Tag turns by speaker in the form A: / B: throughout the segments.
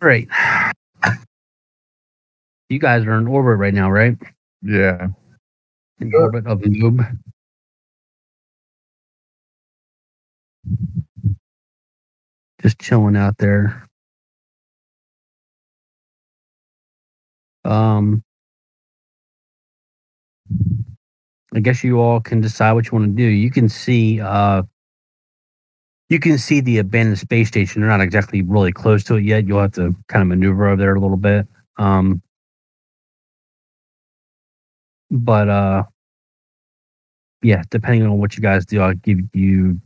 A: Great. You guys are in orbit right now, right?
B: Yeah.
A: In orbit of Noob. Just chilling out there. Um, I guess you all can decide what you want to do. You can see, uh, you can see the abandoned space station. You're not exactly really close to it yet. You'll have to kind of maneuver over there a little bit. Um, but uh, yeah, depending on what you guys do, I'll give you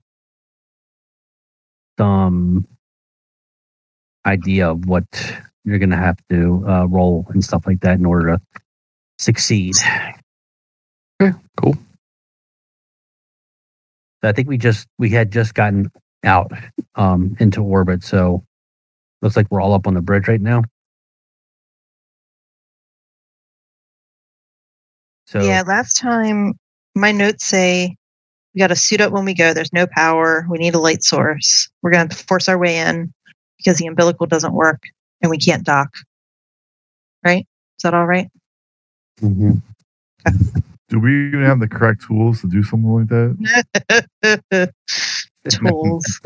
A: some idea of what you're going to have to uh, roll and stuff like that in order to succeed.
B: Okay, cool.
A: So I think we just we had just gotten out um, into orbit, so looks like we're all up on the bridge right now. So
C: yeah, last time my notes say we got to suit up when we go. There's no power. We need a light source. We're going to force our way in because the umbilical doesn't work and we can't dock. Right? Is that all right?
A: Mhm.
B: Do we even have the correct tools to do something like that?
C: tools.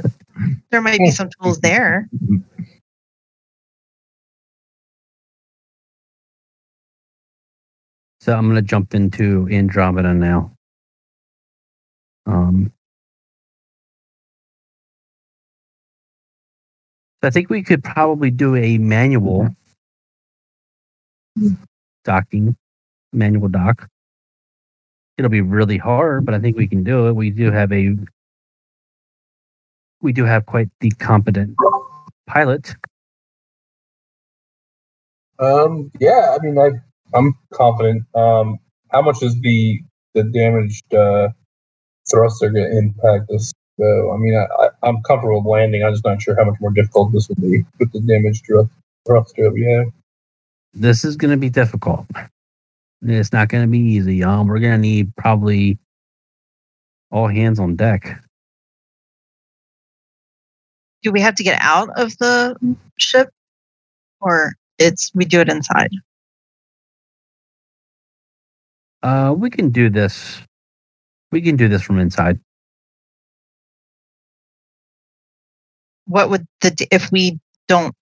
C: there might be some tools there.
A: so I'm going to jump into Andromeda now. Um, I think we could probably do a manual docking, manual dock. It'll be really hard, but I think we can do it. We do have a we do have quite the competent pilot.
D: Um, yeah, I mean, I, I'm confident. Um, how much is the the damaged uh, thruster going to impact us? So, I mean, I, I, I'm comfortable with landing. I'm just not sure how much more difficult this will be with the damaged thrust, thruster that we have.
A: This is going to be difficult. It's not going to be easy. Um, we're going to need probably all hands on deck.
C: Do we have to get out of the ship, or it's we do it inside?
A: Uh, we can do this. We can do this from inside.
C: What would the d- if we don't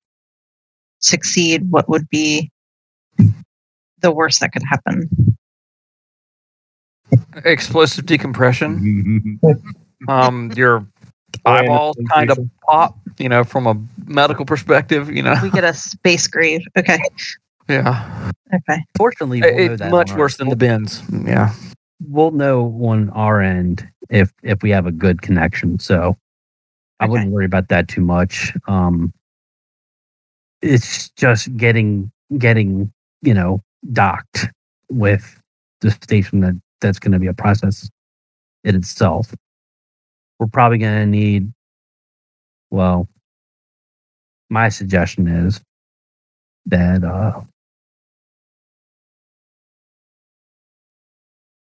C: succeed? What would be the worst that could happen?
E: Explosive decompression. Um, your
D: Land
E: eyeball kind of
D: infusion.
E: pop. You know, from a medical perspective. You know,
C: We get a space grave. Okay,
E: yeah,
C: okay.
A: Fortunately, we'll know
E: it's
A: that
E: much
A: on our-
E: worse than the bins. Mm, Yeah,
A: we'll know on our end if if we have a good connection. So I wouldn't worry about that too much. Um, it's just getting getting you know docked with the station that that's going to be a process in itself. We're probably going to need. Well, my suggestion is that uh,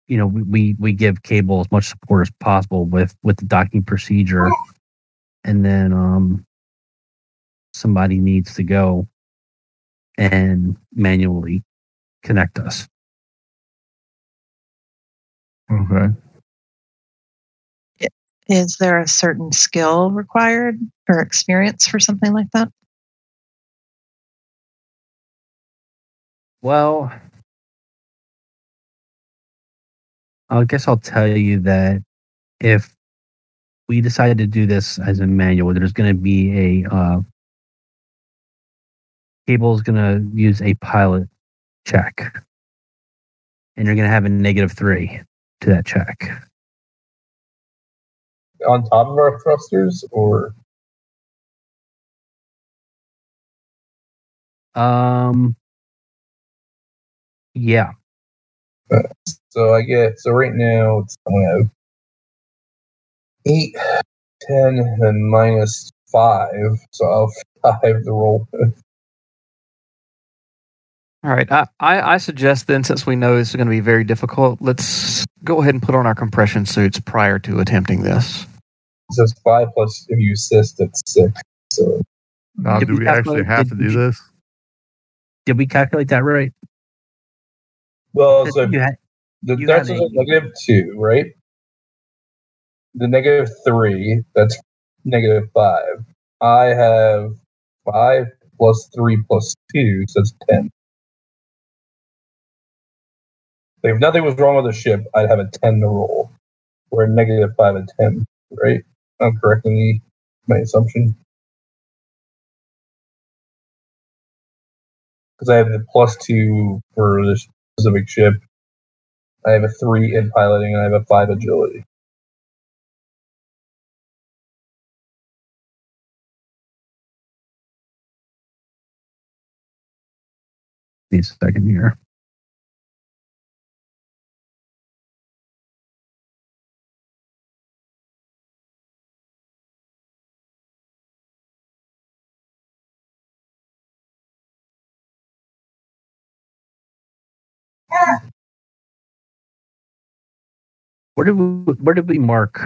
A: you know, we, we we give cable as much support as possible with with the docking procedure, and then um, somebody needs to go and manually connect us.
B: okay.
C: Is there a certain skill required or experience for something like that?
A: Well, I guess I'll tell you that if we decided to do this as a manual, there's going to be a uh, cable is going to use a pilot check, and you're going to have a negative three to that check.
D: on top of our thrusters, or
A: Um, yeah,
D: so I get so right now it's I'm gonna have eight, ten, and then minus five, so I'll have five the roll.
E: All right. I, I, I suggest then, since we know this is going to be very difficult, let's go ahead and put on our compression suits prior to attempting this.
D: So it's five plus if you assist, it's six. So
B: Now,
A: Did
B: do
A: we
B: we
A: have
B: actually
A: to-
B: have to
A: did
B: do
A: you-
B: this?
A: Did we calculate that right?
D: Well,
A: That
D: so
A: you had-
D: the
A: you
D: that's
A: have
D: a
A: a-
D: negative two, right? The negative three, that's negative five. I have five plus three plus two, so that's ten. If nothing was wrong with the ship, I'd have a ten to roll. We're negative five and ten, right? I'm correcting the, my assumption. Because I have the plus two for this specific ship. I have a three in piloting and I have a five agility.
A: Give me a second here. Where did we where did we mark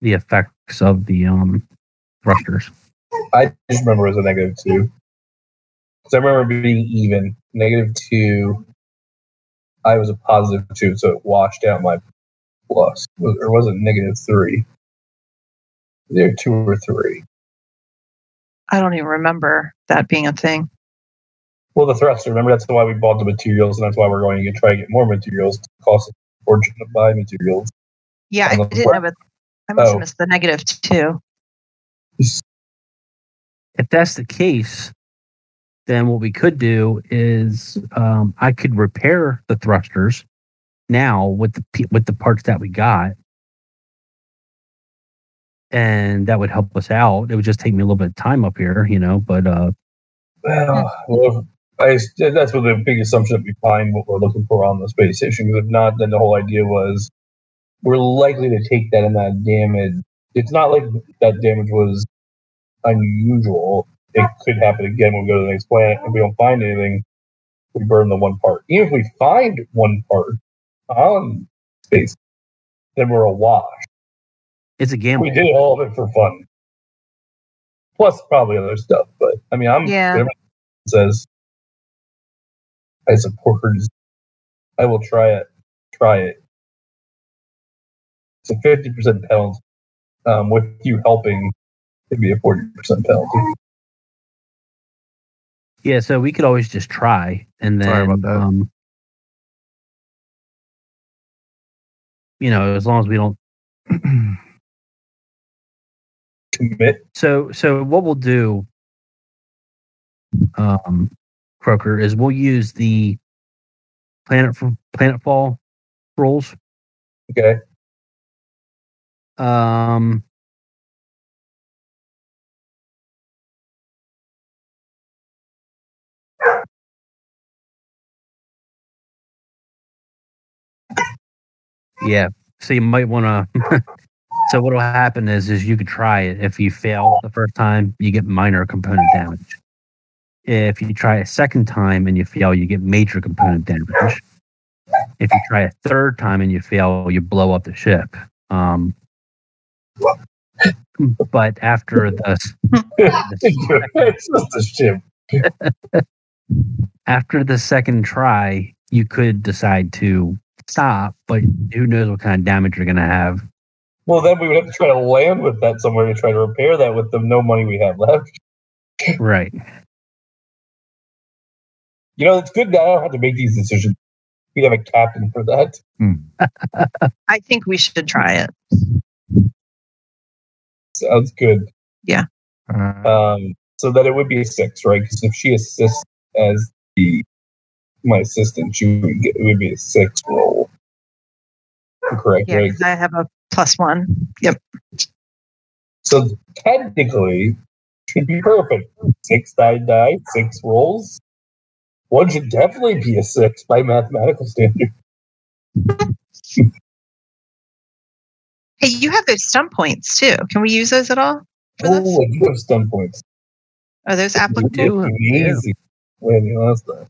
A: the effects of the um thrusters?
D: I just remember it was a negative two. Because I remember being even. Negative two. I was a positive two, so it washed out my plus. Was- Or was it negative three? Either two or three.
C: I don't even remember that being a thing.
D: Well, the thruster, remember that's why we bought the materials and that's why we're going to try to get more materials. It costs a fortune to buy materials.
C: Yeah, I
D: Um,
C: didn't have it. I must
D: oh.
C: have missed the negative two.
A: if that's the case, then what we could do is um, I could repair the thrusters now with the pe- with the parts that we got, and that would help us out. It would just take me a little bit of time up here, you know. But uh,
D: Well, well, I, that's what the big assumption that we find what we're looking for on the space station. Because if not, then the whole idea was we're likely to take that and that damage. It's not like that damage was unusual. It could happen again when we go to the next planet. If we don't find anything, we burn the one part. Even if we find one part on space, then we're awash.
A: it's a
D: We
A: gamble.
D: did all of it for fun. Plus probably other stuff, but I mean I'm
C: Yeah.
D: whatever it says I support her des- I will try it. Try it. It's a fifty percent penalty. Um, with you helping it'd be a forty percent penalty.
A: Yeah, so we could always just try, and then
B: Sorry about that.
A: Um, you know, as long as we don't
D: Commit.
A: So so what we'll do, um, Croker, is we'll use the planet for planetfall rules.
D: Okay.
A: Um, yeah. So you might want to. so what'll happen is, is you could try it. If you fail the first time, you get minor component damage. If you try a second time and you fail, you get major component damage. If you try a third time and you fail, you blow up the ship. Um, but after the, the
D: it's just a ship.
A: after the second try, you could decide to stop, but who knows what kind of damage you're going to have.
D: Well then we would have to try to land with that somewhere to try to repair that with the no money we have left.
A: Right.
D: You know, it's good that I don't have to make these decisions. We have a captain for that.
C: I think we should try it.
D: Sounds good.
B: Uh,
D: Um, so that it would be a six, right? Because if she assists as the my assistant, she would get, it would be a six roll. Correct,
C: Yeah,
D: right?
C: 'cause I have a plus one. Yep.
D: So technically, should be perfect. Six die die, six rolls. One should definitely be a six by mathematical standard.
C: Hey, you have those stun points too. Can we use those at all? For this?
D: Oh, I do have stun points.
C: Are those
D: You
C: applicable?
A: do have-
D: looked amazing when you last time.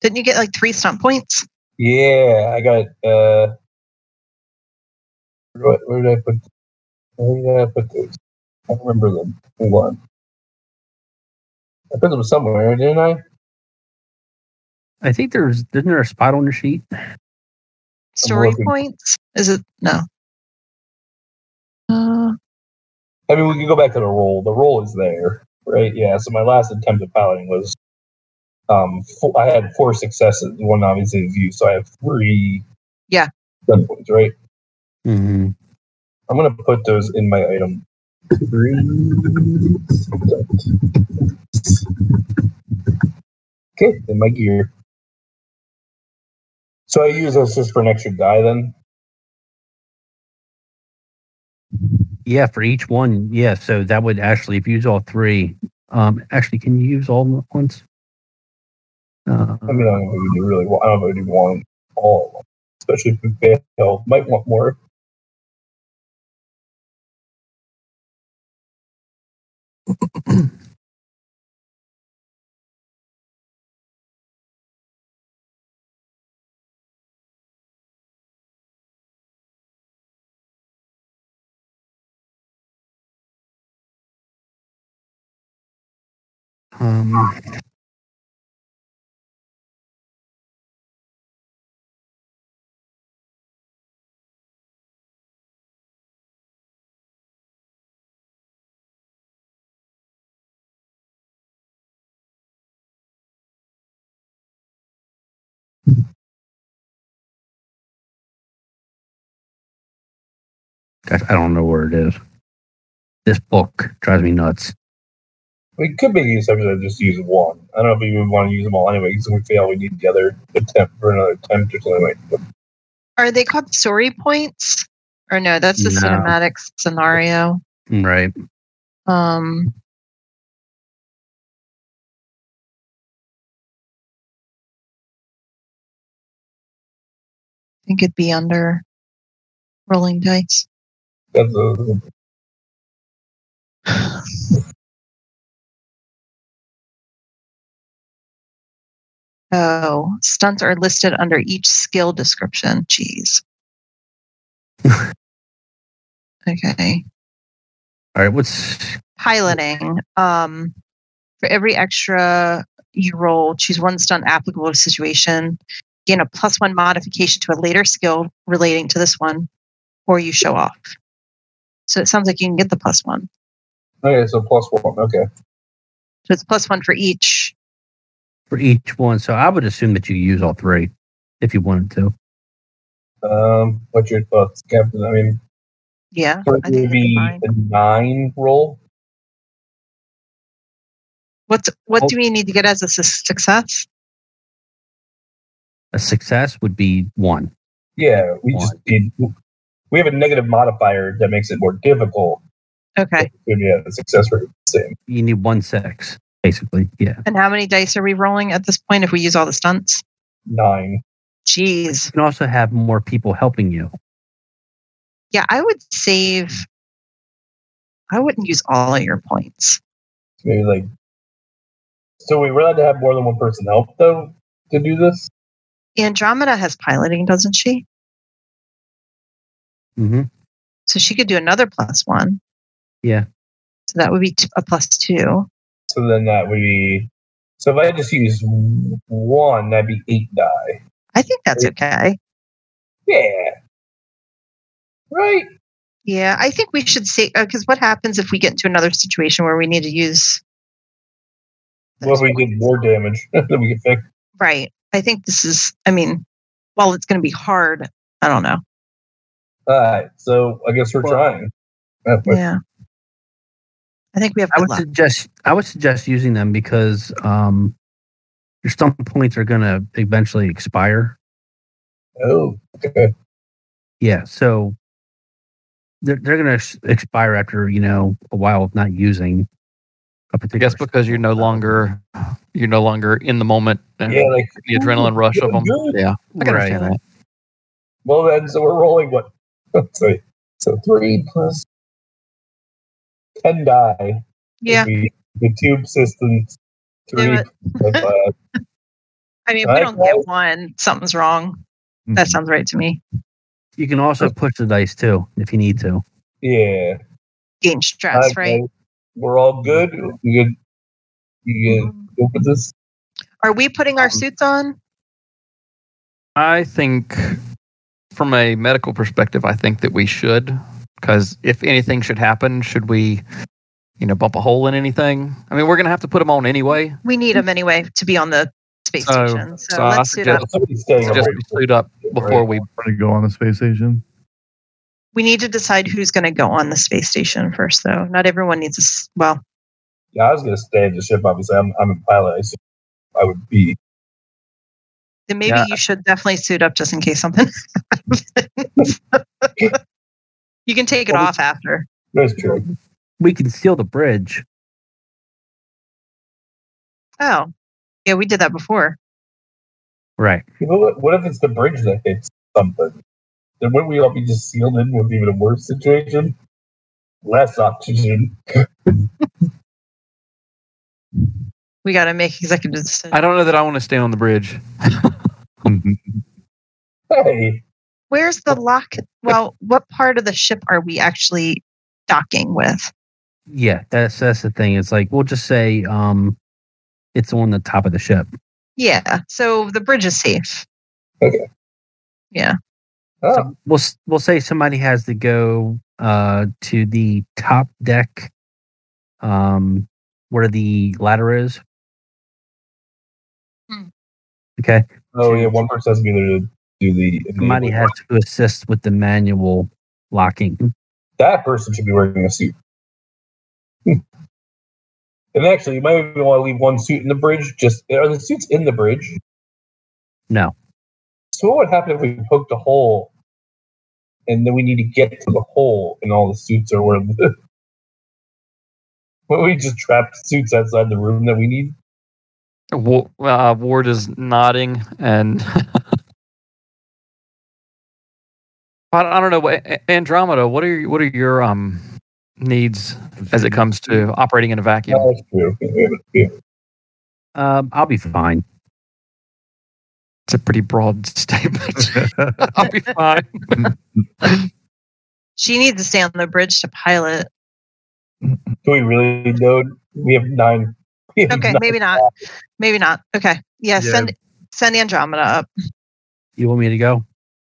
C: Didn't you get like three stunt points?
D: Yeah, I got. uh Where, where did I put? Where did I put those? I don't remember the one. I put them somewhere, didn't I?
A: I think there's isn't there a spot on the sheet?
C: Story
D: looking.
C: points? Is it no? Uh,
D: I mean, we can go back to the roll. The roll is there, right? Yeah. So my last attempt at piloting was, um, four, I had four successes, one obviously is you, so I have three.
C: Yeah.
D: gun points, right?
A: Mm-hmm.
D: I'm gonna put those in my item. Three. Okay, in my gear. So I use those just for an extra die then.
A: Yeah, for each one. Yeah, so that would actually, if you use all three, um, actually, can you use all them at once? Uh,
D: I mean, I don't know if we do really. wa- I don't know if we do want all of them, especially if we fail. Might want more.
E: Um,
A: gosh, I don't know where it is. This book drives me nuts.
D: We could make the assumption that just use one. I don't know if we would want to use them all anyway. Because if we fail, we need the other attempt for another attempt or something like. That.
C: are they called story points? Or no, that's the
A: No.
C: cinematic scenario.
A: Right.
C: Um, I think it'd be under rolling dice.
D: That's a,
C: Oh, stunts are listed under each skill description. Jeez. okay.
A: All right. What's
C: Piloting.
D: Mm-hmm.
C: Um, for every extra you roll, choose one stunt applicable to the situation. Gain a plus one modification to a later skill relating to this one, or you show off. So it sounds like you can get the plus one.
D: okay, so plus one. Okay.
C: So it's plus one for each.
A: for each one? So I would assume that you use all three if you wanted to.
D: Um, what's your thoughts, Captain? I mean,
C: Yeah.
D: so it
C: I think that'd
D: would
C: be
D: be
C: fine.
D: a nine roll.
C: What's what
A: Oh.
C: do we need to get as a su- success?
A: A success would be one.
D: Yeah, we just need. We have a negative modifier that makes it more difficult.
C: Okay.
D: Maybe yeah, the success rate is the same.
A: You need one six, basically. Yeah.
C: And how many dice are we rolling at this point if we use all the stunts?
D: Nine.
C: Jeez.
A: You can also have more people helping you.
C: Yeah, I would save. I wouldn't use all of your points.
D: Maybe like. So we were allowed to have more than one person help though to do this.
C: Andromeda has piloting, doesn't she?
A: Mm-hmm.
C: So she could do another plus one.
A: Yeah.
C: So that would be t- a plus two.
D: So then that would be. So if I just use one, that'd be eight die.
C: I think that's okay.
D: Yeah. Right.
C: Yeah, I think we should say because what happens if we get into another situation where we need to use?
D: Well, if we
C: those
D: did more damage, then we could fix.
C: Right. I think this is, I mean, while it's going to be hard, I don't know.
D: All right. So I guess we're
A: Well-
D: trying. Oh, That's what-
C: Yeah. I think we have
A: I
C: good
A: would
C: luck.
A: suggest I would suggest using them because um, your stump points are going to eventually expire.
D: Oh, okay.
A: Yeah, so they're they're going to expire after you know a while of not using a
E: I
A: particular.
E: guess because you're no longer you're no longer in the moment and
D: Yeah, like
E: the adrenaline rush of them.
D: Good.
E: Yeah, I can
A: Right.
E: understand that.
D: Well, then, so we're rolling what? Let's see. So three plus ten die. would
C: Yeah.
D: be The tube systems.
C: Do
D: Three. uh,
C: it.
D: plus five.
C: I mean, if we
D: I
C: don't get one, something's wrong. That
A: Mm-hmm.
C: sounds right to me.
A: You can also push the dice too if you need to.
D: yeah.
C: gain stress, right?
D: We're all good. You good? You good,
C: Mm-hmm.
D: good with this?
C: Are we putting our suits on?
E: I think, from a medical perspective, I think that we should, because if anything should happen, should we, you know, bump a hole in anything? I mean, we're gonna have to put them on anyway.
C: We need them anyway to be on the space
E: So-
C: station. So,
E: so I
C: let's suit
E: suggest-
C: up.
D: Somebody's staying
E: So just be suited up before we.
B: Trying to go on the space station.
C: We need to decide who's going to go on the space station first, though. Not everyone needs. A, s- well,
D: Yeah, I was gonna stay in the ship. Obviously, I'm I'm a pilot. I assume I would be.
C: then maybe
E: Yeah.
C: you should definitely suit up just in case something. happens. you can take it
D: Well,
C: off after.
D: That's true.
A: We can steal the bridge.
C: Oh, yeah, we did that before.
A: Right.
D: You know what? What if it's the bridge that hits something? Then wouldn't we all be just sealed in with even a worse situation? Less oxygen.
C: We got to make executive decisions.
E: I don't know that I want to stay on the bridge.
D: Hey,
C: Where's
E: Oh.
C: the lock? Well, what part of the ship are we actually docking with?
A: Yeah, that's that's the thing. It's like we'll just say um it's on the top of the ship.
C: Yeah, so the bridge is safe.
D: oh,
A: We'll s- we'll say somebody has to go uh to the top deck um where the ladder is.
C: Hmm.
A: Okay.
D: oh yeah, one person has to be there to do the.
A: Somebody has to assist with the manual locking.
D: that person should be wearing a suit. Hmm. and actually, you might even want to leave one suit in the bridge. Just are the suits in the bridge?
A: No.
D: So what would happen if we poked a hole, and then we need to get to the hole, and all the suits are where? the- What we just trapped suits outside the room that we need?
E: Wa- uh, Ward is nodding, and I, I don't know. what- A- Andromeda, what are your, what are your um needs as it comes to operating in a vacuum?
D: Oh, that's true. Yeah, yeah.
A: Um I'll be fine.
E: It's a pretty broad statement. I'll be fine.
C: She needs to stay on the bridge to pilot.
D: Do we really know? We have nine. we have
C: Okay,
D: nine-
C: maybe not. Maybe not. Okay. Yeah,
B: Yeah.
C: send send Andromeda up.
A: You want me to go?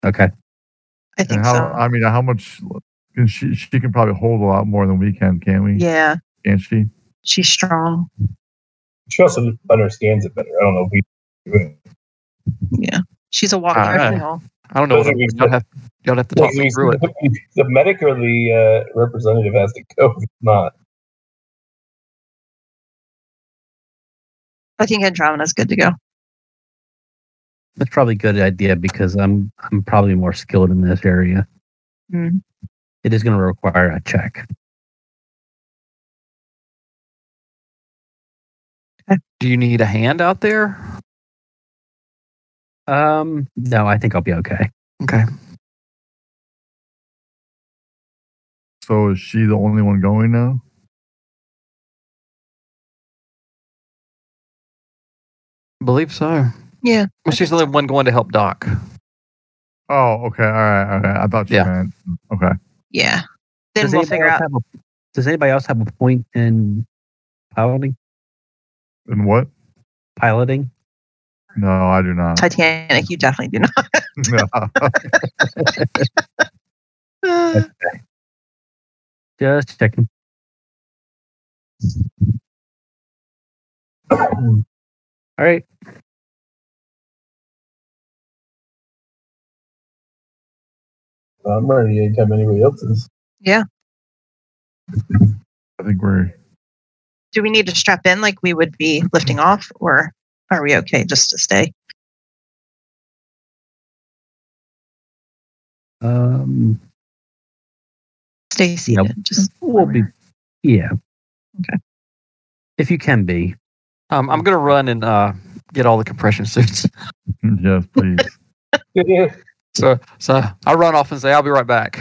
A: Okay.
C: I think
B: And how?
C: so.
B: I mean, how much? Can she? She can probably hold a lot more than we can, can we?
C: yeah,
B: Can she?
C: she's strong.
D: She also understands it better. I don't know. If we
C: Yeah. She's a walking
E: Alright.
C: mule.
E: I don't know. What
D: Those
E: I'm,
D: are good-
E: y'all, have, y'all have to talk me through it.
D: The medic or the uh, representative has to go. If not,
C: I think Andromeda's good to go.
A: That's probably a good idea because I'm I'm probably more skilled in this area.
C: Mm.
A: It is going to require a check.
E: Do you need a hand out there?
A: Um, no, I think I'll be okay.
E: Okay.
B: So is she the only one going now?
E: believe so.
C: Yeah.
E: Well, she's the only one going to help Doc.
B: Oh, okay. All right. All right. I thought you
E: Yeah.
B: meant. Okay.
C: Yeah. Then we'll
A: anybody
C: figure
A: else
C: out.
A: have a- does anybody else have a point in piloting?
B: And what?
A: Piloting?
B: No, I do not.
C: Titanic, you definitely do not.
B: No.
A: Just checking. All right.
D: I'm ready anytime anybody else is.
B: I think we're.
C: do we need to strap in like we would be lifting off, or are we okay just to stay?
A: Um,
C: Stay seated. Just
A: we'll be. Yeah.
C: Okay.
A: If you can be,
E: Um, I'm gonna run and uh, get all the compression suits.
B: Yes, please.
E: So, so I run off and say, "I'll be right back."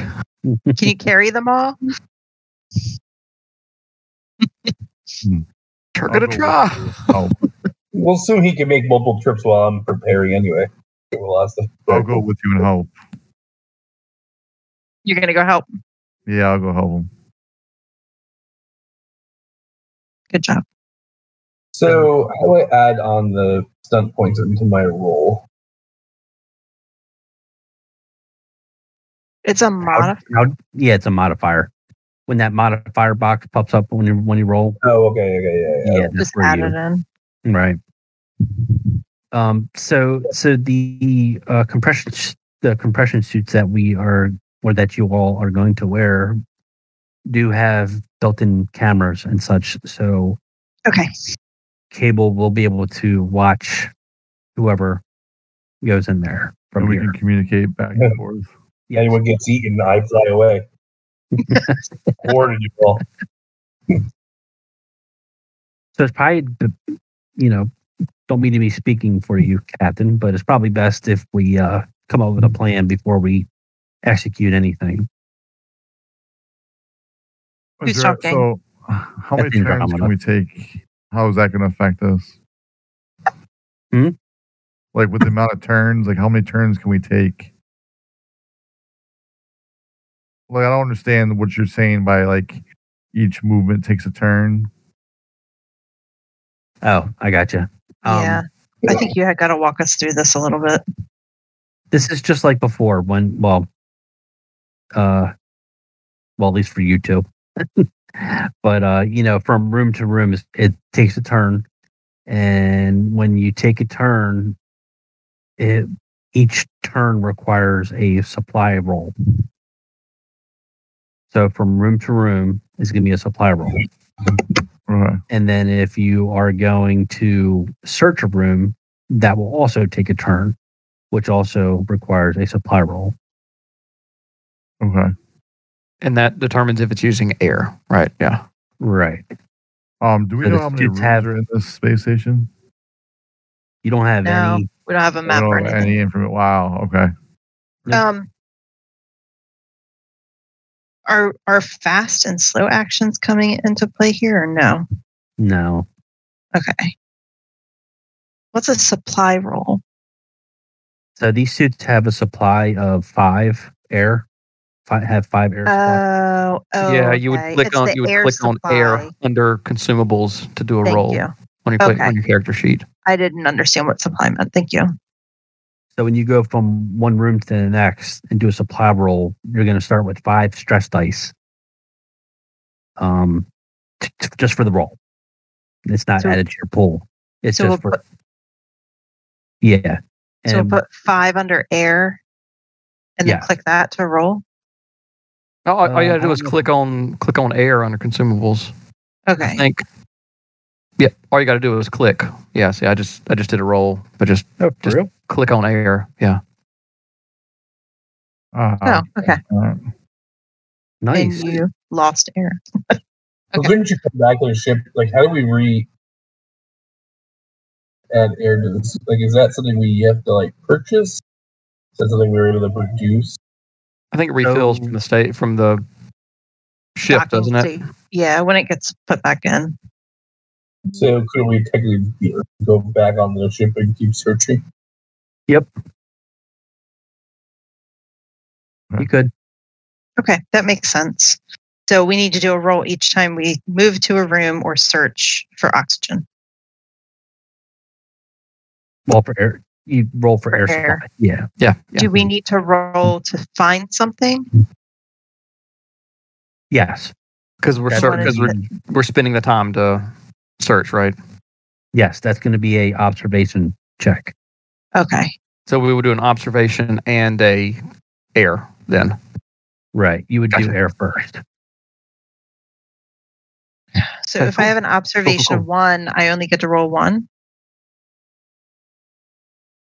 C: can you carry them all?
E: We're gonna
B: Oh.
E: try.
B: I'll,
D: Well, soon he can make multiple trips while I'm preparing anyway. It will last the-
B: I'll go with you and help.
C: You're gonna go help.
B: Yeah, I'll go help him.
C: Good job.
D: So how do I add on the stunt points into my roll?
C: It's a mod.
A: Now- yeah, it's a modifier. When that modifier box pops up when you when you roll,
D: Oh, okay, okay, yeah, yeah.
A: yeah, that's
C: Just
A: where
C: add
A: you
C: it in.
A: Right. Um, so so the uh, compression s- the compression suits that we are or that you all are going to wear do have built-in cameras and such. So
C: Okay.
A: cable will be able to watch whoever goes in there
B: and
A: from
B: we
A: here.
B: can communicate back and forth.
A: Yes.
D: Anyone gets eaten, I fly away. Warning you all.
A: So it's probably b- you know don't mean to be speaking for you, Captain, but it's probably best if we uh, come up with a plan before we execute anything.
C: Who's
B: Is there-
C: talking?
B: So, how many
A: That's in
B: turns can
A: Brahmana.
B: we take? How is that going to affect us?
A: Hmm?
B: Like with the amount of turns, like how many turns can we take? Like I don't understand what you're saying by like each movement takes a turn.
A: Oh, I gotcha. Um,
C: yeah. I think you had got to walk us through this a little bit.
A: This is just like before when, well, uh, well, at least for you two. but, uh, you know, from room to room, it's- it takes a turn. And when you take a turn, it, each turn requires a supply roll. So from room to room is going to be a supply roll.
B: Okay.
A: And then if you are going to search a room, that will also take a turn, which also requires a supply roll.
B: Okay.
E: and that determines if it's using air, right? Yeah.
A: Right.
B: Um, do we
A: So
B: know
A: the
B: how many
A: suits
B: rooms
A: have-
B: are in this space station?
A: You don't have
C: No.
A: any.
C: We don't have a
B: I
C: map
B: don't
C: or
B: know
C: anything.
B: any information. Wow. Okay.
A: Nope.
C: Um, are are fast and slow actions coming into play here or no?
A: No.
C: Okay. What's a supply roll?
A: So these suits have a supply of five air. Fi have five air. supplies.
C: Oh, oh
E: yeah, you would
C: okay.
E: click
C: It's
E: on
C: the
E: you would
C: air
E: click on air
C: supply.
E: under consumables to do a
C: Thank
E: roll
C: you.
E: when you click
C: Okay.
E: on your character sheet.
C: I didn't understand what supply meant. Thank you.
A: so when you go from one room to the next and do a supply roll, you're going to start with five stress dice. Um, t- t- just for the roll. It's not
C: So-
A: added to your pool. It's
C: so
A: just
C: we'll
A: for
C: put,
A: yeah.
C: so we'll
A: And-
C: put five under air, and
A: Yeah.
C: then click that to roll.
E: All, all you
A: Uh,
E: gotta
A: I
E: do is
A: don't know.
E: click on click on air under consumables. I
C: Okay.
E: think. Yeah, all you gotta do is click. Yeah, see, I just I just did a roll, but just
A: Oh, for
E: Just-
A: real?
E: click on air. Yeah.
B: Uh,
C: Oh, okay.
B: all right.
A: Nice.
C: And you lost air.
D: So couldn't you come back to the ship? Like, how do we re add air to this? Like, is that something we have to like purchase? Is that something we were able to produce?
E: I think it refills
A: So-
E: from the state from the ship,
C: Docking
E: doesn't it?
C: state- Yeah, when it gets put back in.
D: So could we technically you know, go back onto the ship and keep searching?
A: You could.
C: Okay, that makes sense. So we need to do a roll each time we move to a room or search for oxygen.
A: Well, for air, you roll for,
C: For
A: air,
C: air.
A: supply. Yeah.
E: Yeah. yeah.
C: Do we need to roll to find something?
A: Yes.
E: Because we're
A: That's
E: cer-
C: what it
E: cause we're
A: is.
E: we're spending the time to search, right?
A: Yes, that's going to be a observation check.
C: Okay.
E: So we would do an observation and a air then.
A: Right. You would do
E: Gotcha.
A: air first.
C: So
E: Okay,
C: if I
E: cool.
C: have an observation of
E: cool.
C: one, I only get to roll one.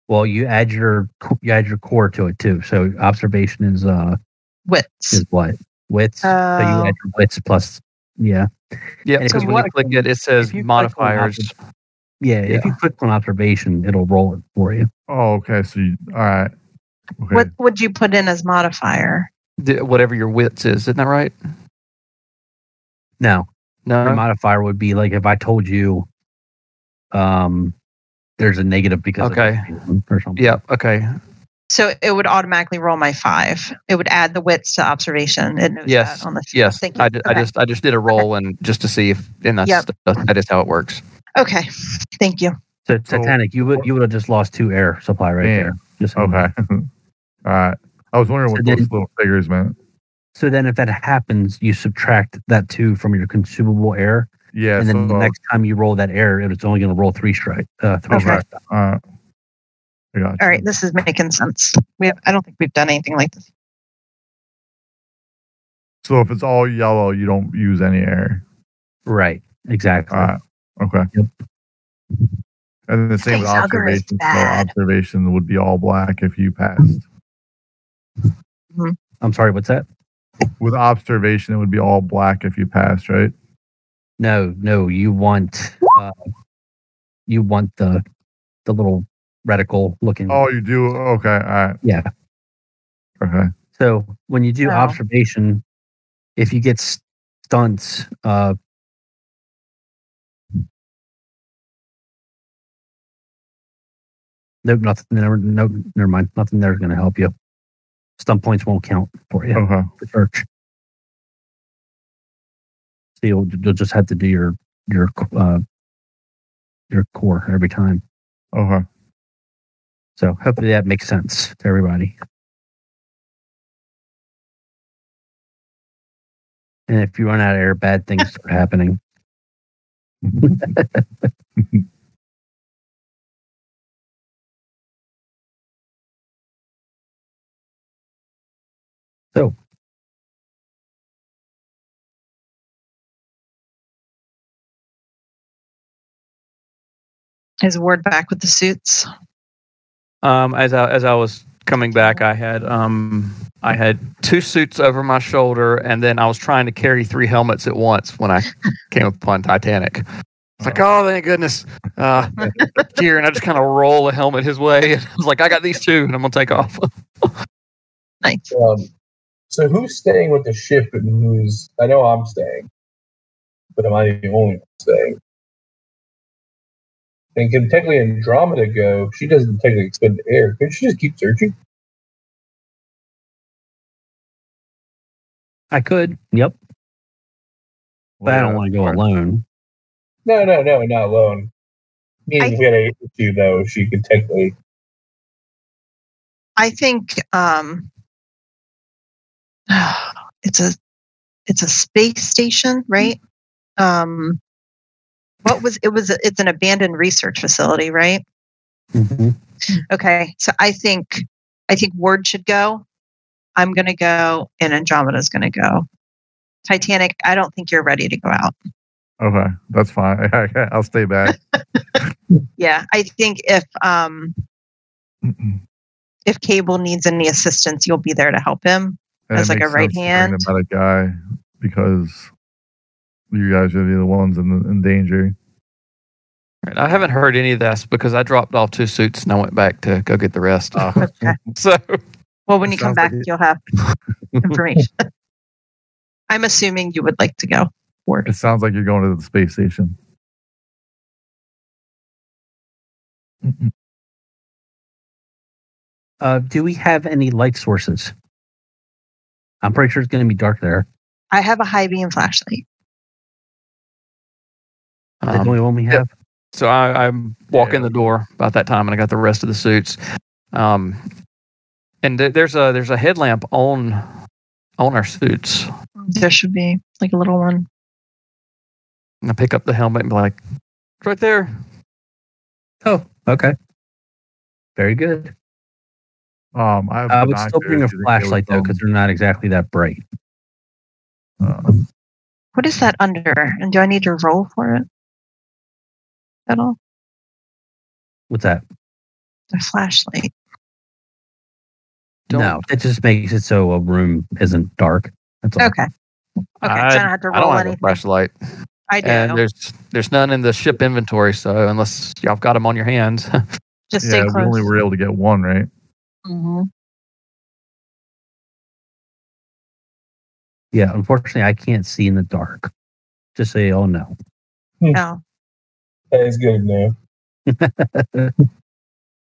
A: Well, you add your co- you add your core to it too. So observation is uh
C: Wits.
A: is what wits.
B: Uh,
A: so you
C: Oh.
A: add your wits plus yeah
E: Yeah,
A: And if
E: because
A: you
E: when you
A: click
E: click
A: on-
E: it, it says
A: if you click on
E: modifiers.
A: yeah. If you click on observation, it'll roll it for you.
B: Oh, okay. So, you, all right. Okay.
C: What would you put in as modifier?
E: d- whatever your wits is. Isn't that right?
A: No,
E: No.
B: Uh-huh.
A: your modifier would be like if I told you, um, there's a negative because of
E: Okay.
A: this reason or something.
E: yeah. Okay.
C: So it would automatically roll my five. It would add the wits to observation. It knows
E: Yes,
C: that on the
E: Yes,
C: Thank you.
E: I, d- I
C: Okay.
E: just I just did a roll and just to see if and that's
C: Yep.
E: that- that is how it works.
C: Okay, thank you.
A: So, Titanic, you would you would have just lost two air supply right
B: Yeah.
A: there. Just
B: Okay. All right. I was wondering
A: Mm-hmm. So
B: what
A: then-
B: those little figures meant.
A: So then, if that happens, you subtract that two from your consumable air,
B: Yeah.
A: and then
B: so,
A: the next time you roll that air, it's only going to roll three strike. Uh, three
C: Okay.
A: strikes.
B: All right. I got
C: All
B: you.
C: right, this is making sense. We have, I don't think we've done anything like this.
B: So if it's all yellow, you don't use any air.
A: Right. Exactly.
B: All right. Okay.
A: Yep.
B: And then the same with
C: Space algorithm is
B: observation. So
C: bad.
B: observation would be all black if you passed.
A: I'm sorry. What's that?
B: With observation, it would be all black if you passed, right?
A: Mm-hmm. No, no. You want uh, you want the the little reticle looking.
B: Oh, you do. Okay. All right.
A: Yeah.
B: Okay.
A: So when you do
C: Oh.
A: observation, if you get s- stunts, uh, nope, nothing. Never, nope, never mind. Nothing there is going to help you. Stunt points won't count for you
B: Okay.
A: for church. So you'll, you'll just have to do your your uh, your core every time.
B: Okay.
A: So hopefully that makes sense to everybody. And if you run out of air, bad things start happening. so,
C: Is Ward back with the suits?
E: Um, as I as I was coming back, I had um I had two suits over my shoulder, and then I was trying to carry three helmets at once when I came upon Titanic. It's like, oh, thank goodness, uh, here, and I just kind of roll a helmet his way. And I was like, I got these two, and I'm gonna take off.
C: Nice.
D: Um, so who's staying with the ship and who's? I know I'm staying, but am I the only one staying? And can technically Andromeda go? She doesn't technically expend air. Could she just keep searching?
A: I could. Yep. But I don't want to go alone.
D: No, no, no, not alone. Meaning if we had a issue though, she could technically.
C: I think um, it's a it's a space station, right? Um, what was it was a- it's an abandoned research facility, right?
A: mm-hmm.
C: Okay, so I think I think Ward should go. I'm gonna go, and Andromeda's gonna go. Titanic, I don't think you're ready to go out.
B: Okay. That's fine. Okay, I'll stay back.
C: Yeah, I think if um,
B: Mm-mm.
C: if Cable needs any assistance, you'll be there to help him.
B: And
C: That's
B: it
C: like a
B: makes
C: right
B: sense to bring
C: hand.
B: About a guy because you guys are the ones in, in danger.
E: Right, I haven't heard any of this because I dropped off two suits and I went back to go get the rest.
C: Okay.
E: so
C: uh, Well, when
B: It
C: you come back,
B: sounds like it.
C: you'll have information. I'm assuming you would like to go. Ward.
B: It sounds like you're going to the space station.
A: Uh, do we have any light sources? I'm pretty sure it's going to be dark there.
C: I have a high beam flashlight.
A: Is that the
E: um,
A: only one we
E: yep.
A: have?
E: So I, I walk in the door about that time, and I got the rest of the suits. Um, and th- there's a there's a headlamp on on our suits.
C: There should be like a little one.
E: And I pick up the helmet and be like, "It's right there.
A: Oh, okay. Very good.
B: Um, I, have
A: I would Uh, still
B: binoculars.
A: bring a
B: You think they would
A: flashlight though,
B: film?
A: because they're not exactly that bright.
B: Uh,
C: What is that under? And do I need to roll for it at all?
A: What's that?
C: The flashlight.
E: Don't-
A: No, it just makes it so a room isn't dark. That's all.
C: Okay. Okay. so I don't have to
E: I
C: roll
E: don't have a
C: anything.
E: flashlight,
C: I do.
E: and there's there's none in the ship inventory. So unless y'all got them on your hands,
C: Just stay
B: yeah, we
C: close.
B: only were able to get one, right?
C: Mhm.
A: Yeah, unfortunately, I can't see in the dark. Just so you all know.
C: Oh,
D: That is good now.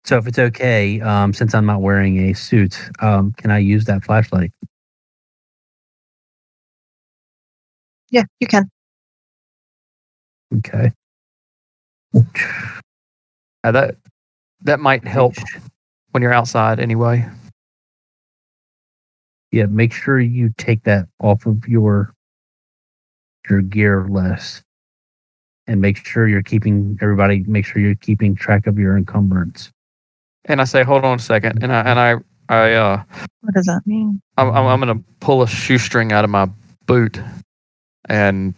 A: So if it's okay, um, since I'm not wearing a suit, um, can I use that flashlight?
C: Yeah, you can.
A: Okay.
E: Now that that might help when you're outside anyway.
A: Yeah, make sure you take that off of your your gear list, and make sure you're keeping everybody. Make sure you're keeping track of your encumbrance.
E: And I say, hold on a second, and I and I I uh
C: What does that mean?
E: I'm I'm, I'm gonna pull a shoestring out of my boot and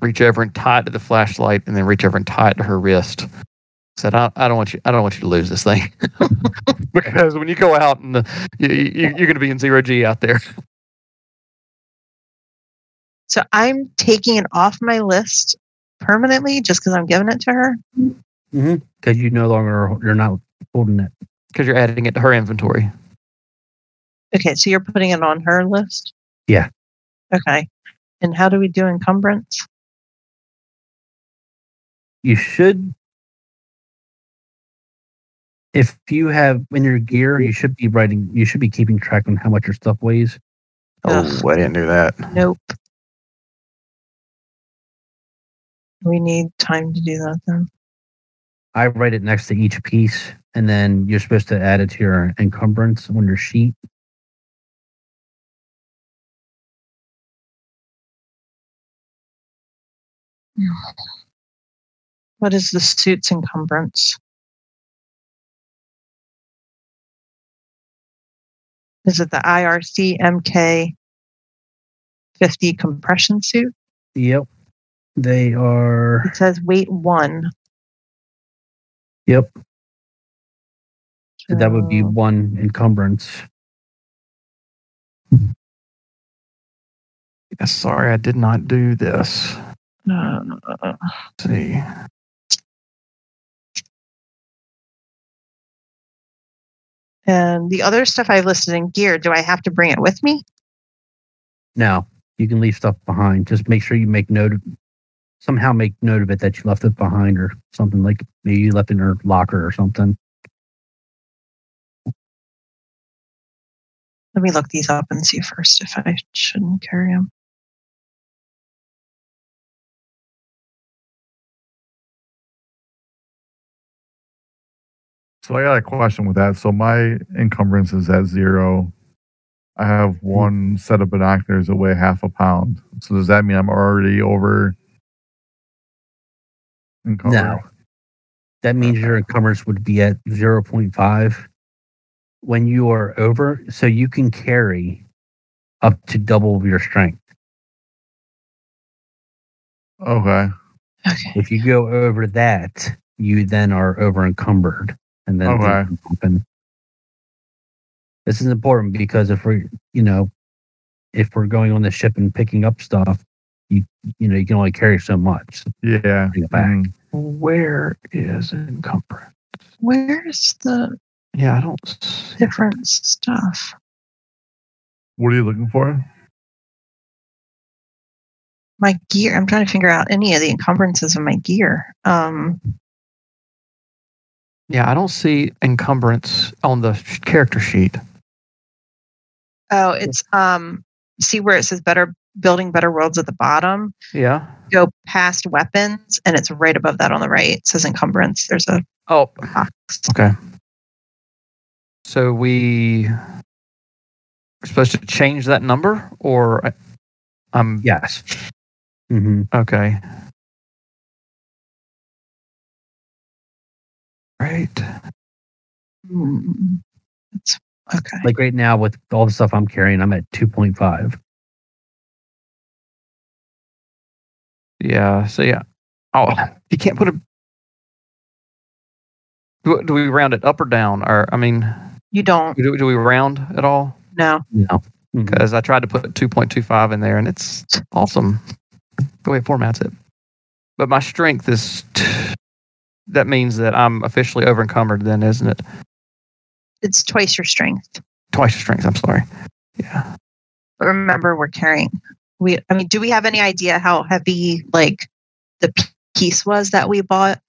E: reach over and tie it to the flashlight, and then reach over and tie it to her wrist. Said, I, I don't want you. I don't want you to lose this thing because when you go out and the, you, you, you're going to be in zero G out there.
C: So I'm taking it off my list permanently just because I'm giving it to her.
A: Because you no longer you're not holding it.
E: because you're adding it to her inventory.
C: Okay, so you're putting it on her list?
A: Yeah.
C: Okay. And how do we do encumbrance?
A: You should. If you have in your gear, you should be writing. You should be keeping track on how much your stuff weighs.
C: Ugh.
F: Oh, I didn't do that.
C: Nope. We need time to do that then.
A: I write it next to each piece, and then you're supposed to add it to your encumbrance on your sheet.
C: What is the suit's encumbrance? Is it the IRC MK 50 compression suit?
A: Yep. They are.
C: It says weight one.
A: Yep. That would be
C: So-
A: one encumbrance.
E: Yeah, sorry, I did not do this.
C: Uh,
E: Let's see,
C: and the other stuff I listed in gear, do I have to bring it with me?
A: Now, you can leave stuff behind. Just make sure you make note of somehow make note of it that you left it behind or something like maybe you left it in your locker or something.
C: Let me look these up and see first if I shouldn't carry them.
B: So I got a question with that. So my encumbrance is at zero. I have
A: Hmm.
B: one set of binoculars that weigh half a pound. So does that mean I'm already over? encumbered?
A: No. That means your encumbrance would be at 0.5 when you are over. So you can carry up to double of your strength.
B: Okay.
C: Okay.
A: If you go over that, you then are over encumbered, and then things
B: Okay.
A: can happen. This is important because if we're, you know, if we're going on the ship and picking up stuff, you you know you can only carry so much.
B: Yeah.
A: Bring it back.
B: Mhm.
E: where is encumbrance?
C: Where's the
E: Yeah, I don't. see-
C: different stuff?
B: What are you looking for?
C: my gear i'm trying to figure out any of the encumbrances of my gear um
E: Yeah, I don't see encumbrance on the sh- character sheet.
C: oh it's um see where it says better building better worlds at the bottom
E: Yeah.
C: go past weapons and it's right above that on the right it says encumbrance there's a
E: Oh,
C: box
E: okay. So we are supposed to change that number, or I- I'm
A: Yes. hmm
E: okay. Right.
C: Hmm. It's- okay
A: Like right now with all the stuff I'm carrying, I'm at two point five.
E: Yeah. So yeah. Oh, you can't put a. Do, do we round it up or down? Or I mean,
C: you don't
E: do, do we round at all?
C: know
A: No. Mhm.
E: Because I tried to put two point two five in there, and it's awesome. The way it formats it. But my strength is. T- that means that I'm officially over encumbered, then, isn't it?
C: it's twice your strength
E: Twice your strength. I'm sorry. Yeah.
C: but remember we're carrying we i mean do we have any idea how heavy like the p- piece was that we bought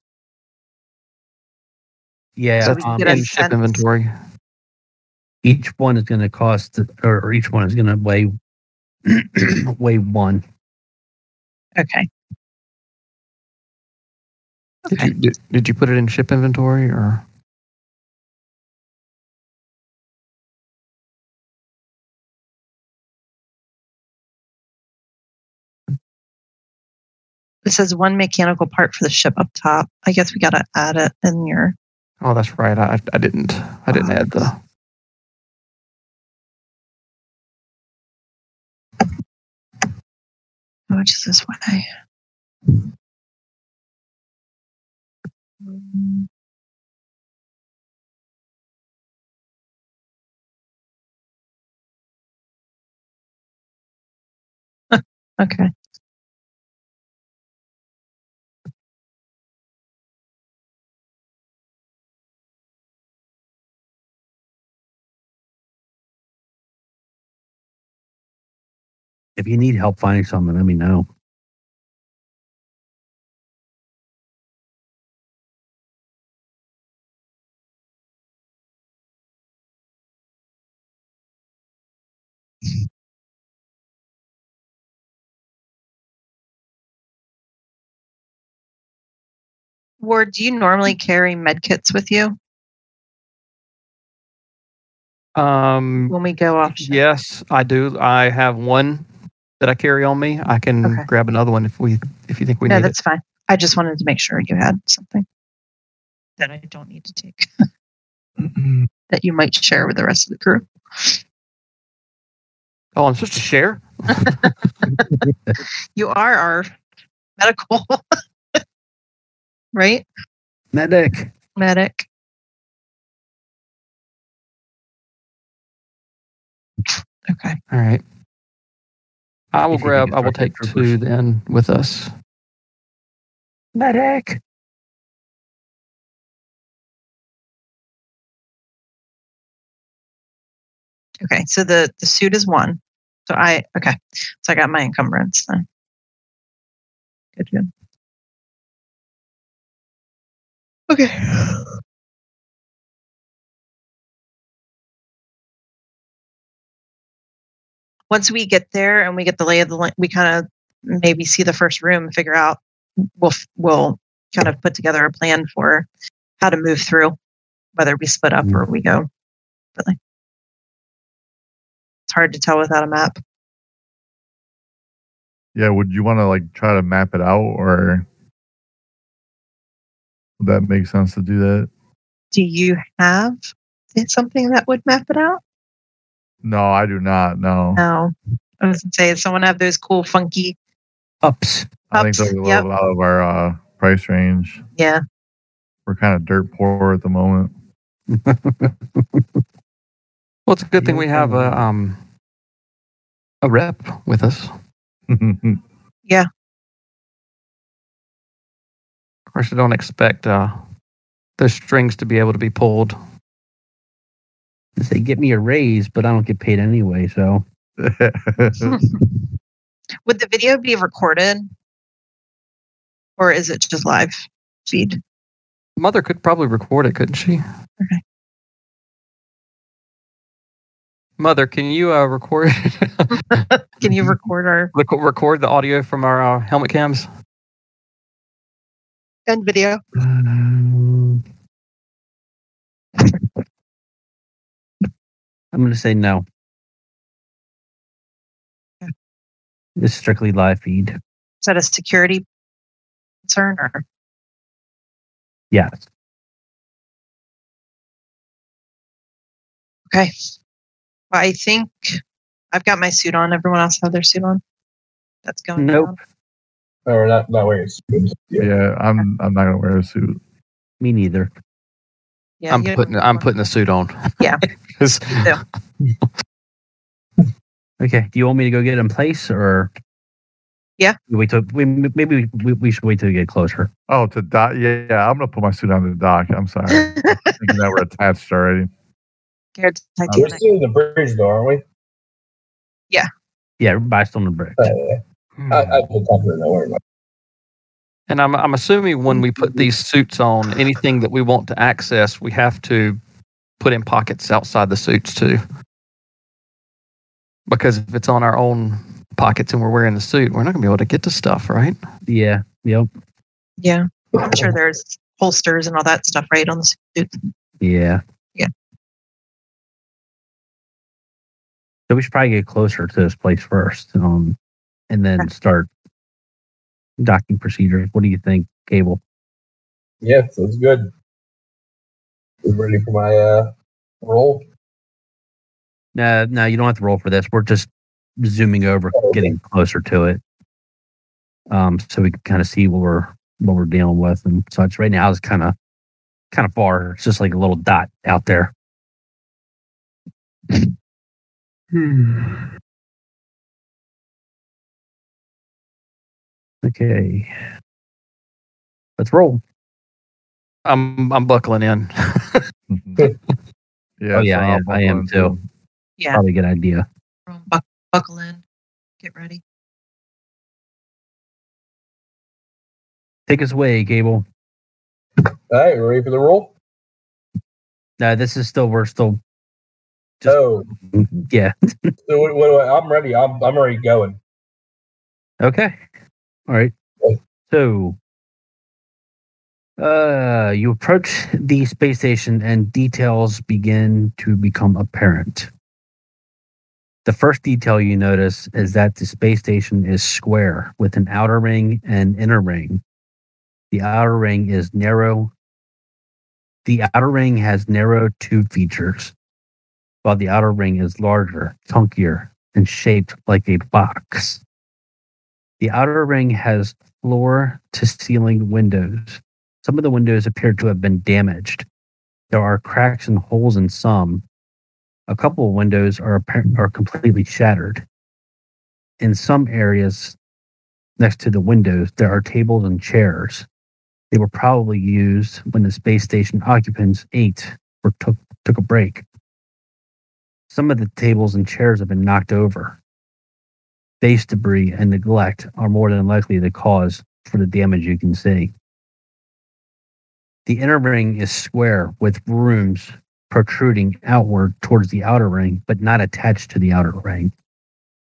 A: Yeah,
E: So
C: we
A: um,
C: get
E: in
C: a
A: and
E: ship
C: sense.
E: inventory.
A: each one is going to cost, or, or each one is going to weigh weigh one.
C: Okay.
E: Did
C: Okay.
E: you did, did you put it in ship inventory or?
C: It says one mechanical part for the ship up top. I guess we got to add it in your.
E: Oh, that's right. I I didn't I didn't add the.
C: How much is this way? Mm, Okay.
A: If you need help finding something, let me know.
C: Ward, do you normally carry med kits with you
E: Um.
C: when we go off? ship?
E: Yes, I do. I have one that I carry on me. I can
C: Okay.
E: grab another one if we if you think we
C: no,
E: need it.
C: that's fine. I just wanted to make sure you had something that I don't need to take that you might share with the rest of the crew.
E: Oh, I'm supposed to share.
C: You are our medical, right?
A: Medic.
C: Medic. Okay.
E: All right. I will
A: If you think
E: grab.
A: it's
E: I will
A: worth it,
E: take
A: troopers.
E: two then with us.
A: Medic.
C: Okay. So the the suit is one. So I okay. So I got my encumbrance then. Good. Good. Okay. Once we get there and we get the lay of the land, we kind of maybe see the first room, and figure out we'll f- we'll kind of put together a plan for how to move through, whether we split up or we go. Really, it's hard to tell without a map.
B: Yeah, would you want to like try to map it out or would that make sense to do that?
C: Do you have something that would map it out?
B: No, I do not. No.
C: No. I was gonna say, does someone have those cool, funky?
A: Ups.
B: I think
C: Ups,
B: that's a little
C: yep.
B: out of our uh, price range.
C: Yeah.
B: We're kind of dirt poor at the moment.
E: Well, it's a good thing we have a um a rep with us. Of course, I don't expect uh those strings to be able to be pulled.
A: They say, get me a raise, but I don't get paid anyway. So
B: I
C: Would the video be recorded, or is it just live feed?
E: Mother could probably record it, couldn't she?
C: Okay.
E: Mother, can you uh, record
C: Can
E: Mm-hmm.
C: you record our
E: rec- record the audio from our uh, helmet cams?
C: end video?
A: um, I'm going to say no. It's strictly live feed.
C: Is that a security concern, or
A: Yes.
C: okay? Well, I think I've got my suit on. Everyone else have their suit on. That's going.
A: Nope.
C: down.
D: Or not, not wearing suits. Yeah.
B: yeah, I'm I'm not gonna wear a suit.
A: Me neither.
C: Yeah,
E: I'm
C: you don't
E: putting
C: need
E: I'm
C: one.
E: putting the suit on.
C: Yeah.
E: 'Cause
A: Okay. Do you want me to go get it in place or?
C: Yeah.
A: Wait till we maybe we, we should wait till we get closer.
B: Oh, to dock. Yeah, yeah, I'm gonna put my suit on to dock. I'm sorry. I'm thinking that we're attached already.
C: Scared to
D: We're
C: Titanic.
D: still in the bridge, though, aren't we?
A: Yeah, everybody's still on the bridge.
D: Uh, I, I can talk to them. Don't worry about
E: And I'm I'm assuming when we put these suits on, anything that we want to access, we have to put in pockets outside the suits too. Because if it's on our own pockets and we're wearing the suit, we're not gonna be able to get to stuff, right?
A: Yeah. Yep.
C: Yeah. I'm sure there's holsters and all that stuff, right? On the suit.
A: Yeah.
C: Yeah.
A: So we should probably get closer to this place first, um, and then start docking procedures. What do you think, Cable?
D: Yeah, sounds good. I'm ready for my uh, roll.
A: No, no, you don't have to roll for this. We're just zooming over, getting closer to it, um, so we can kind of see what we're what we're dealing with and such. Right now, it's kind of kind of far. It's just like a little dot out there. Okay, let's roll.
E: I'm I'm buckling in.
B: yeah.
A: oh yeah,
B: so
A: I am,
B: I'll
A: I am
B: bump
A: too.
B: into-
C: Yeah.
A: Probably a good idea.
C: Everyone buck- buckle in. Get ready.
A: Take us away, Gable.
D: All right, ready for the roll?
A: No, this is still we're still Just-
D: Oh,
A: yeah.
D: so what, what do I, I'm ready. I'm I'm already going.
A: Okay. All right. So uh you approach the space station and details begin to become apparent. The first detail you notice is that the space station is square with an outer ring and inner ring. The outer ring is narrow. The outer ring has narrow tube features, while the outer ring is larger, chunkier, and shaped like a box. The outer ring has floor to ceiling windows. Some of the windows appear to have been damaged. There are cracks and holes in some. A couple of windows are, appar- are completely shattered. In some areas next to the windows, there are tables and chairs. They were probably used when the space station occupants ate or took, took a break. Some of the tables and chairs have been knocked over base debris and neglect are more than likely the cause for the damage you can see. The inner ring is square with rooms protruding outward towards the outer ring, but not attached to the outer ring.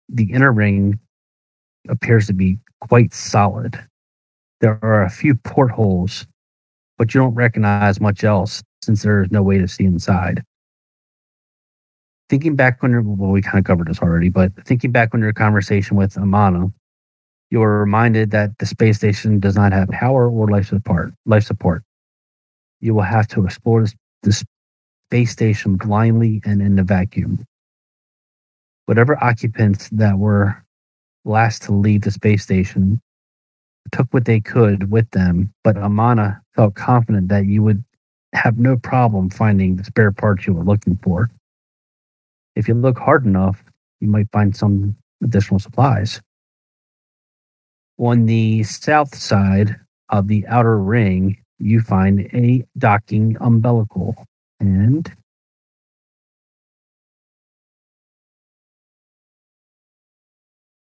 A: The inner ring appears to be quite solid. There are a few portholes, but you don't recognize much else since there is no way to see inside thinking back on your well, we kind of covered this already, but thinking back on your conversation with Amano, you were reminded that the space station does not have power or life support. Life support. You will have to explore this, this space station blindly and in the vacuum. Whatever occupants that were last to leave the space station took what they could with them, but Amana felt confident that you would have no problem finding the spare parts you were looking for if you look hard enough, you might find some additional supplies. On the south side of the outer ring, you find a docking umbilical and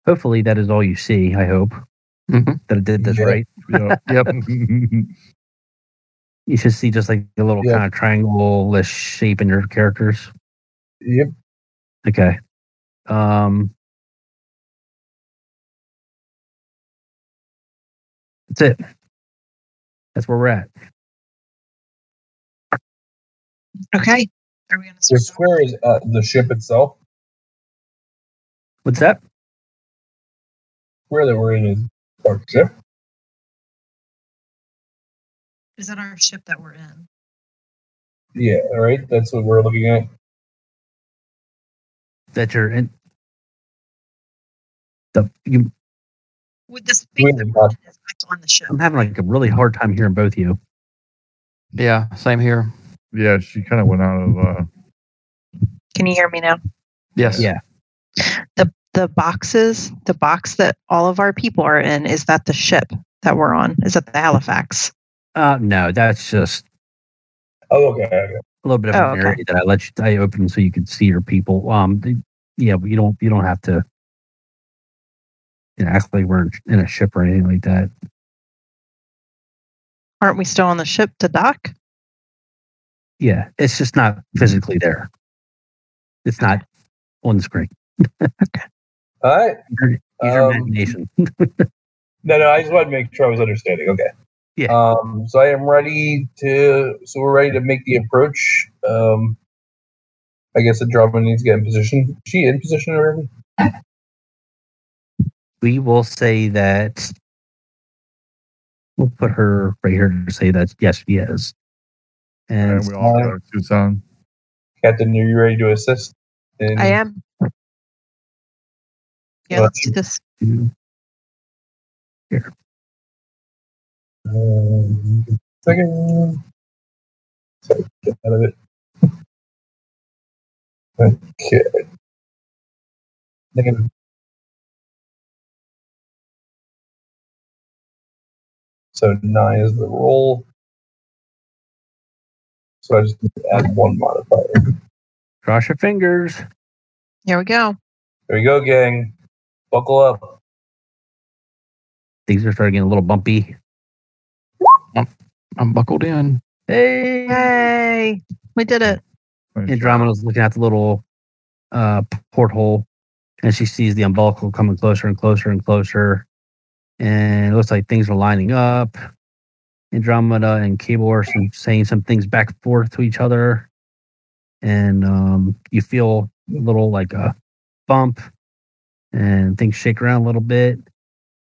A: hopefully that is all you see. I hope
E: Mhm.
A: that I did this
D: Yeah.
A: right.
B: Yep.
E: Yep.
A: You should see just like the little
D: Yeah.
A: kind of triangle-ish shape in your characters.
D: Yep.
A: Okay. Um, that's it. That's where we're at.
C: Okay. Are we going to
D: The
C: start?
D: square is uh, the ship itself.
A: What's that?
D: Square that we're in is our ship.
C: Is that our ship that we're in?
D: Yeah. All right. That's what we're looking at.
A: That you're in. The, you,
C: Would the space that we're in is back on the ship?
A: I'm having like a really hard time hearing both of you.
E: yeah, same here.
B: yeah, she kind of went out of. Uh,
C: Can you hear me now?
E: Yes.
A: Yeah.
C: The boxes, the box that all of our people are in, is that the ship that we're on? Is that the Halifax?
A: Uh, no, that's just
D: Oh, okay. okay.
A: a little bit of
C: Oh,
A: an
C: okay.
A: area that I let you, I opened so you could see your people. Um, the- yeah, but you don't you don't have to you know, act like we're in, in a ship or anything like that.
C: Aren't we still on the ship to dock?
A: Yeah, it's just not
C: Mm-hmm.
A: physically there. It's not on the screen.
D: All right.
A: Use your
D: Um,
A: imagination.
D: No, no, I just wanted to make sure I was understanding. Okay.
A: Yeah.
D: Um, so I am ready to. So we're ready to make the approach. Um, I guess the drama needs to get in position. Is she in position already?
A: We will say that. We'll put her right here to say that yes, she is. And
B: And we all got our suits on.
D: Captain, are you ready to assist? In,
C: I am. Yeah,
D: Well,
C: let's do this.
D: Um, second. Sorry, get out of it. Okay. Negative. So nine is the roll. So I just need to add one modifier.
A: cross your fingers.
C: Here we go.
D: There we go, gang. Buckle up.
A: Things are starting to get a little bumpy.
E: I'm buckled in.
A: Hey,
C: Yay! We did it.
A: Andromeda's looking at the little uh, porthole, and she sees the umbilical coming closer and closer and closer, and it looks like things are lining up. Andromeda and Cable are some, saying some things back and forth to each other, and um, you feel a little like a bump, and things shake around a little bit,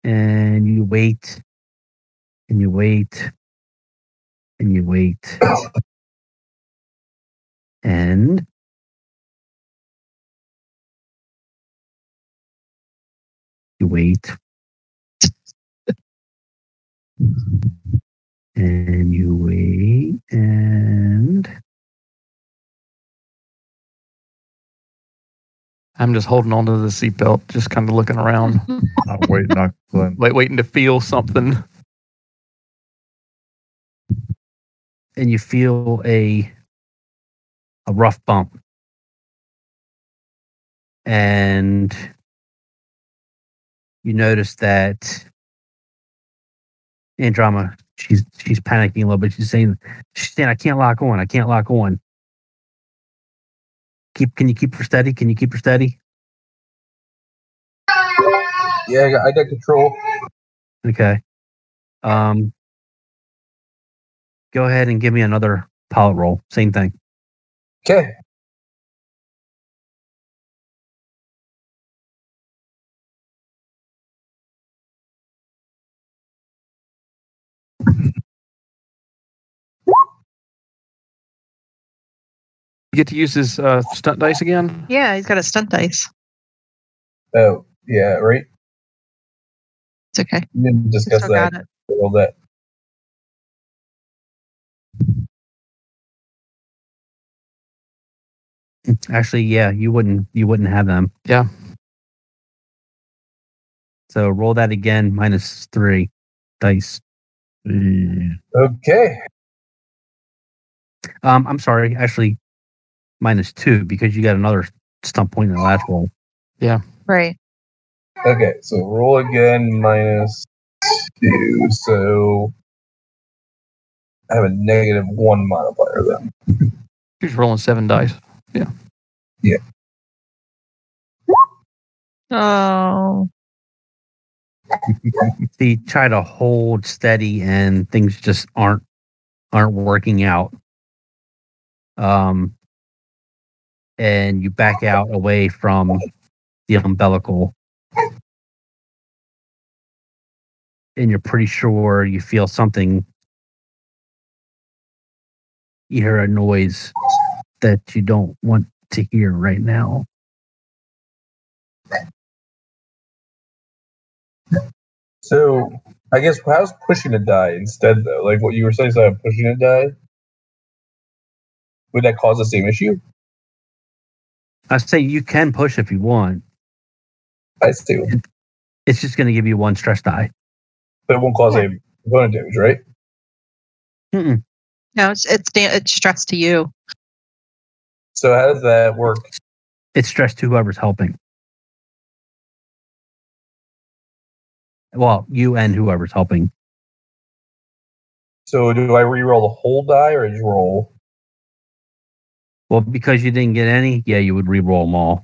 A: and you wait, and you wait, and you wait. And you wait. And you wait and
E: I'm just holding onto the seatbelt, just kind of looking around,
C: Um,
B: I'm waiting on Glenn.
E: like waiting to feel something.
A: and you feel a a rough bump. And you notice that in drama, she's she's panicking a little bit. She's saying she's saying, I can't lock on, I can't lock on. Keep can you keep her steady? Can you keep her steady?
D: Yeah, I got, I got control.
A: Okay. Um go ahead and give me another pilot roll. Same thing.
D: Okay.
E: You get to use his uh, stunt dice again.
C: Yeah, he's got a stunt dice.
D: Oh, yeah, right?
C: It's okay.
D: We didn't
C: We
D: discuss
C: still
D: that.
C: got it.
D: All that.
A: Actually, yeah, you wouldn't you wouldn't have them.
E: Yeah.
A: So roll that again, minus three dice.
B: Yeah.
D: Okay.
A: Um, I'm sorry, actually, minus two because you got another stump point in the last roll.
C: Right.
D: Okay, so roll again minus two. So I have a negative one modifier then.
E: He's rolling seven dice.
C: Oh,
A: So you try to hold steady, and things just aren't aren't working out. Um, and you back out away from the umbilical, and you're pretty sure you feel something. You hear a noise that you don't want to hear right now.
D: So I guess how's pushing a die instead though? Like what you were saying, so I'm pushing a die. Would that cause the same issue?
A: I say you can push if you want.
D: I see.
A: It's just going to give you one stress die.
D: But it won't cause any component damage, right?
C: no, it's it's da- it's stress to you.
D: So how does that work?
A: it's stress to whoever's helping. Well, you and whoever's helping.
D: So do I re-roll the whole die or I just roll?
A: Well, because you didn't get any, yeah, you would re-roll them all.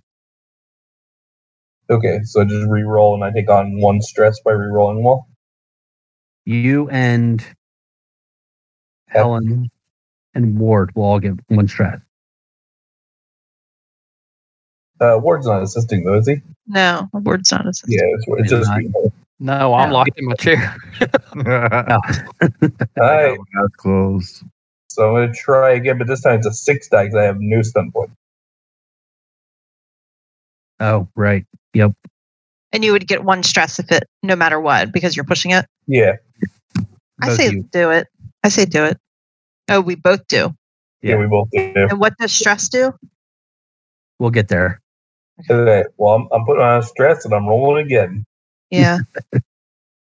D: Okay, so I just re-roll and I take on one stress by re-rolling one.
A: You and Helen and Ward will all get one stress.
D: Uh, Ward's not assisting though, is he?
C: No, the word's not assisted.
D: Yeah, it's, it's
A: Yeah,
D: just
A: not-
D: me.
E: No, I'm
A: Yeah.
E: locked in my chair.
A: No.
D: All
B: That
D: right,
B: one That's closed.
D: so I'm gonna try again, but this time it's a six die because I have no stun point.
A: Oh, right.
C: And you would get one stress if it, no matter what, because you're pushing it.
D: Yeah,
C: I
A: Both
C: say
A: you.
C: do it. I say do it. Oh, we both do.
D: yeah,
A: Yeah.
D: we both do.
C: And what does stress do?
A: We'll get there.
D: Okay, well, I'm, I'm putting on a stress and I'm rolling again.
C: Yeah.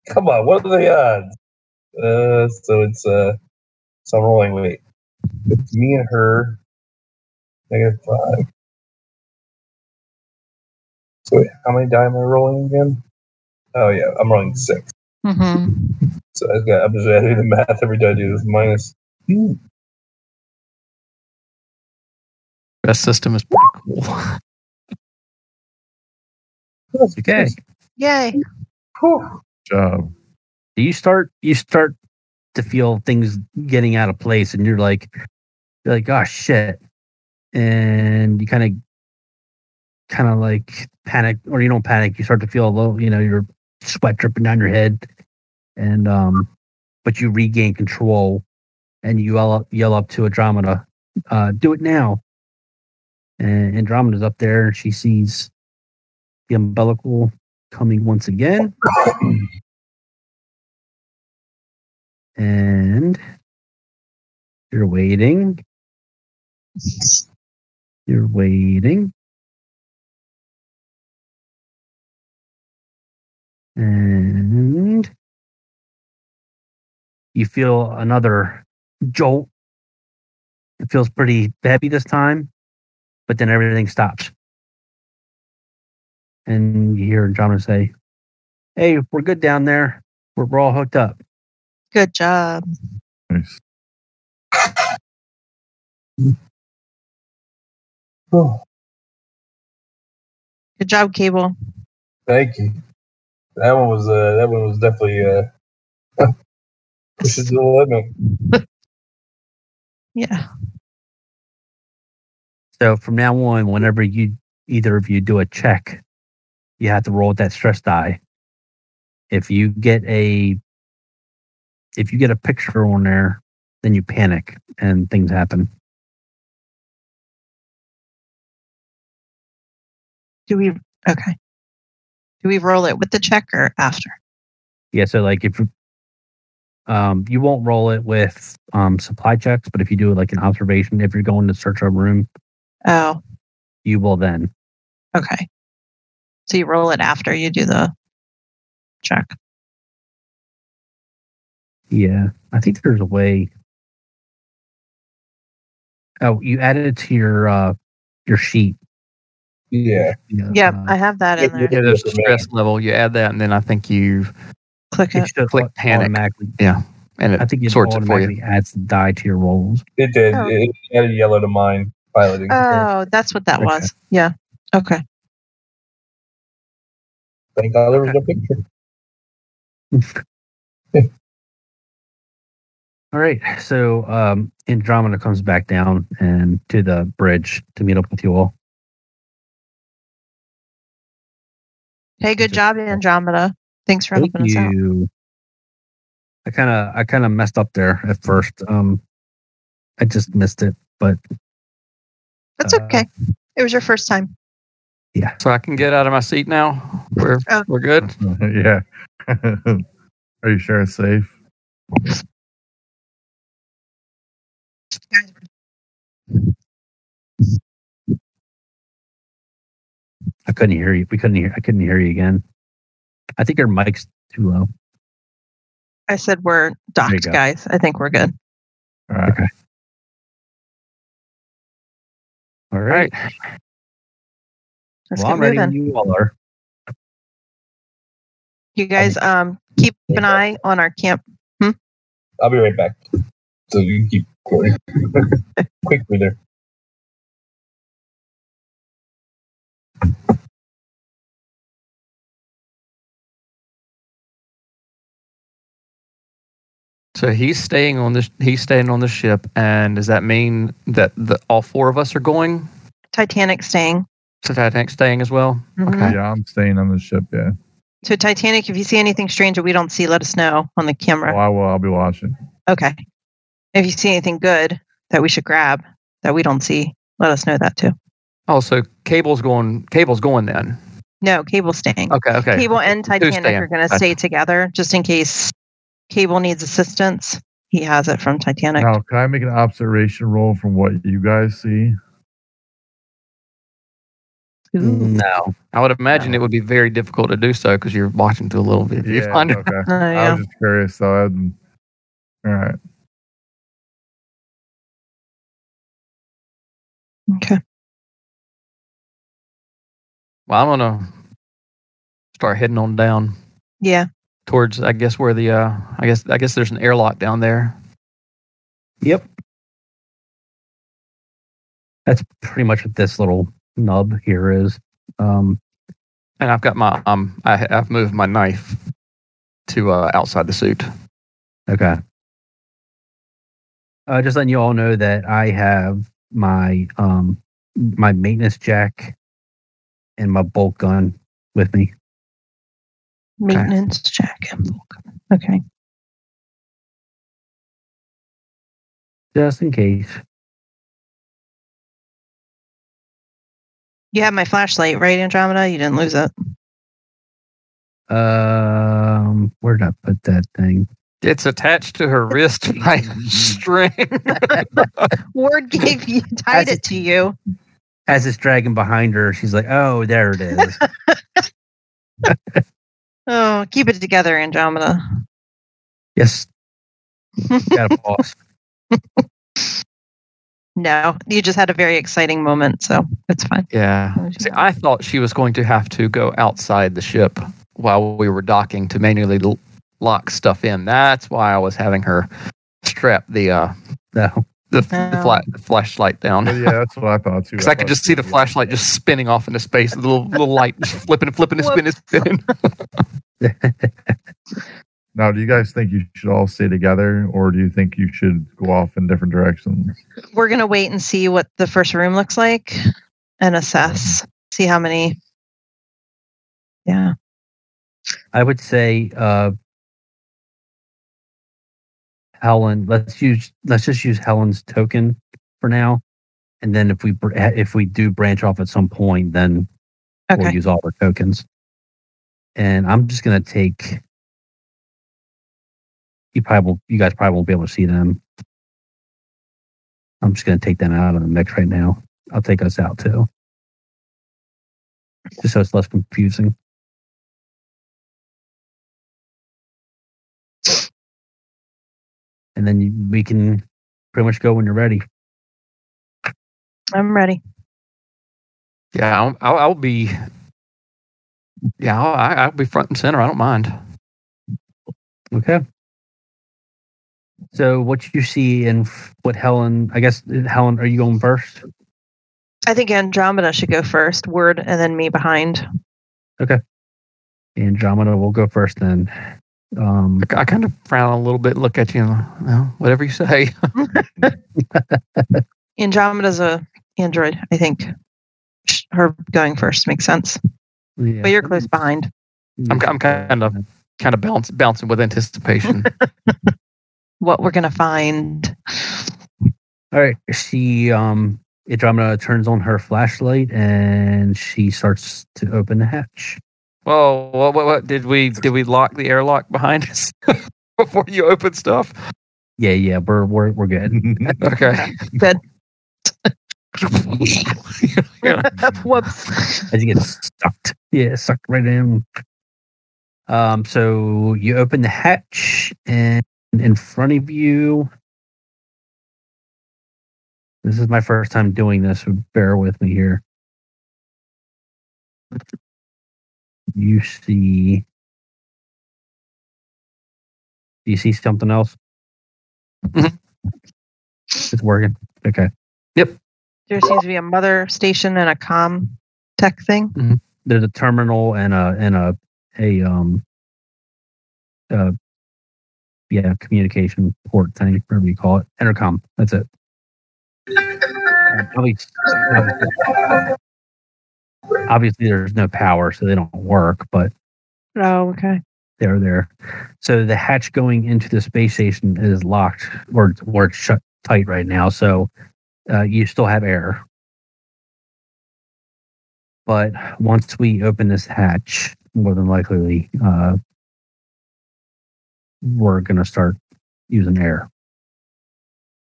D: Come on, what are the odds? Uh, so it's uh, so I'm rolling. Wait, it's me and her. Negative five. So wait, how many die am I rolling again? Oh yeah, I'm rolling six.
C: hmm
D: So I've got, I'm just gonna do the math every day. I do this minus. Hmm.
E: That system is pretty cool.
A: Okay.
C: Yay.
D: Whew.
B: Job.
A: You start you start to feel things getting out of place and you're like you're like, oh shit. And you kind of kind of like panic or you don't panic, you start to feel a little, you know, your sweat dripping down your head. And um but you regain control and you yell up yell up to Andromeda, uh, do it now. And Andromeda's up there and she sees the umbilical coming once again. And you're waiting. You're waiting. And you feel another jolt. It feels pretty heavy this time, but then everything stops. And you hear John say, Hey, we're good down there. We're, we're all hooked up.
C: Good job.
B: Nice.
D: Oh,
C: Good job, Cable.
D: thank you. That one was uh, that one was definitely uh, pushes the limit.
C: Yeah.
A: So from now on, whenever you either of you do a check, you have to roll with that stress die. If you get a if you get a picture on there, then you panic and things happen.
C: Do we? Okay. Do we roll it with the check or after?
A: Yeah, so like if you- um you won't roll it with um supply checks, but if you do like an observation, if you're going to search a room,
C: Oh,
A: you will then.
C: okay. So you roll it after you do the check.
A: Yeah. I think there's a way. Oh, you added it to your uh your sheet.
D: Yeah,
A: Yeah.
C: Yep,
A: uh,
C: I have that in there.
E: Yeah, there's the stress level. You add that, and then I think you
C: Click
A: It
C: it.
A: should
E: click
A: au-
E: panic.
A: automatically.
E: and
A: I
E: it,
A: think it
E: sorts it for you.
A: automatically adds the die to your rolls.
D: it did.
C: Oh.
D: It added yellow to mine piloting.
C: Oh, that's what that
A: Okay.
C: was. Yeah. Okay.
D: Thank God there was a picture.
A: All right. So um, Andromeda comes back down and to the bridge to meet up with you all.
C: Hey, good
A: Just-
C: job, Andromeda. Thanks for helping us out.
A: you. I kind of I kind of messed up there at first. Um, I just missed it.
C: That's
A: uh,
C: okay. It was your first time.
E: So I can get out of my seat now. We're
C: Oh.
E: we're good.
B: yeah. Are you sure it's safe?
A: I couldn't hear you. We couldn't hear. I couldn't hear you again. I think your mic's too low.
C: I said we're docked,
A: go.
C: guys. I think we're good.
B: All right.
A: All right.
C: Let's
A: well, I'm
C: get
A: ready.
C: moving.
A: when You all are.
C: You guys um keep an eye on our camp.
D: I'll be right back. So you can keep going quickly there.
E: So he's staying on this. He's staying on the ship, and does that mean that the, all four of us are going?
C: Titanic staying.
E: So Titanic staying as well.
C: Mhm.
E: Okay.
B: Yeah, I'm staying on the ship. Yeah.
C: So Titanic, if you see anything strange that we don't see, let us know on the camera.
B: Oh, I will. I'll be watching.
C: Okay. If you see anything good that we should grab that we don't see, let us know that too.
E: Oh, so cable's going. Cable's going then.
C: No, cable staying.
E: Okay. Okay.
C: Cable and Titanic
E: staying?
C: are going to
E: Gotcha.
C: stay together just in case Cable needs assistance. He has it from Titanic.
B: Now, can I make an observation roll from what you guys see?
C: Ooh,
A: No.
E: I would imagine it would be very difficult to do so because you're watching through a little bit. You find it.
B: okay.
C: I
B: I
C: know.
B: was just curious. So, I didn't- all right.
C: Okay.
E: Well, I'm gonna start heading on down
C: Yeah.
E: towards. I guess where the. Uh, I guess. I guess there's an airlock down there.
A: Yep. That's pretty much what this little nub here is. Um,
E: And I've got my um, I, I've moved my knife to uh, outside the suit.
A: okay. Uh, just letting you all know that I have my um, my maintenance jack and my bolt gun with me.
C: Maintenance check. Okay.
A: Just in case.
C: You have my flashlight, right, Andromeda? You didn't lose it.
A: Um, where did I put that thing?
E: It's attached to her wrist by string.
C: Ward gave you tied it to you.
A: As it's dragging behind her, she's like, "Oh, there it is."
C: Oh, keep it together, Andromeda.
A: yes, got a boss.
C: no, you just had a very exciting moment, so it's fine.
E: yeah. See, I thought she was going to have to go outside the ship while we were docking to manually l- lock stuff in. That's why I was having her strap the uh
A: No,
E: the, f- the,
C: Oh.
E: fla- the flashlight down.
B: But yeah, that's what I thought too.
E: Because I could just see the flashlight just spinning off into space, the little, little light just flipping and flipping and spinning and spinning.
B: Now, do you guys think you should all stay together, or do you think you should go off in different directions?
C: We're gonna wait and see what the first room looks like and assess. See how many. Yeah.
A: I would say, uh, Helen. Let's use let's just use Helen's token for now, and then if we br- eh, if we do branch off at some point, then we'll
C: Okay.
A: use all our tokens. And I'm just gonna take. You probably will, you guys probably won't be able to see them. I'm just gonna take them out of the mix right now. I'll take us out too, just so it's less confusing. And then you, we can pretty much go when you're ready.
C: I'm ready.
E: Yeah, I'll, I'll, I'll be. Yeah, I'll, I- I'll be front and center. I don't mind.
A: Okay. So what you see and f- what Helen, I guess uh, Helen, are you going first?
C: I think Andromeda should go first, Word, and then me behind.
A: Andromeda will go first then. Um,
E: I, kind of frown a little bit, look at you, and, well, whatever you say.
C: Andromeda's a android, I think. Sh- Her going first makes sense.
A: yeah.
C: But you're close behind.
E: I'm, I'm kind of kind of bounce, bouncing with anticipation.
C: What we're gonna find.
A: All right. She, um, Andromeda turns on her flashlight and she starts to open the hatch.
E: Whoa, what, what, what did we did we lock the airlock behind us before you open stuff?
A: Yeah, yeah, we're we're we're good.
E: Okay. Oh,
C: Good.
E: Yeah.
C: Whoops.
A: As you get sucked, yeah, sucked right in. Um, so you open the hatch, and in front of you, this is my first time doing this, so bear with me here. You see, do you see something else?
E: Mhm.
A: It's working. Okay.
C: There seems to be a mother station and a com tech thing.
A: There's a terminal and a and a a um uh yeah communication port thing, whatever you call it, intercom. That's it. Uh, Probably, obviously, there's no power, so they don't work, but
C: Oh, okay.
A: they're there. So the hatch going into the space station is locked or or it's shut tight right now. So uh, you still have air. But once we open this hatch, more than likely, uh, we're gonna start using air.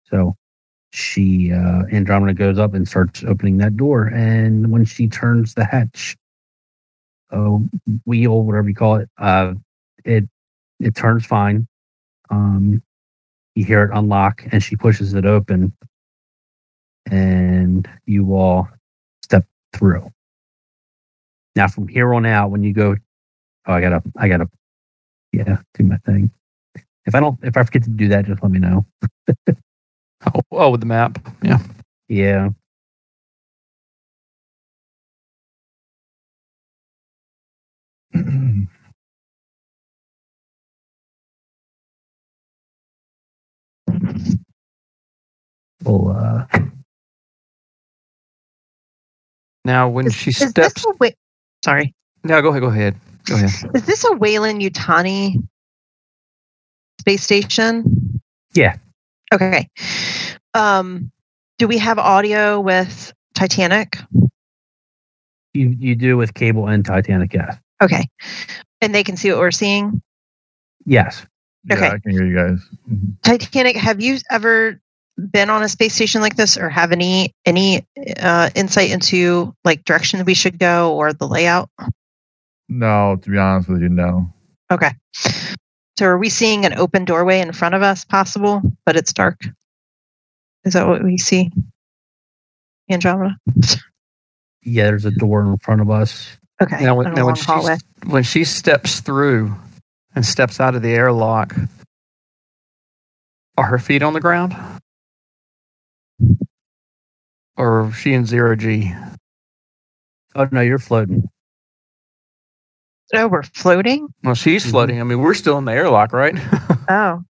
A: So she uh, Andromeda goes up and starts opening that door, and when she turns the hatch, uh, wheel, whatever you call it, uh, it it turns fine. Um, you hear it unlock, and she pushes it open, and you all step through. Now, from here on out, when you go, oh, I gotta, I gotta, yeah, do my thing. If I don't, if I forget to do that, just let me know.
E: Oh, oh, with the map. Yeah.
A: Yeah. Well, uh,
E: Now, when
C: Is-
E: she
C: is this
E: steps,
C: a Wa- Sorry.
E: no, go ahead. Go ahead. Go ahead.
C: Is this a Wayland Utani space station?
A: Yeah.
C: Okay. Um, do we have audio with Titanic?
A: you you do with Cable and Titanic, yes,
C: Okay. And they can see what we're seeing?
A: yes.
C: Okay.
B: Yeah, I can hear you guys. Mm-hmm.
C: Titanic, have you ever been on a space station like this, or have any any uh, insight into like direction we should go or the layout?
B: No, to be honest with you, no.
C: Okay. So are we seeing an open doorway in front of us, possible, but it's dark? Is that what we see? Andromeda.
A: Yeah, there's a door in front of us.
C: Okay.
E: Now, when-
C: on a
E: now when
C: long
E: she's-
C: hallway.
E: When she steps through and steps out of the airlock, are her feet on the ground? Or is she in zero G?
A: Oh no, you're floating.
C: Oh, we're floating.
E: Well, she's
A: Mhm.
E: floating. I mean, we're still in the airlock, right?
C: Oh,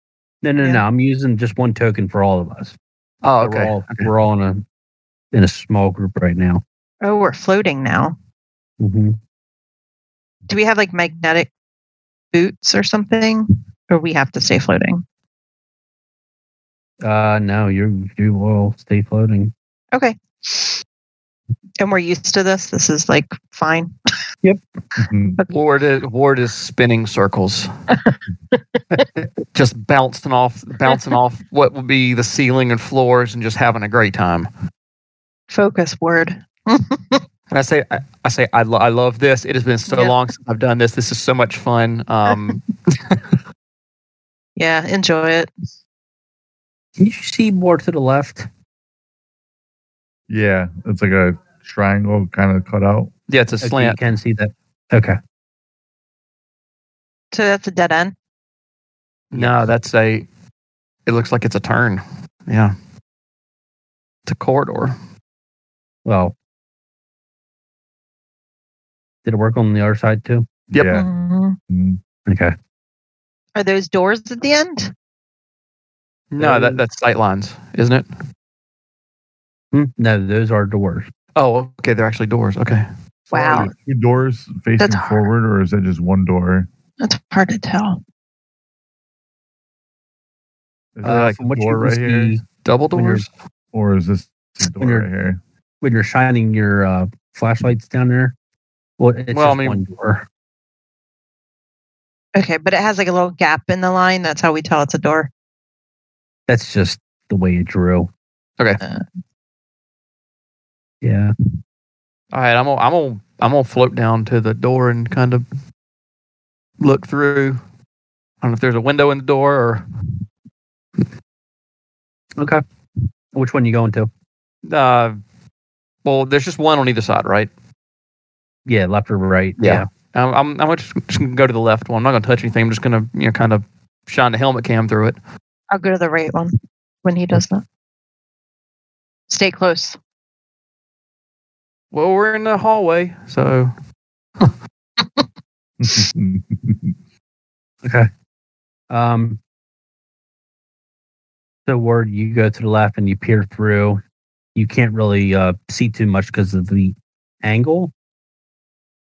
A: No, no,
C: Yeah.
A: no. I'm using just one token for all of us.
E: oh,
A: We're
E: okay.
A: all, we're all in a in a small group right now.
C: oh, we're floating now.
E: Mm-hmm.
A: hmm
C: Do we have like magnetic boots or something, or we have to stay floating?
A: Uh, no, you you will stay floating.
C: Okay. And we're used to this. This is like fine.
B: Mhm.
E: Ward is, Ward is spinning circles, just bouncing off, bouncing off what would be the ceiling and floors, and just having a great time.
C: Focus word.
E: And I say, I, I say, I, lo- I love this. It has been so
C: Yeah.
E: long since I've done this. This is so much fun. Um,
C: Yeah, enjoy it.
A: Can you see more to the left?
B: yeah, it's like a triangle kind of cut out.
E: yeah, it's a
A: Okay,
E: slant.
A: you can see that. Okay.
C: So that's a dead end.
E: No, that's a. It looks like it's a turn. Yeah, it's a corridor.
A: Well, did it work on the other side too?
E: Yep.
B: Yeah.
C: Mhm.
B: Mhm.
A: Okay.
C: Are those doors at the end?
E: No, that that's sight lines, isn't it?
A: Hmm? No, those are doors.
E: Oh, okay. They're actually doors. Okay.
B: So are
C: Wow.
B: there two doors facing
C: That's hard.
B: forward, or is it just one door?
C: That's hard to tell.
B: Is
A: Uh,
B: this
A: from what
B: door
A: you
B: right
A: can
B: here,
A: see
E: Double
A: When you're-
E: doors.
B: or is this the door
A: when you're-
B: right here?
A: when you're shining your uh, flashlights down there, well, it's
E: Well, I
A: just
E: mean-
A: one door.
C: Okay, but it has like a little gap in the line. That's how we tell it's a door.
A: That's just the way it drew.
E: Okay.
C: Uh.
A: Yeah.
E: All right, I'm gonna I'm gonna I'm gonna float down to the door and kind of look through. I don't know if there's a window in the door or
A: Okay. Which one you going to?
E: uh, well, there's just one on either side, right?
A: Yeah, left or right.
E: Yeah. I'm I'm, I'm just, just gonna go to the left one. I'm not gonna touch anything. I'm just gonna you know kind of shine the helmet cam through it.
C: I'll go to the right one when he does that. Stay close.
E: Well, we're in the hallway, so
A: Um, so word you go to the left and you peer through. You can't really uh, see too much because of the angle,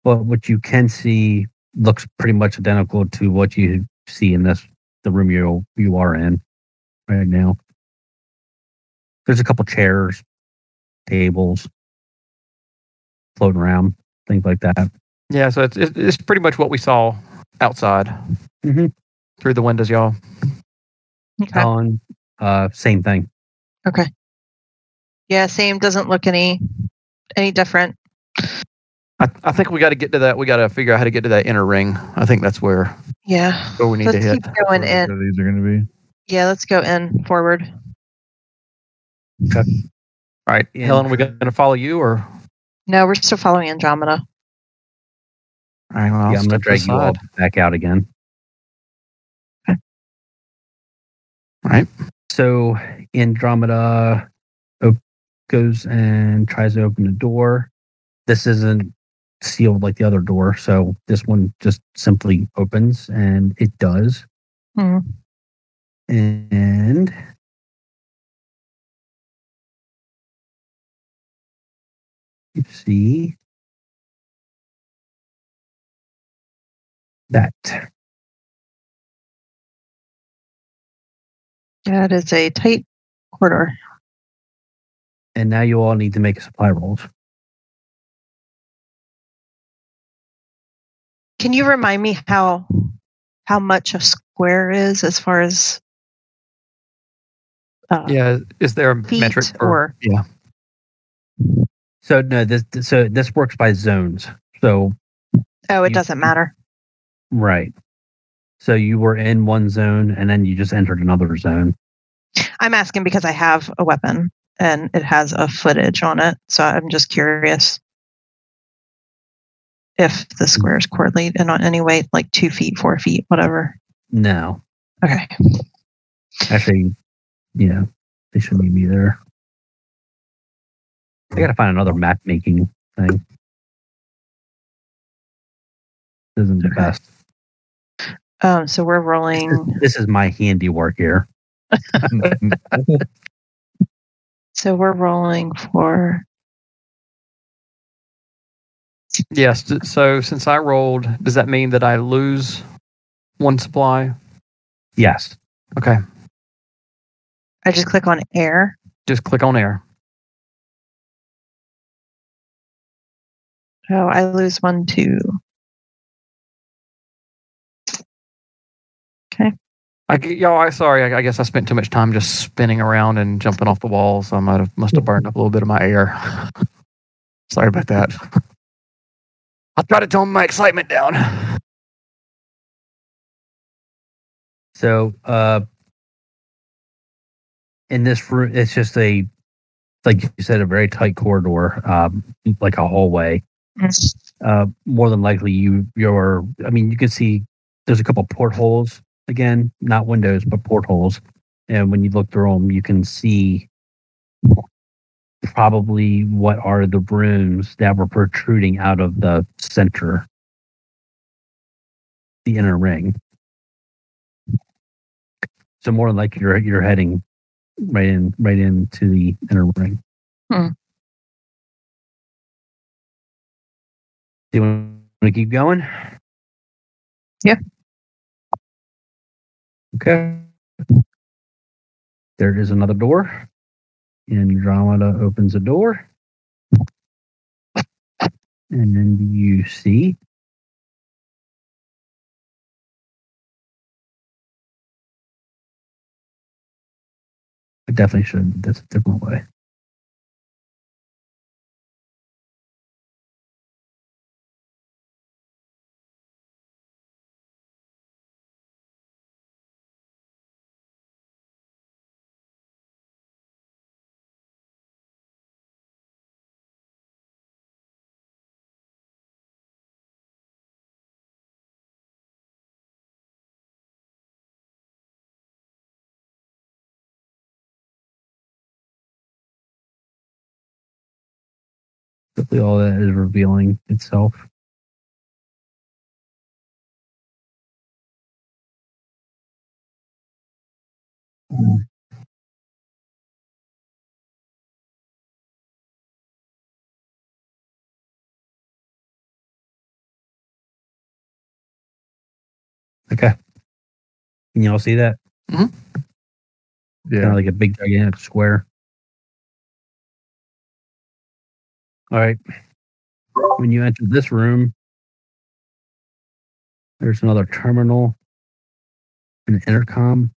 A: but what you can see looks pretty much identical to what you see in this the room you you are in right now. There's a couple chairs, tables floating around, things like that.
E: yeah, so it's it's it's pretty much what we saw outside
A: Mhm.
E: through the windows, y'all.
C: Okay.
E: Oh.
A: Colin, uh, same thing.
C: Yeah, same. Doesn't look any any different.
E: I, I think we got to get to that. We got to figure out how to get to that inner ring. I think that's where
C: Yeah.
E: where we need to
C: Let's
E: hit.
C: keep going in.
B: These are going to be.
C: Yeah, let's go in forward.
E: All right,
A: Yeah.
E: Helen, are we going to follow you or?
C: No, we're still following Andromeda.
E: All right, well, I'll
A: yeah, I'm gonna
E: step to
A: drag
E: the
A: you all
E: side.
A: back out again.
C: Okay.
E: Right.
A: So Andromeda op- goes and tries to open the door. This isn't sealed like the other door, so this one just simply opens, and it does.
C: Hmm.
A: And you see that.
C: Yeah, it is a tight corridor.
A: and now you all need to make supply rolls.
C: Can you remind me how how much a square is as far as uh,
E: Yeah, is there a
C: feet
E: metric for-
C: or
E: yeah?
A: So no, this so this works by zones. So
C: oh, it
A: You-
C: doesn't matter.
A: right. So you were in one zone and then you just entered another zone.
C: I'm asking because I have a weapon and it has a footage on it, so I'm just curious if the squares correlate in on any way, like two feet, four feet, whatever.
A: No,
C: Okay.
A: actually, yeah, they shouldn't be there. I gotta find another map making thing. This isn't the
C: Okay.
A: best.
C: Um, so we're rolling.
A: This is my handiwork here.
C: So we're rolling for
E: Yes. d- So since I rolled, does that mean that I lose one supply?
A: Yes.
E: Okay,
C: I just click on air.
E: just click on air.
C: Oh, I lose one too.
E: I g- y'all, I sorry. I, I guess I spent too much time just spinning around and jumping off the walls. I might have must have burned up a little bit of my air. sorry about that. I'll try to tone my excitement down.
A: So uh in this room it's just a like you said, a very tight corridor, um, like a hallway. Uh more than likely you you're I mean you can see there's a couple portholes again, not windows, but portholes. And when you look through them, you can see probably what are the rooms that were protruding out of the center, the inner ring. So more like you're you're heading right in right into the inner ring.
C: Hmm.
A: Do you want to keep going?
C: Yeah.
A: Okay. There is another door. Andromeda opens a door. And then you see I definitely should. That's a different way. Hopefully, all that is revealing itself. Okay. Can y'all see that? Kind
B: Yeah.
A: of like a big gigantic square. All right. When you enter this room, there's another terminal, an intercom,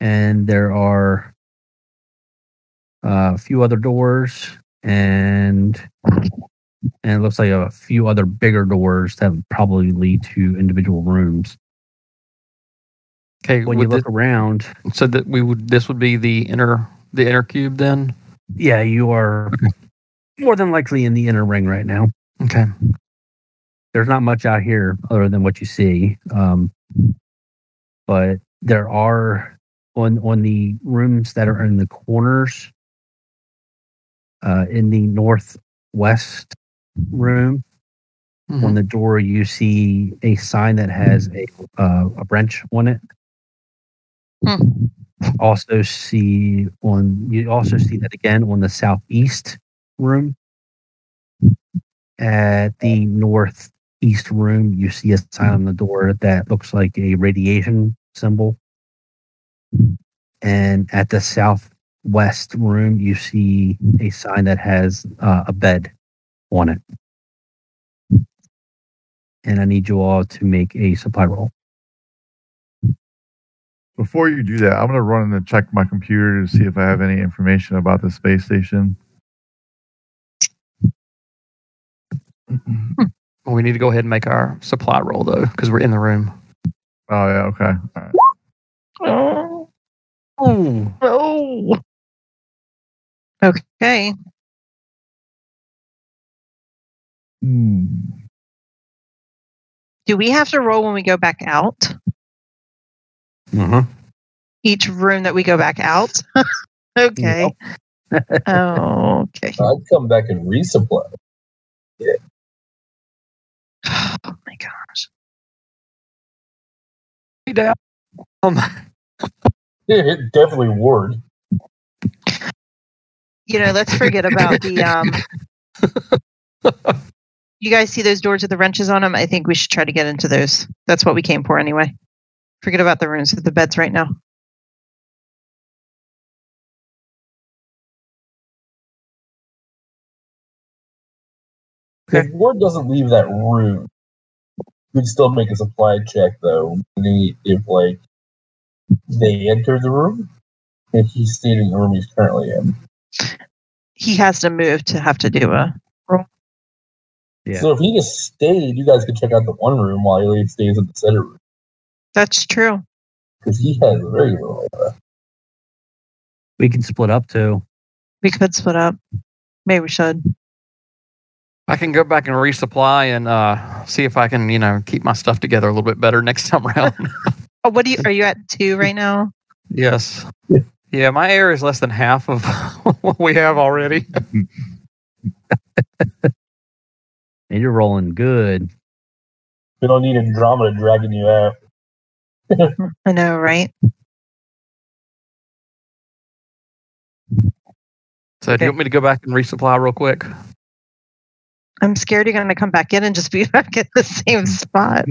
A: and there are uh, a few other doors and and it looks like a few other bigger doors that would probably lead to individual rooms.
E: Okay,
A: When
E: would
A: you look
E: thi-
A: around,
E: so that we would this would be the inner the inner cube then.
A: Yeah, you are more than likely in the inner ring right now.
E: Okay.
A: There's not much out here other than what you see. Um, but there are on on the rooms that are in the corners. Uh, in the northwest room,
E: Mhm.
A: on the door you see a sign that has a uh, a wrench on it.
C: Hmm.
A: Also see on you also see that again on the southeast room. At the northeast room, you see a sign on the door that looks like a radiation symbol. And at the southwest room, you see a sign that has uh, a bed on it and I need you all to make a supply roll.
B: Before you do that, I'm gonna run and check my computer to see if I have any information about the space station. Oh,
E: Well, we need to go ahead and make our supply roll though, because we're in the room.
B: Oh yeah, okay. All right.
C: Oh,
E: Ooh.
C: no. Okay.
B: Hmm.
C: Do we have to roll when we go back out?
E: Uh-huh.
C: Each room that we go back out? okay. oh, okay.
D: I'd come back and resupply.
C: Oh my god.
E: Down. Um,
D: Yeah, it definitely ward.
C: You know, let's forget about the um You guys see those doors with the wrenches on them? I think we should try to get into those. That's what we came for anyway. Forget about the rooms with the beds right now.
D: If ward doesn't leave that room, we'd still make a supply check though. And he- If like they enter the room, if he stayed in the room he's currently in.
C: He has to move to have to do a
A: Yeah.
D: So if he just stayed, you guys could check out the one room while Elliot stays in the center room
C: That's true.
D: because he has very little. uh,
A: We can split up too.
C: We could split up. Maybe we should.
E: I can go back and resupply and uh, see if I can, you know, keep my stuff together a little bit better next time around.
C: Oh, what do you are you at two right now?
E: yes. Yeah, my air is less than half of what we have already.
A: And you're rolling good.
D: We don't need Andromeda dragging you out.
C: I know, right?
E: So, do you want me to go back and resupply real quick?
C: I'm scared you're gonna come back in and just be back at the same spot.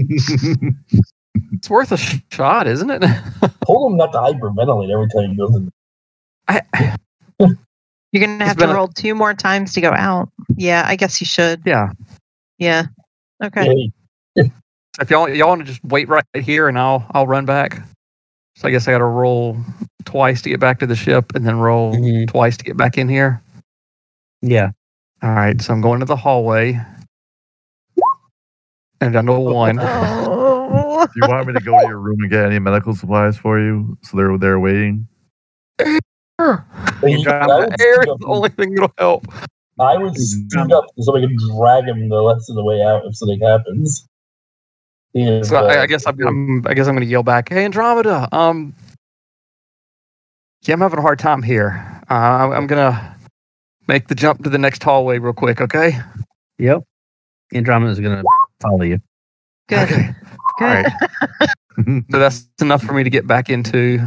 E: It's worth a sh- shot, isn't it?
D: Hold him not to hyperventilate every time he goes in.
E: I,
C: You're gonna
E: It's
C: have to
E: been a-
C: roll two more times to go out. Yeah, I guess you should.
E: yeah.
C: Yeah. Okay.
D: Hey,
E: So if y'all y'all want to just wait right here, and I'll I'll run back. So I guess I got to roll twice to get back to the ship, and then roll twice to get back in here.
A: Yeah.
E: All right, so I'm going to the hallway, and down to one.
C: Oh.
B: Do you want me to go to your room and get any medical supplies for you? So they're there waiting.
D: hey,
E: Drop
D: I would
E: the air
D: suit
E: is the
D: up-
E: only thing that'll help.
D: I would suit up so we could drag him the rest of the way out if something happens. He is,
E: So
D: uh,
E: I, I guess I'm, I'm I guess I'm going to yell back, "Hey, Andromeda! Um, yeah, I'm having a hard time here. Uh, I'm, I'm gonna make the jump to the next hallway real quick, okay?
A: Yep. Andromeda is going to follow you.
C: Good.
E: Okay.
C: Good.
E: All right. so that's enough for me to get back into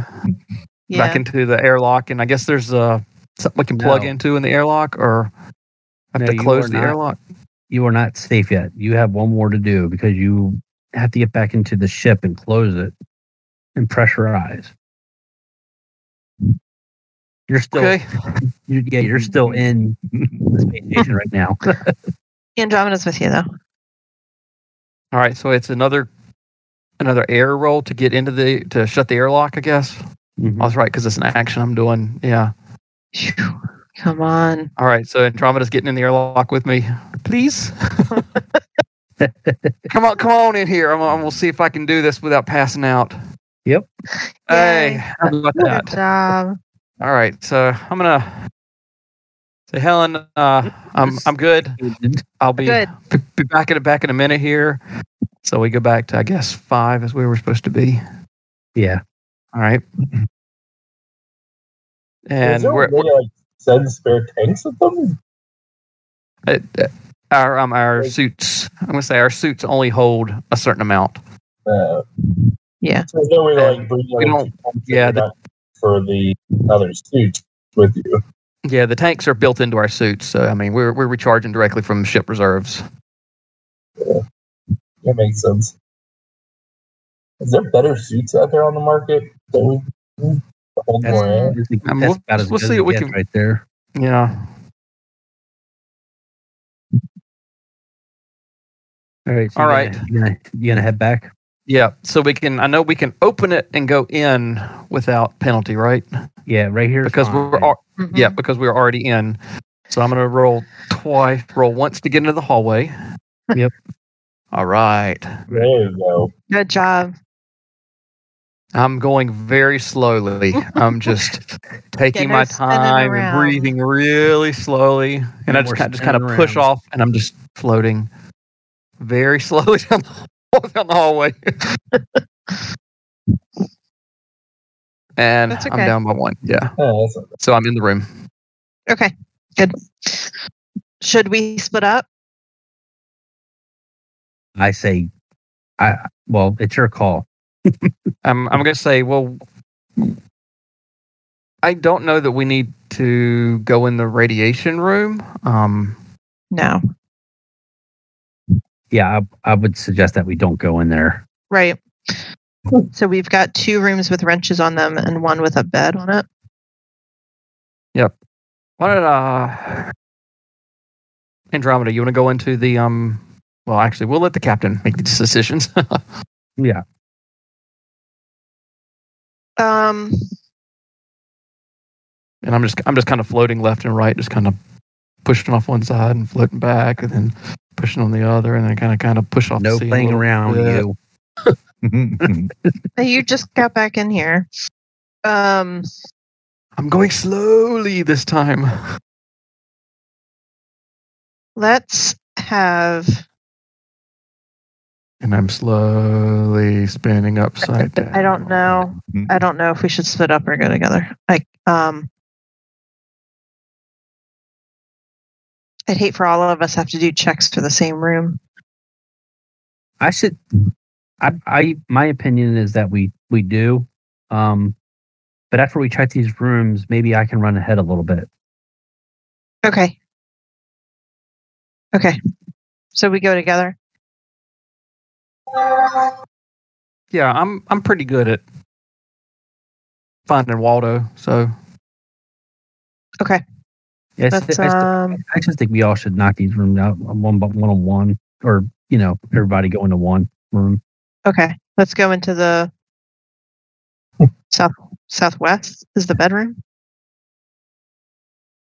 C: Yeah.
E: back into the airlock, and I guess there's uh something we can plug
A: No.
E: into in the airlock, or I have
A: No,
E: to
A: you
E: close
A: are
E: the
A: not.
E: airlock.
A: You are not safe yet. You have one more to do because you have to get back into the ship and close it and pressurize. You're still
E: Okay.
A: you, yeah, you're still in the space station right now.
C: Andromeda's with you though.
E: All right. So it's another another air roll to get into the to shut the airlock. I guess
A: Mm-hmm.
E: I was right because it's an action I'm doing. Yeah.
C: Phew. Come on.
E: All right. So Andromeda's getting in the airlock with me, please. come on, come on in here. I'm, I'm gonna see if I can do this without passing out.
A: Yep.
E: Hey,
C: Yay.
E: how about
C: Good
E: that?
C: job.
E: All right, so I'm gonna say, Helen, uh, I'm I'm good. I'll be
C: Good.
E: b- be back in a back in a minute here. So we go back to I guess five is where we're supposed to be.
A: Yeah.
E: All right,
D: Is
E: and
D: there a
E: we're,
D: way to, like send spare tanks with them?
E: uh, uh, our um our suits. I'm gonna say our suits only hold a certain amount.
D: Uh,
C: Yeah.
D: so there's no way to like bring like,
E: We don't-
D: tanks that
E: yeah,
D: you're
E: the-
D: not for the other suits with you.
E: Yeah, the tanks are built into our suits, so I mean we're we're recharging directly from ship reserves.
D: That makes sense. Is there better suits out there on the market that we can hold
A: That's,
D: more air?
A: that's about
E: Um, we'll-
A: as
E: we'll
A: good
E: see
A: as
E: what we
A: it gets
E: can-
A: right there.
E: Yeah.
A: All right.
E: All
A: you're
E: right.
A: gonna- You're gonna, you're gonna head back.
E: Yeah, so we can. I know we can open it and go in without penalty, right?
A: Yeah, right here. is
E: Because
A: fine.
E: we're al-
C: Mhm.
E: yeah, because we're already in. So I'm gonna roll twice. Roll once to get into the hallway.
A: Yep.
E: All right.
D: There you go.
C: Good job.
E: I'm going very slowly. I'm just taking
C: no
E: my
C: spinning
E: time and
C: around.
E: breathing really slowly, and
A: No
E: I just
A: more
E: kind of, just kind of
A: spinning
E: push
A: around.
E: off, and I'm just floating very slowly down the, down the hallway. and
C: That's
E: I'm
C: okay.
E: down by one. Yeah.
D: Oh, that's not
E: So I'm in the room.
C: Okay. Good. Should we split up?
A: I say, I well, it's your call.
E: I'm I'm gonna say, well, I don't know that we need to go in the radiation room. Um,
C: No.
A: Yeah, I, I would suggest that we don't go in there.
C: Right.
E: Hmm.
C: So we've got two rooms with wrenches on them and one with a bed on it.
E: why did uh, Andromeda? You want to go into the um? Well, actually, we'll let the captain make these decisions.
A: Yeah.
C: Um,
E: and I'm just I'm just kind of floating left and right, just kind of pushing off one side and floating back, and then pushing on the other, and then kind of kind of push off. the
A: No
E: sea a
A: playing
E: little
A: around.
E: bit.
A: You.
C: you just got back in here. Um,
E: I'm going slowly this time.
C: let's have
E: And I'm slowly spinning upside down.
C: I don't know. I don't know if we should split up or go together. Like, um, I'd hate for all of us to have to do checks for the same room.
A: I should. I, I my opinion is that we we do, um, but after we check these rooms, maybe I can run ahead a little bit.
C: Okay. Okay. So we go together.
E: Yeah, I'm I'm pretty good at finding Waldo. So
A: I, st-
C: That's
A: I, st-
C: um.
A: I just think we all should knock these rooms out uh, one by one on one, or you know, everybody go into one room.
C: Okay. Let's go into the
E: Hmm.
C: south southwest is the bedroom.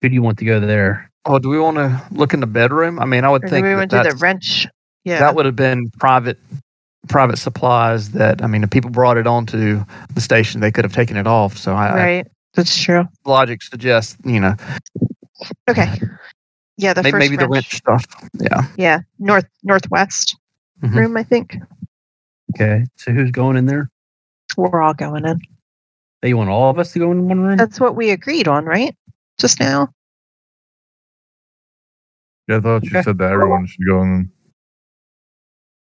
A: Who do you want to go there?
E: oh, do we want to look in the bedroom? I mean, I would
C: Or do
E: think
C: we
E: that
C: want to do the
E: that's-
C: wrench? Yeah.
E: that would have been private private supplies that I mean, if people brought it onto the station, they could have taken it off. So I, I-
C: right. That's true.
E: logic suggests, you know,
C: Okay. Yeah. The
E: may-
C: first
E: maybe the
C: wrench.
E: wrench stuff. Yeah.
C: Yeah. North northwest
E: Mhm.
C: room. I think
A: Okay, so who's going in there?
C: we're all going in.
E: Mm-hmm.
A: They want all of us to go in one room.
C: That's what we agreed on, right? Just now.
B: Yeah, I thought you
E: Okay.
B: said that everyone should go in.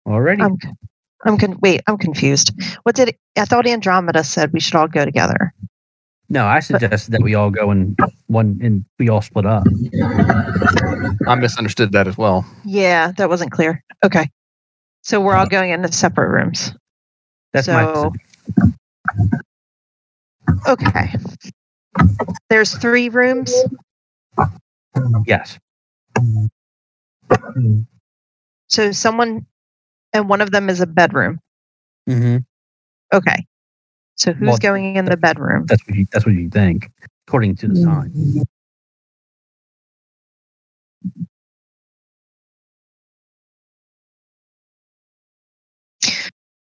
A: Already.
C: I'm, I'm con- wait, I'm confused. What did I thought Andromeda said we should all go together?
A: no, I suggested that we all go in one and we all split up.
E: I misunderstood that as well.
C: Yeah, that wasn't clear. Okay. So we're
E: Uh,
C: all going into separate rooms.
A: That's my
C: so, Okay. There's three rooms.
A: yes.
C: So someone and one of them is a bedroom.
A: Mm-hmm.
C: Okay. So who's
A: Well,
C: going in the bedroom?
A: That's what you that's what you think, according to the
C: Mm.
A: sign.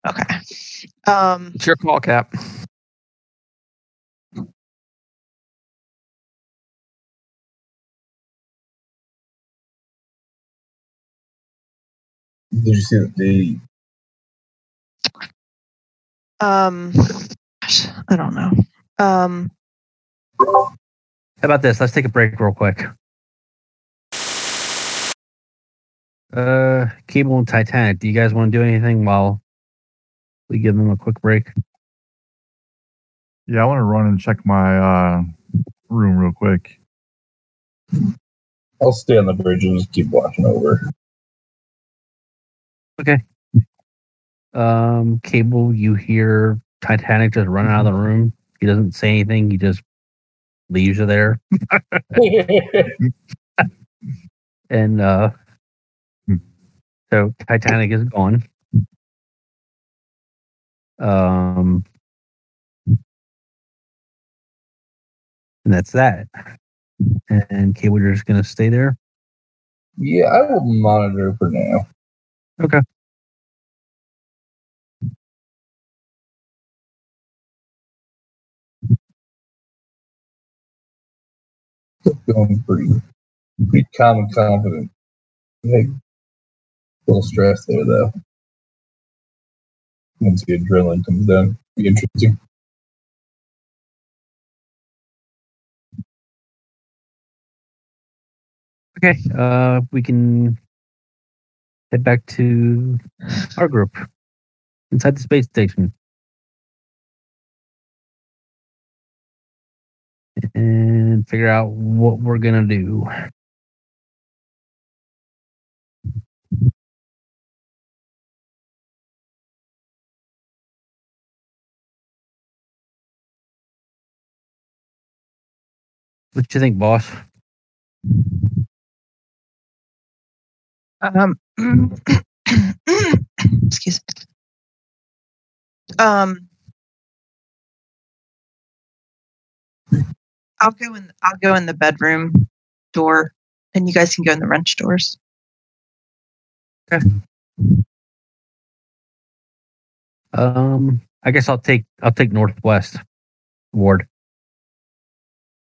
C: Okay. Um
E: It's your call, Cap.
D: Did you see that the
C: um gosh, I don't know. Um
A: How about this? Let's take a break real quick. Uh, Cable and Titanic. Do you guys want to do anything while we give them a quick break?
B: Yeah, I want to run and check my uh, room real quick.
D: I'll stay on the bridge and just keep watching over.
A: Um, Cable, you hear Titanic just run out of the room. He doesn't say anything. He just leaves you there. And uh,
B: Hmm.
A: so Titanic is gone. Um, and that's that. And Cable, you're just gonna stay there.
D: yeah, I will monitor for now. Feeling pretty, pretty calm and confident. Like, a little stress there though. Once the adrenaline comes down, be interesting.
A: Okay. Uh, we can head back to our group inside the space station. And figure out what we're gonna do. What you think, boss?
C: Um, excuse me. Um, I'll go in. I'll go in the bedroom door, and you guys can go in the wrench doors.
A: Um, I guess I'll take I'll take Northwest Ward. Is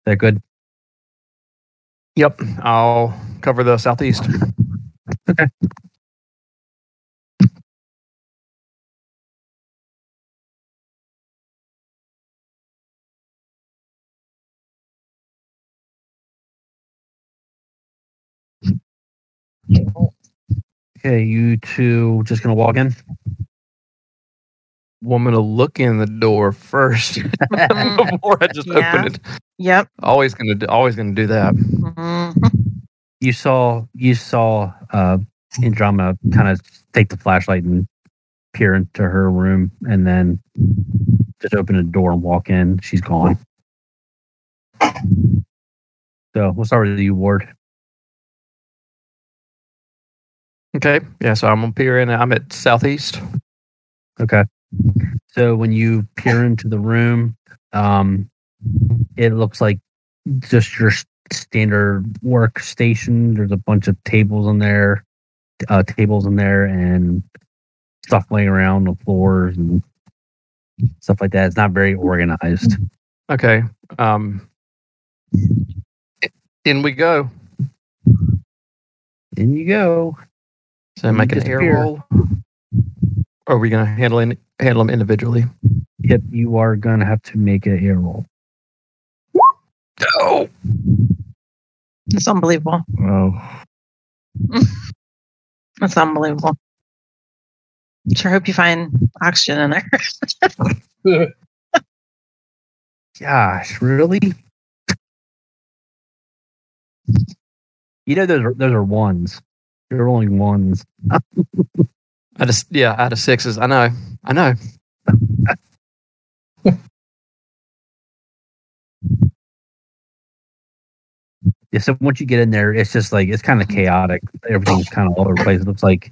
A: that good?
E: Yep. I'll cover the southeast.
A: Okay, you two just gonna walk in.
E: Well, I'm going to look in the door first before I just
C: Yeah.
E: open it.
C: Yep.
E: Always going to always going to do that.
C: Mhm.
A: you saw you saw uh Andromeda kind of take the flashlight and peer into her room and then just open a door and walk in. She's gone. So we'll start with you, Ward.
E: Okay. Yeah. So I'm gonna peer in. I'm at southeast.
A: Okay. So when you peer into the room, um, it looks like just your s- standard workstation. There's a bunch of tables in there, uh, tables in there, and stuff laying around the floors and stuff like that. It's not very organized.
E: Okay. Um. In we go.
A: In you go.
E: So make an air
A: Disappear.
E: roll. Or are we gonna handle in, handle them individually?
A: Yep, you are gonna have to make an air roll.
E: Oh.
C: It's unbelievable.
B: Oh,
C: That's unbelievable. Sure hope you find oxygen in there.
A: Gosh, really? You know those are, those are ones. You're rolling ones.
E: Out of, yeah, out of sixes. I know. I know.
A: Yeah, so once you get in there, it's just like it's kind of chaotic. Everything's kind of all over the place. It looks like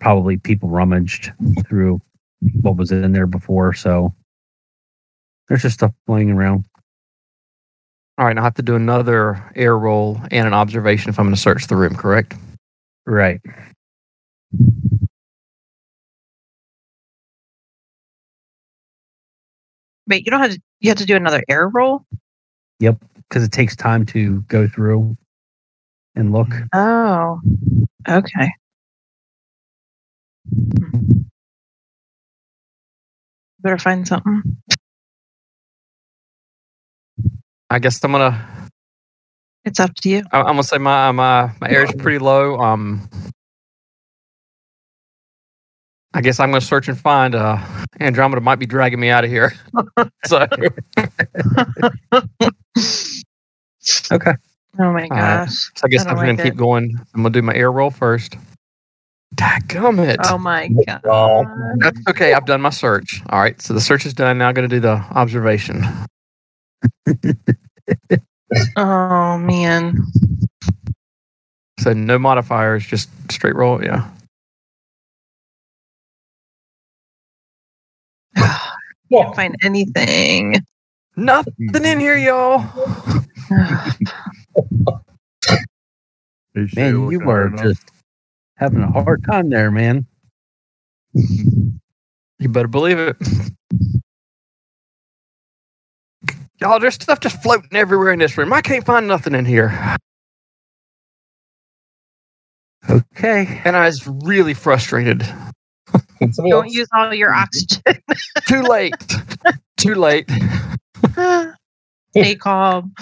A: probably people rummaged through what was in there before. So there's just stuff laying around.
E: All right, and I'll have to do another air roll and an observation if I'm going to search the room, correct?
A: Right.
C: Wait, you don't have to, you have to do another air roll?
A: Because it takes time to go through and look.
C: Oh, okay. Better find something.
E: I guess I'm going to
C: It's up to you.
E: I- I'm gonna say my uh, my my air is pretty low. Um, I guess I'm gonna search and find. Uh, Andromeda might be dragging me out of here. so
A: Okay.
C: Oh my gosh.
E: so I guess
C: I don't
E: I'm gonna
C: like
E: keep
C: it.
E: going. I'm gonna do my air roll first. Daggum it!
C: Oh my god.
D: Oh.
E: That's okay. I've done my search. All right, so the search is done. Now I'm gonna do the observation.
C: Oh man.
E: So no modifiers, just straight roll. Yeah.
D: Yeah.
C: find anything.
E: Nothing in here, y'all.
B: They should
A: Man,
B: look
A: you
B: at
A: were
B: it.
A: just having a hard time there, man.
E: You better believe it. Y'all, there's stuff just floating everywhere in this room. I can't find nothing in here.
A: Okay.
E: And I was really frustrated.
D: Can somebody
C: Don't
D: else-
C: use all your oxygen.
E: Too late. Too late.
C: Stay calm.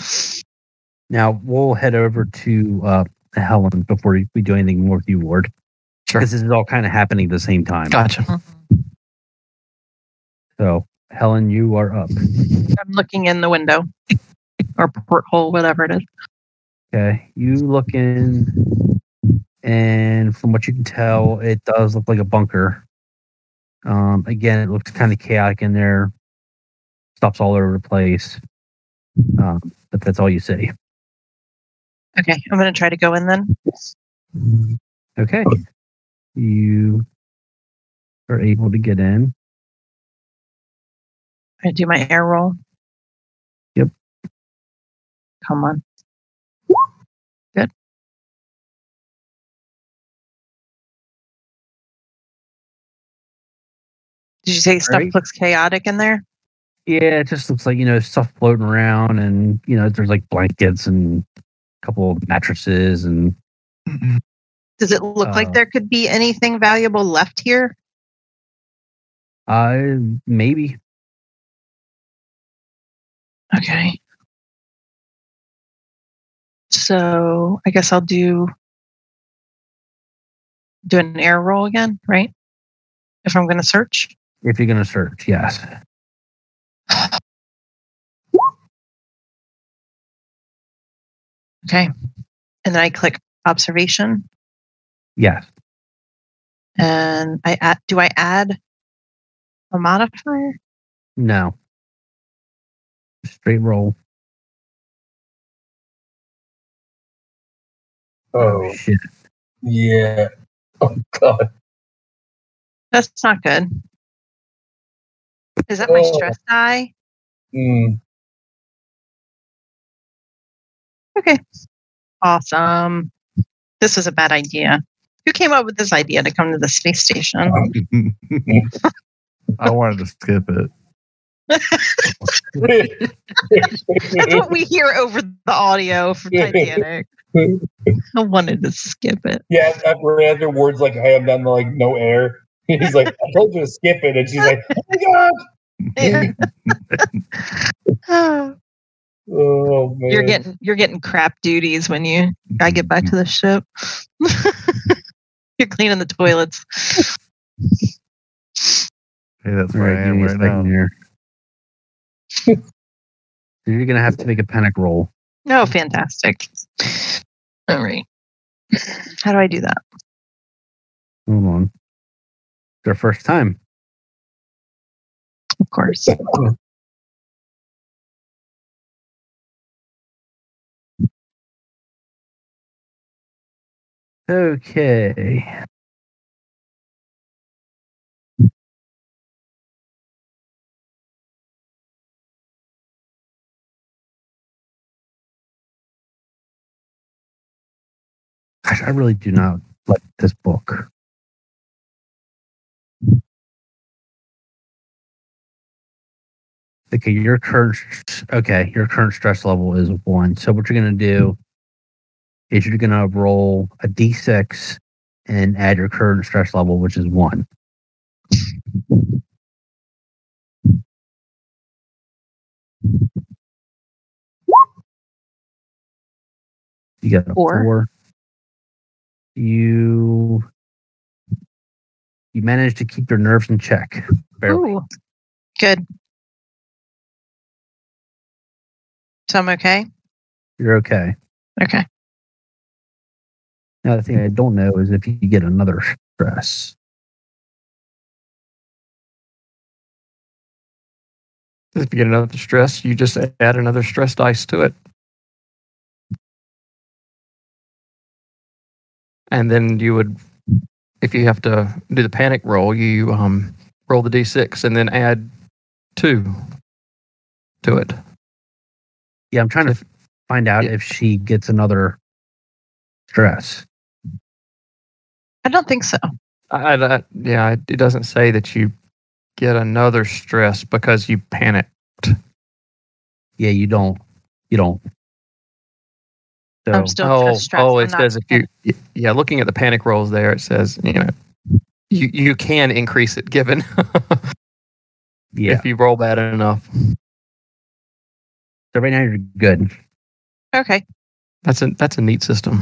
A: Now we'll head over to uh, Helen before we do anything more with you, Ward.
E: Sure.
A: Because this is all kind of happening at the same time.
E: Gotcha.
A: So, Helen, you are up.
C: I'm looking in the window or porthole, whatever it is.
A: Okay. You look in, and from what you can tell, it does look like a bunker. Um, again, it looks kind of chaotic in there. Stops all over the place. Um, but that's all you see.
C: Okay, I'm gonna try to go in then.
A: Okay. You are able to get in.
C: I do my air roll.
A: Yep.
C: Come on. Good. Did you say stuff
A: Alright.
C: looks chaotic in there?
A: Yeah, it just looks like, you know, stuff floating around and, you know, there's like blankets and a couple of mattresses and
C: Does it look
A: Uh,
C: like there could be anything valuable left here?
A: uh maybe.
C: Okay. So I guess I'll do do an air roll again, right? If I'm going to search.
A: If you're gonna search, yes.
C: Okay. And then I click observation
A: Yes.
C: and I add, do I add a modifier?
A: No. Straight roll.
D: Oh,
A: shit.
D: yeah. Oh, God.
C: That's not good. Is that my
D: Oh.
C: stress die?
D: Mm.
C: Okay. Awesome. This is a bad idea. Who came up with this idea to come to the space station?
B: I wanted to skip it.
C: That's what we hear over the audio from Titanic. I wanted to skip it.
D: yeah, after, after words like I am down to like no air. He's like, I told you to skip it, and she's like, Oh my god.
C: Yeah.
D: Oh man.
C: You're getting you're getting crap duties when you I get back to the ship. you're cleaning the toilets.
B: Hey, that's
A: All
B: where I
A: right, give
B: am
A: me a
B: right now.
A: second here. You're gonna have to make a panic roll.
C: No, fantastic. All right. How do I do that?
A: Hold on. Their first time.
C: Of course.
A: Okay. Gosh, I really do not like this book. Okay, your current okay, your current stress level is one. So what you're gonna do is you're gonna roll a d6 and add your current stress level, which is one. You got a
C: Four.
A: four. You you managed to keep your nerves in check. Barely.
C: Ooh. Good. So I'm okay?
A: You're okay.
C: Okay.
A: Now the thing I don't know is if you get another stress.
E: If you get another stress, you just add another stress dice to it. And then you would, if you have to do the panic roll, you um, roll the d6 and then add two to it.
A: Yeah, I'm trying to
E: If-
A: find out
E: Yeah.
A: if she gets another stress.
C: I don't think so.
E: I, I, I- yeah, it it doesn't say that you get another stress because you panic.
A: Yeah, you don't. You don't. So
C: I'm still
E: oh,
C: stressed.
E: oh,
C: I'm
E: it
C: not
E: says if you, y- yeah, looking at the panic rolls there, it says you know, you you can increase it given
A: yeah.
E: if you roll bad enough.
A: So right now you're good.
C: Okay.
E: That's a that's a neat system.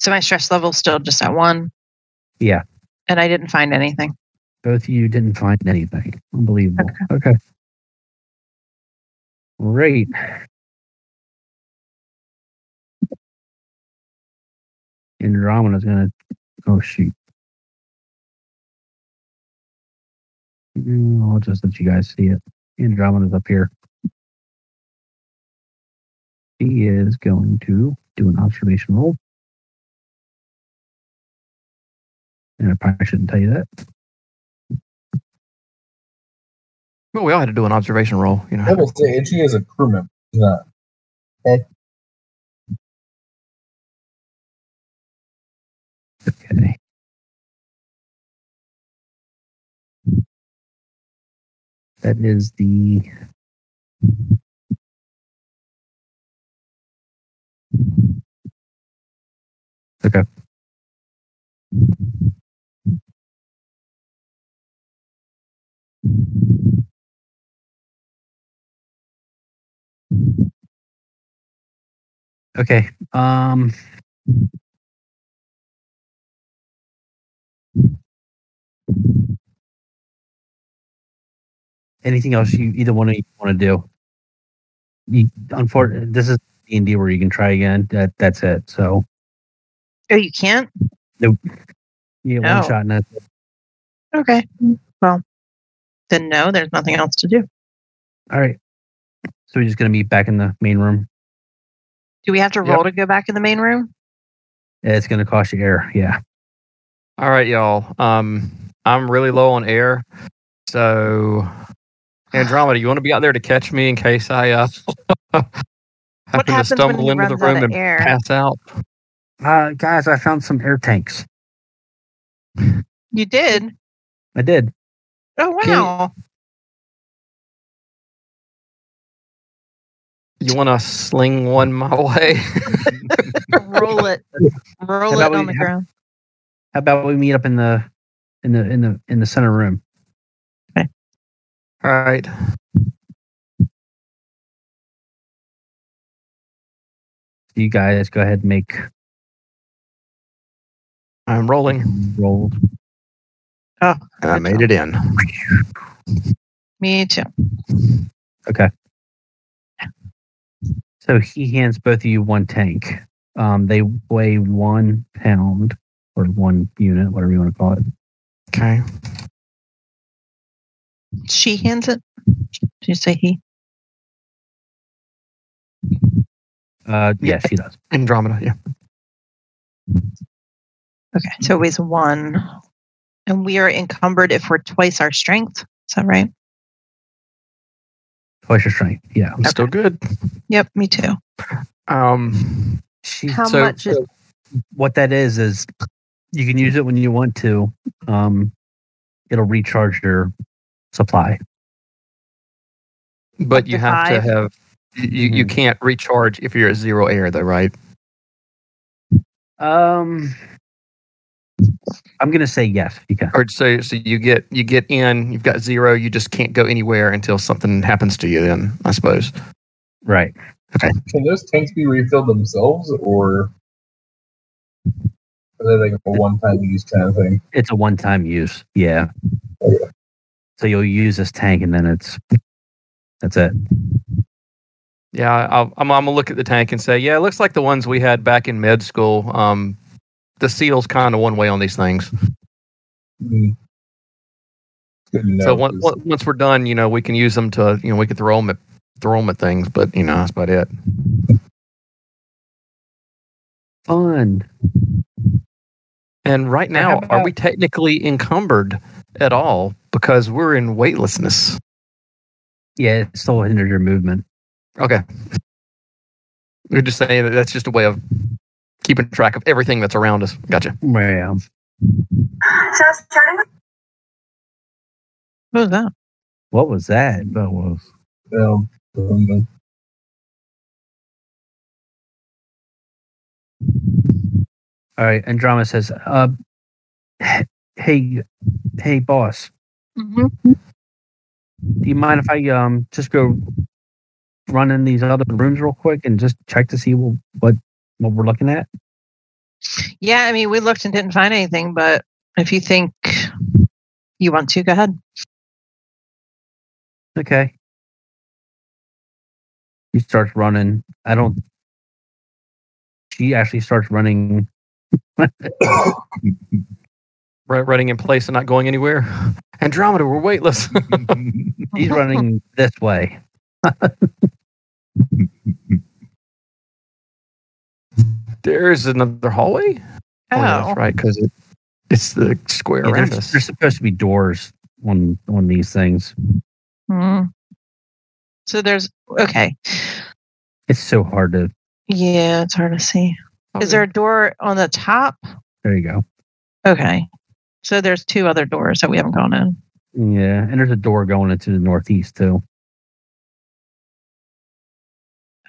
C: So my stress level's still just at one.
A: Yeah.
C: And I didn't find anything.
A: Both of you didn't find anything. Unbelievable. Okay. Great. Andromeda's gonna. Oh shoot. Mm, I'll just let you guys see it. Andromeda's up here. She is going to do an observation roll. And I probably shouldn't tell you that.
E: Well, we all had to do an observation roll, you
D: I
E: know.
D: will say, and she is a crew member. She's not.
A: Okay. That is the. Okay. Okay. Um. anything else you either one of you want to do you unfortunately this is d&d where you can try again that that's it so
C: Oh, you can't?
A: you get
C: No.
A: one shot and that's it.
C: Okay. Well, then no, there's nothing else to do.
A: all right so we're just going to meet back in the main room
C: Do we have to
E: Yep.
C: roll to go back in the main room?
A: Yeah, it's going to cost you air yeah
E: All right, y'all. Um, I'm really low on air, so Andromeda, you want to be out there to catch me in case I uh
C: What
E: happen to
C: happens when
E: stumble
C: he
E: into the
C: runs
E: room
C: out of
E: and
C: air?
E: pass out?
A: uh guys i found some air tanks
C: You did.
A: i did
C: Oh wow.
E: You want to sling one my way?
C: roll it. Roll
A: How
C: it
A: about
C: on
A: we
C: the
A: have-
C: ground.
A: how about we meet up in the in the in the in the center room
E: All right.
A: You guys go ahead and make
E: I'm rolling.
A: roll.
F: And I made it in.
C: Me too.
A: So he hands both of you one tank. Um, they weigh one pound or one unit, whatever you want to call it.
E: Okay.
C: She hands it. Did you say he?
A: Uh, yeah, she does.
E: Andromeda. Yeah.
C: Okay. So it weighs one. And we are encumbered if we're twice our strength. Is that right?
A: Twice your strength. Yeah.
E: I'm still good.
C: Yep, me too.
E: Um,
A: She
C: How
E: So-
C: much is
A: what that is is you can use it when you want to. Um, it'll recharge your supply.
E: but
C: Up
E: you
C: to
E: have
C: five.
E: to have you, you
A: Mhm.
E: can't recharge if you're at zero air though, right?
A: Um, I'm gonna say yes. You can.
E: Or so so you get you get in, you've got zero, you just can't go anywhere until something happens to you then, I suppose.
A: Right.
D: Can those tanks be refilled themselves, or are they like a one-time use kind of thing?
A: It's a one-time use. Yeah.
D: Okay.
A: So you'll use this tank, and then it's that's it.
E: Yeah, I'll, I'm, I'm gonna look at the tank and say, yeah, it looks like the ones we had back in med school. Um, the seal's kind of one way on these things.
D: Hmm. Good to know.
E: so on-
D: 'cause
E: on- once we're done, you know, we can use them to, you know, we could throw them at throw 'em at things, but you know, that's about it.
A: Fun.
E: And right
A: Now, how
E: now, are
A: about-
E: we technically encumbered at all because we're in weightlessness?
A: Yeah. It still hinders your movement.
E: Okay, we're just saying that that's just a way of keeping track of everything that's around us. Gotcha.
A: Yeah.
G: Just chatting with
C: what was that?
A: What was that?
B: That was.
D: um, um,
A: All right. Andromeda says, uh, "Hey, hey, boss.
C: Mm-hmm.
A: do you mind if I um just go run in these other rooms real quick and just check to see what what, what we're looking at?
C: Yeah, I mean, we looked and didn't find anything, but if you think you want to, go ahead.
A: Okay. He starts running. I don't. She actually starts running.
E: Right, running in place and not going anywhere. Andromeda, we're weightless. Oh,
A: He's running this way.
E: There's another hallway.
C: Oh,
E: yeah, that's right, because it, it's the square
A: Yeah,
E: around
A: there's,
E: us.
A: there's supposed to be doors on on these things.
C: Mm. So there's okay.
A: It's so hard to.
C: Yeah, it's hard to see. Is there a door on the top?
A: There you go.
C: Okay. So there's two other doors that we haven't gone in.
A: Yeah, and there's a door going into the northeast too.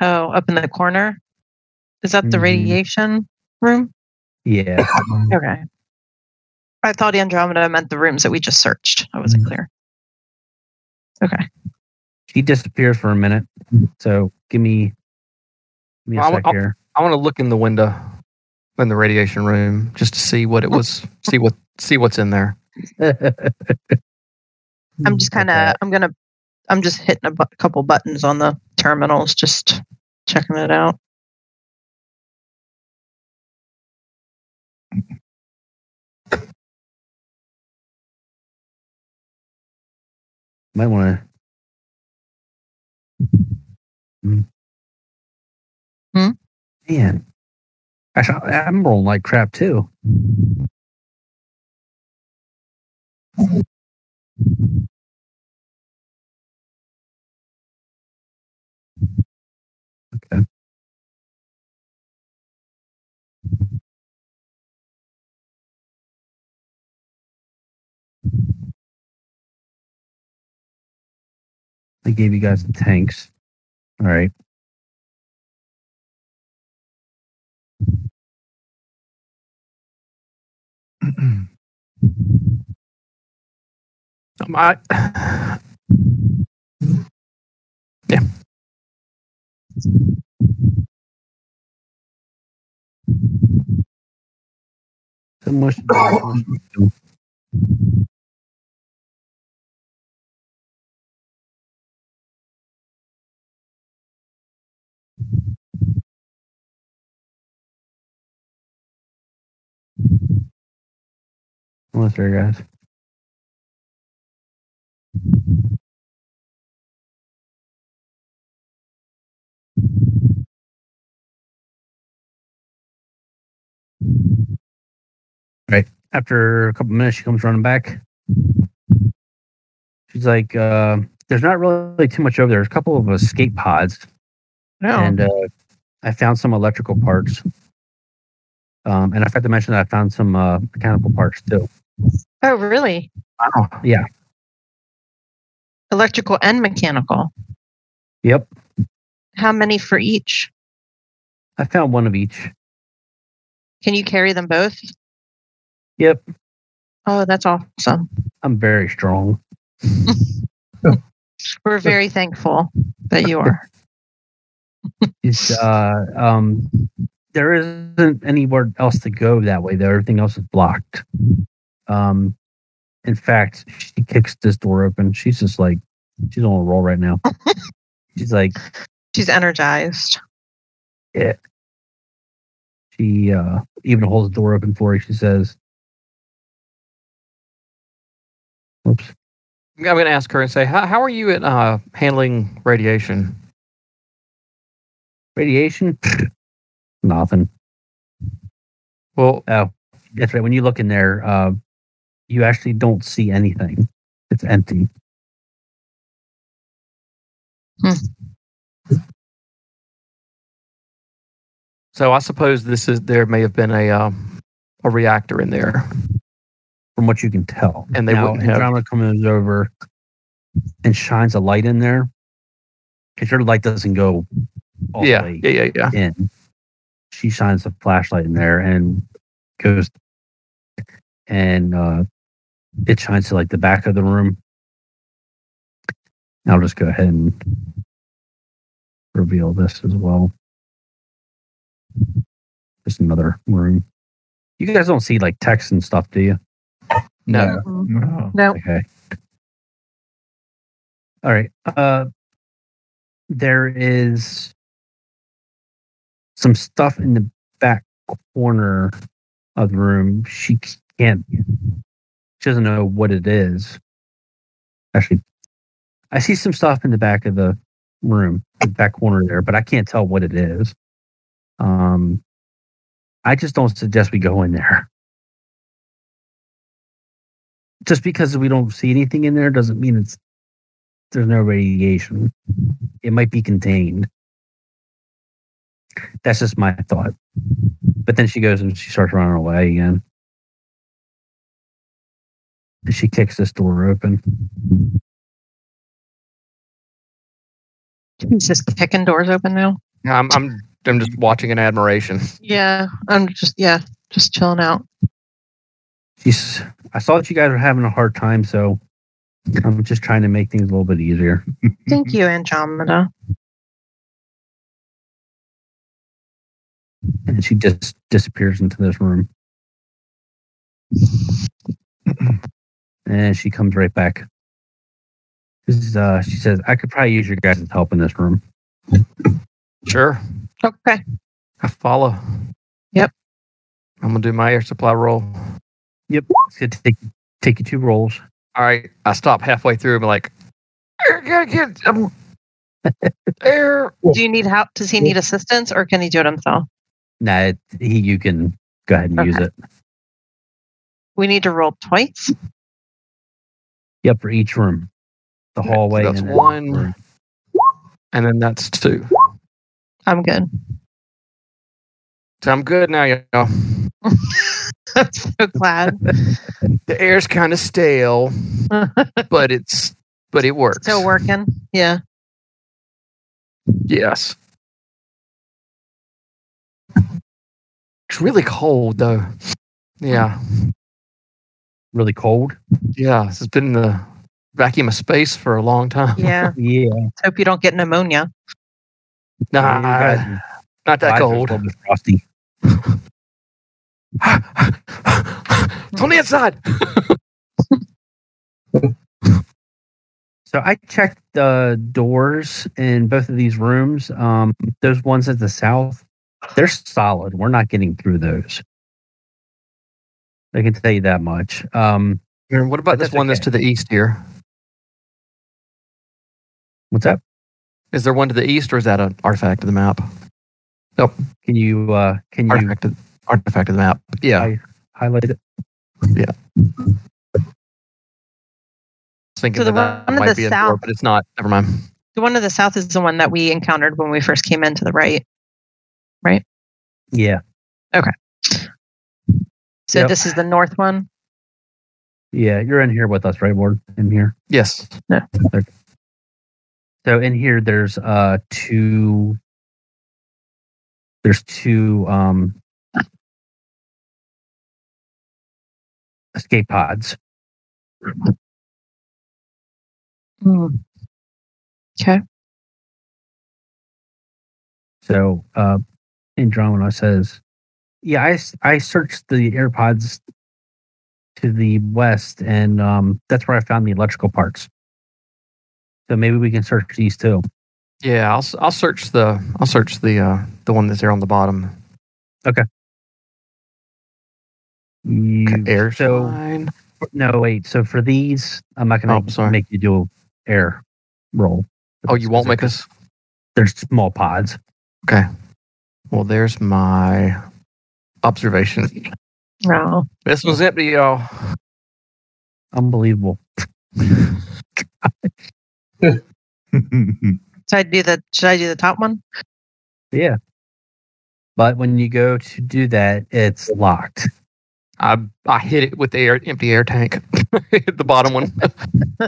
C: Oh, up in the corner. Is that the
A: Mhm.
C: radiation room?
A: Yeah.
C: Okay. I thought Andromeda meant the rooms that we just searched. I wasn't clear.
A: She disappears for a minute. So give me, give me a
E: Well, I wa-
A: sec
E: I'll-
A: here.
E: I want to look in the window in the radiation room just to see
C: Oh.
E: what it was. see what see what's in there.
C: I'm just kind of.
A: Okay.
C: I'm gonna. I'm just hitting a bu- couple buttons on the terminals, just checking it out.
A: Might want to.
C: Hmm?
A: Man, actually, I- I'm rolling like crap too. Okay. I gave you guys the tanks. All right.
E: Um, I
A: The mush. I'm with her, guys. After a couple minutes, she comes running back. She's like, uh, "There's not really too much over there. There's a couple of escape pods,
C: No.
A: and uh, I found some electrical parts. Um, and I forgot to mention that I found some uh, mechanical parts too.
C: oh, really?
F: Wow.
C: Electrical and mechanical.
A: Yep,
C: How many for each?
A: I found one of each.
C: Can you carry them both?
A: Yep,
C: Oh, that's awesome.
A: I'm very strong.
C: We're very thankful that you are.
A: It's, uh, um, there isn't anywhere else to go that way. Though everything else is blocked. Um, in fact, she kicks this door open. She's just like, she's on a roll right now. she's like,
C: She's energized.
A: she uh, even holds the door open for you. She says, "Oops."
E: I'm going to ask her and say, how, how are you at uh, handling radiation?
A: Radiation? Nothing.
E: Well,
A: That's right. When you look in there, uh, you actually don't see anything. It's empty.
E: so I suppose this is there may have been a um, a reactor in there.
A: from what you can tell.
E: And they
A: now,
E: wouldn't have-
A: Andromeda comes over and shines a light in there because your light doesn't go all
E: yeah,
A: the way
E: yeah, yeah, yeah.
A: in. She shines a flashlight in there and goes and uh, it shines to like the back of the room. I'll just go ahead and reveal this as well. Just another room. You guys don't see like text and stuff, do you?
E: No.
C: Mm-hmm.
B: No.
C: No.
A: Okay. All right. Uh, there is some stuff in the back corner of the room. She can't. She doesn't know what it is. Actually, I see some stuff in the back of the room, the back corner there, but I can't tell what it is. Um, I just don't suggest we go in there just because we don't see anything in there doesn't mean it's there's no radiation. It might be contained. That's just my thought. But then she goes and she starts running away again. And she kicks this door open.
C: She's just kicking doors open now.
E: I'm I'm I'm just watching in admiration.
C: Yeah. I'm just, yeah, just chilling out.
A: She's I saw that you guys were having a hard time, so I'm just trying to make things a little bit easier.
C: Thank you, Andromeda.
A: And she just disappears into this room. and she comes right back. This is, uh, she says, I could probably use your guys' help in this room.
E: Sure,
C: Okay.
E: I follow.
C: Yep.
E: I'm gonna do my air supply roll.
A: Yep. It's going to take, take you two rolls.
E: All right, I stop halfway through. I'm like, I gotta get um, air.
C: Do you need help? Does he need assistance or can he do it himself?
A: Nah, it, he, you can go ahead and use
C: Okay.
A: it.
C: We need to roll twice.
A: Yep, for each room. The
E: Okay, so
A: hallway.
E: that's
A: and then-
E: one. And then that's two.
C: I'm good.
E: So I'm good now, y'all.
C: I'm so glad.
E: The air's kind of stale, but it's but it works.
C: Still working. Yeah.
E: Yes. It's really cold though. Yeah.
A: Really cold.
E: Yeah. It's been in the vacuum of space for a long time.
C: Yeah.
A: Yeah.
C: Let's hope you don't get pneumonia.
E: Nah, not that cold.
A: Frosty.
E: it's on the inside.
A: So I checked the doors in both of these rooms. Um, those ones at the south, they're solid. We're not getting through those. I can tell you that much. Um,
C: Hmm.
E: And what about
A: But
E: this
A: that's
E: one that's
A: okay.
E: to the east here?
A: what's up?
E: Is there one to the east, or is that an artifact of the map?
A: Can you uh, can you
E: Artifact of, artifact of the map. Yeah. I
A: I- highlight it?
E: was thinking
C: So the one
E: that, that
C: to
E: might
C: the
E: be a door,
C: south-
E: but it's not. Never mind.
C: The one to the south is the one that we encountered when we first came in to the right.
A: Yeah,
C: So
A: Yep.
C: this is the north one.
A: yeah. You're in here with us, right, Ward? In here.
E: Yes.
A: So in here, there's uh two. There's two um escape pods.
C: Okay.
A: So uh Andromeda says, "Yeah, I s- I searched the AirPods to the west, and um that's where I found the electrical parts. So maybe we can search these too.
E: Yeah. I'll s- I'll search the I'll search the uh, the one that's there on the bottom.
A: You,
E: Okay, air.
A: so-
E: sign.
A: No, wait. So for these, I'm not going
E: Oh,
A: to
E: sorry.
A: make you do a air roll.
E: Oh, you won't make us.
A: They're small pods.
E: Well, there's my observation.
C: Wow.
E: This one's empty, y'all.
A: Unbelievable.
C: So I do the should I do the top one?
A: Yeah. But when you go to do that, it's locked.
E: I I hit it with the air, empty air tank. hit the bottom one.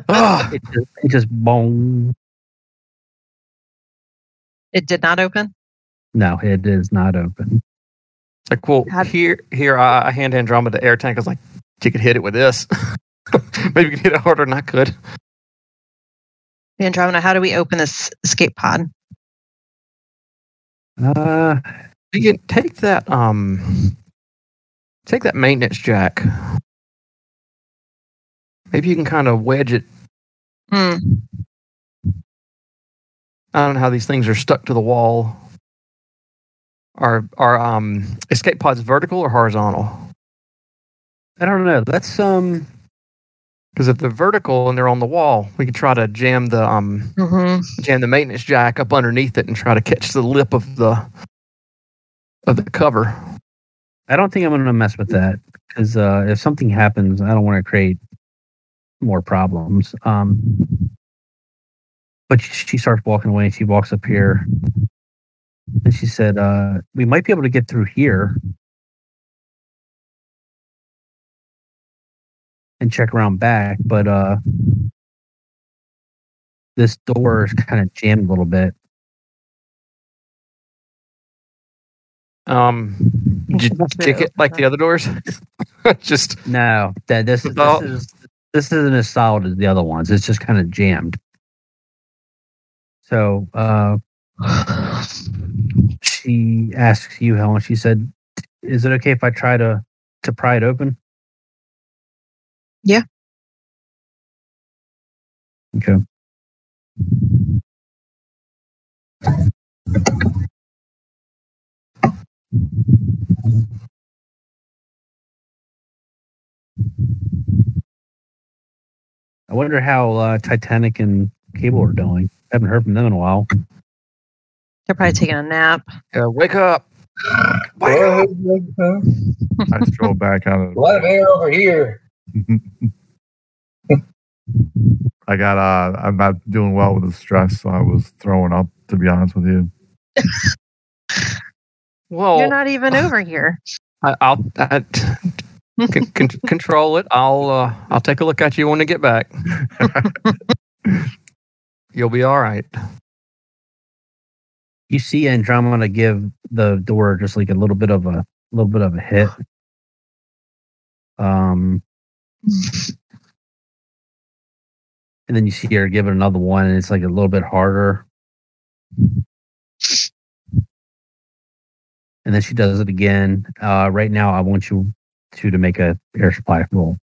E: Ah,
A: It just, it just boom.
C: It did not open.
A: Uh,
E: um,
C: Hmm.
A: um,
E: um, um,
A: uh, Um, uh, uh,
E: Um,
A: uh, uh, Oh.
B: uh,
E: uh,
A: Um, and then she does it again. Uh, right now, I want you two to make a air supply roll.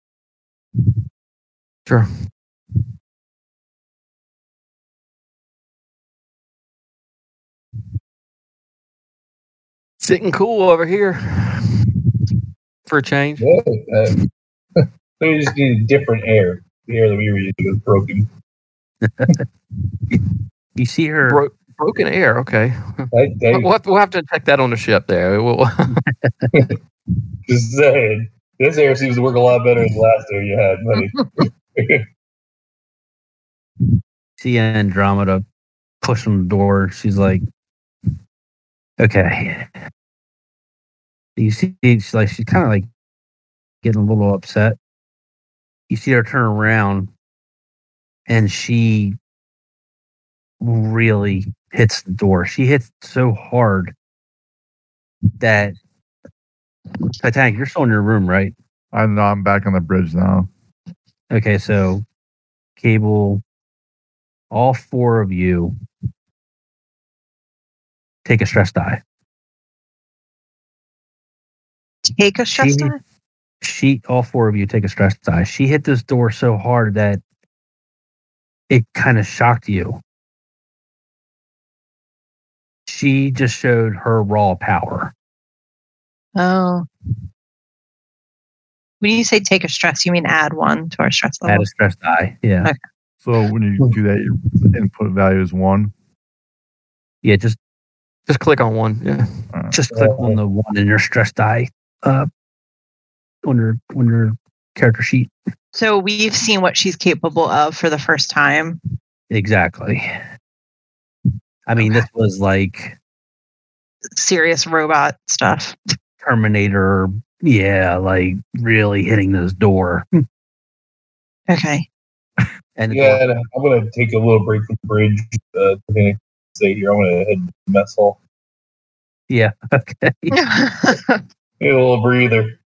E: Sure. Sitting cool over here for a change.
D: Yeah, uh, so we just need different air. The air that we were using was broken.
A: You see her.
E: Bro- broken air. Okay.
D: I, I
E: We'll have, to, we'll have to check that on the ship there. We'll,
D: just saying, this air seems to work a lot better than the last air you had, buddy.
A: see Andromeda push on the door. She's like, okay. You see, she's like, she's kind of like getting a little upset. You see her turn around and she really hits the door. She hits so hard that Titanic, you're still in your room, right?
B: I know I'm back on the bridge now.
A: Okay, so cable, all four of you take a stress die.
C: Take a stress
A: She-
C: test.
A: She, all four of you take a stress die. She hit this door so hard that it kind of shocked you. She just showed her raw power.
C: Oh. When you say take a stress, you mean add one to our stress level.
A: Add a stress die. Yeah.
B: So when you do that, your input value is one.
A: Yeah. Just
E: just click on one. Yeah.
A: just click on the one in your stress die uh, on your on your character sheet.
C: so we've seen what she's capable of for the first time.
A: Exactly. I mean, this was like
C: Serious robot stuff.
A: Terminator. Yeah, like really hitting this door.
C: Okay.
A: And the
D: Yeah,
A: door-
D: and I'm gonna take a little break from the bridge. Uh, to kinda stay here. I'm gonna head to the mess hall.
A: yeah. Okay.
C: Get
D: Need a little breather.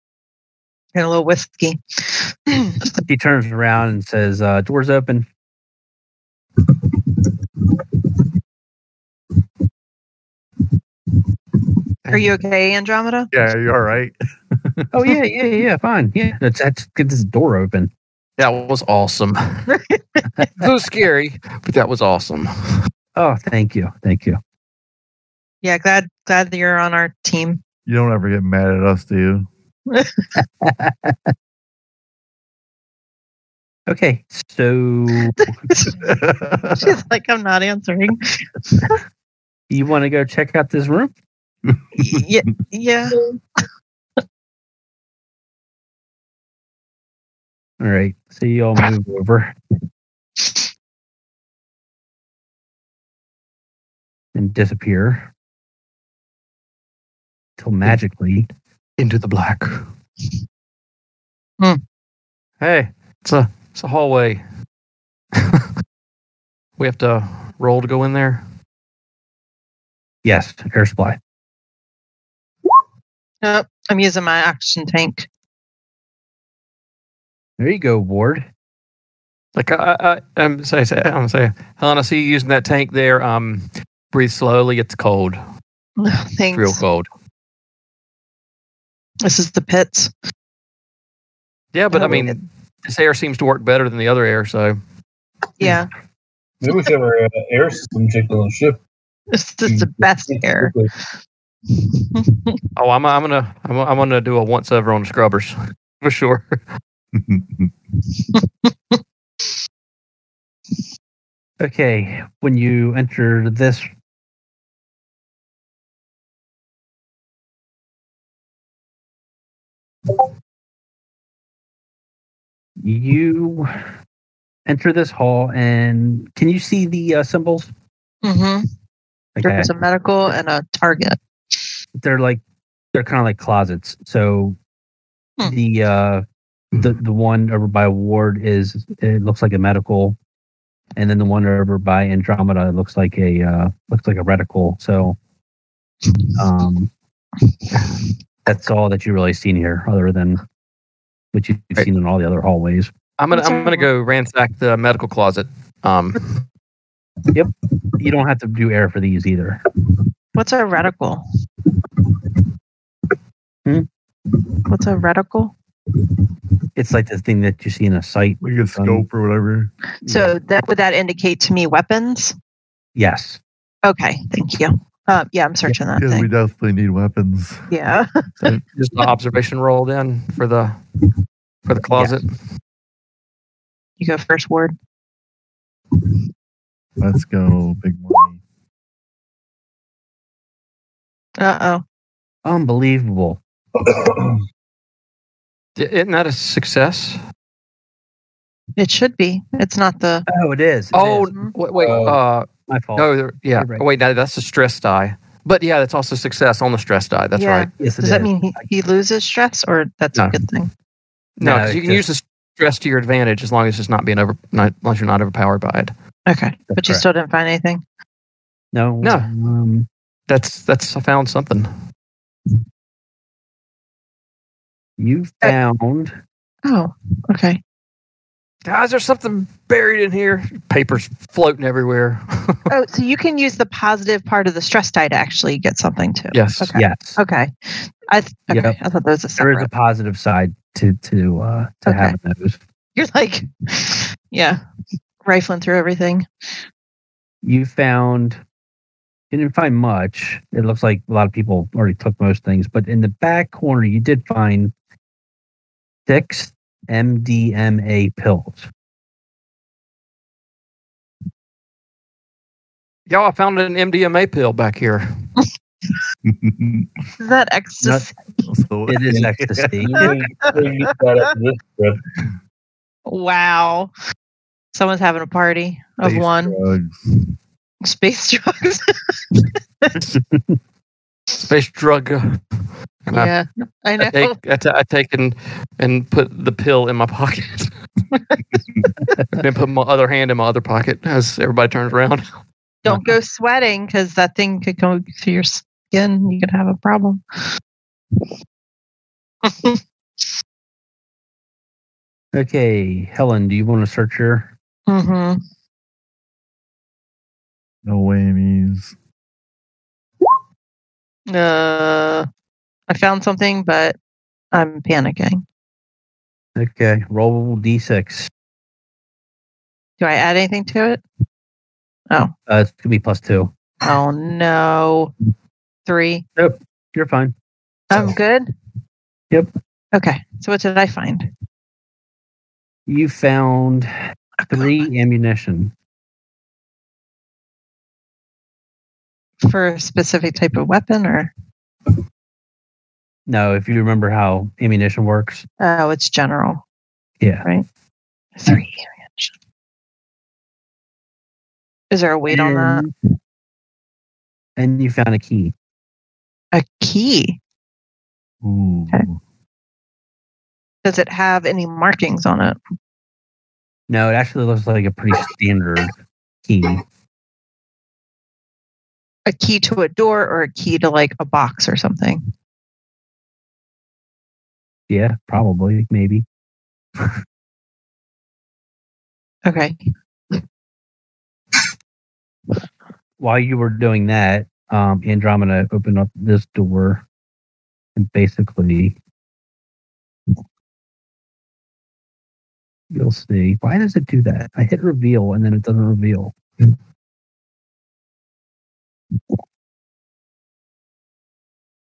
C: a little whiskey.
A: He turns around and says, uh, "Doors open."
C: Are you okay, Andromeda?
B: Yeah, are you all right?
A: Oh yeah, yeah, yeah. Fine. Yeah, let's, let's get this door open.
E: That was awesome. it was scary, but that was awesome.
A: Oh, thank you, thank you.
C: Yeah, glad glad that you're on our team.
B: You don't ever get mad at us, do you?
A: Okay, so
C: She's like, I'm not answering.
A: you want to go check out this room?
C: yeah, yeah.
A: All right. So you all move over. And disappear. Till magically.
E: Into the black.
C: Hmm.
E: Hey, it's a it's a hallway. we have to roll to go in there.
A: Yes, air supply.
C: Nope, I'm using my oxygen tank.
A: There you go, Ward.
E: Like I, I, I I'm say, say I'm saying, Helen, I see you using that tank there. Um, breathe slowly. It's cold. It's
C: Thanks.
E: real cold.
C: This is the pits.
A: Mm.
E: Yeah, but I
C: Oh,
E: mean,
C: it-
E: this air seems to work better than the other air. So
C: Yeah.
D: Maybe we should have our uh, air system checked on the ship.
C: This is the best
A: Mm.
C: air.
E: oh, I'm I'm gonna I'm, I'm gonna do a once over on the scrubbers for sure.
A: Okay, when you enter this. You enter this hall, and can you see the uh, symbols?
C: Mm-hmm.
A: Okay.
C: There's a medical and a target.
A: they're like they're kind of like closets. So
C: Hmm.
A: the uh the the one over by Ward is it looks like a medical, and then the one over by Andromeda looks like a uh, looks like a reticle. So um, that's all that you really seen here, other than what you've
E: Right.
A: seen in all the other hallways.
E: I'm gonna I'm
C: Sounds
E: gonna go ransack the medical closet. Um,
A: You don't have to do air for these either.
C: What's our reticle? What's a reticle?
A: It's like the thing that you see in a site. Um,
B: Like a scope or whatever.
C: So that would that indicate to me weapons?
A: Yes.
C: Okay, thank you. Uh, yeah, I'm searching that
B: Because we
C: thing.
B: definitely need weapons.
C: Yeah.
E: So just an observation roll then for the for the closet.
C: You go first, Ward.
B: Let's go, big money.
C: Uh oh.
A: Unbelievable.
E: D- Isn't that a success?
C: It should be. It's not the.
A: Oh, it is. It
E: Oh,
A: is.
C: Mhm.
E: wait, wait
D: Oh.
E: uh,
A: my fault.
E: no, there- yeah.
A: You're right.
E: Oh, wait, no, that's a stress die. But yeah, that's also success on the stress die. That's
C: Yeah.
E: right.
A: yes, it
C: Does that
A: is.
C: mean he, he loses stress or that's
E: No.
C: a good thing?
E: No,
A: No,
E: 'cause you
A: it
E: can use the stress to your advantage as long as it's not being over, not, as long as you're not overpowered by it.
C: Okay. but you
A: correct.
C: still didn't find anything?
A: no,
E: No.
A: Um,
E: That's that's I found something.
A: you
C: Uh,
A: found
C: Oh, okay.
E: Guys, there's something buried in here. Papers floating everywhere.
C: Oh, so you can use the positive part of the stress die to actually get something too.
E: yes.
C: Okay.
A: yes.
C: Okay. I th- okay.
A: Yep.
C: I thought that was a
A: There is
C: separate.
A: a positive side to to uh, to
C: Okay.
A: having those.
C: You're like, yeah, rifling through everything.
A: You found. You didn't find much. It looks like a lot of people already took most things, but in the back corner, you did find six MDMA pills.
E: Y'all, I found an MDMA pill back here.
C: Is that ecstasy?
B: so
A: It is ecstasy.
D: You really- really need that after this trip.
C: Wow. Someone's having a party of
B: space
C: one
B: drugs.
C: space drugs.
E: Space drug. uh, And I-
C: yeah, I
E: I
C: know.
E: take, I ta- I take and, and put the pill in my pocket. then put my other hand in my other pocket as everybody turns around.
C: Don't go sweating because that thing could go through your skin. You could have a problem.
A: Okay, Helen, do you want to search your?
C: Mm-hmm.
B: No whammies.
C: Uh, I found something, but I'm panicking.
A: Okay, roll d6.
C: Do I add anything to it?
A: Uh, it's gonna be plus two.
C: Oh no, three.
A: You're fine.
C: I'm Oh, good.
A: Yep.
C: Okay. So what did I find?
A: You found three ammunition.
C: for a specific type of weapon, or
A: No, if you remember how ammunition works.
C: oh, it's general.
A: Yeah.
C: Right. Three. ammunition. Is there a weight on that?
A: And- And you found a key.
C: A key.
B: Ooh.
C: Okay. Does it have any markings on it?
A: No, it actually looks like a pretty standard key.
C: A key to a door, or a key to like a box or something?
A: Yeah, probably, maybe.
C: Okay.
A: While you were doing that, um, Andromeda opened up this door and basically you'll see. Why does it do that? I hit reveal and then it doesn't reveal.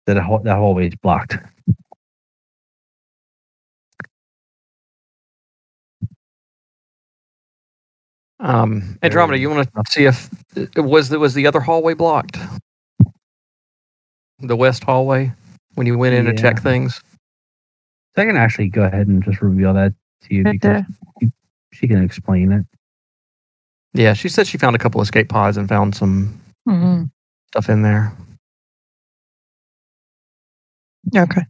A: That hall- that hallway is blocked.
E: Um, Andromeda, you want to see if was was the other hallway blocked? The west hallway when you went in to check things.
A: So I can actually go ahead and just reveal that to you
C: Right
A: because she can explain it.
E: Yeah, she said she found a couple escape pods and found some
C: hmm
E: stuff in there.
C: Okay.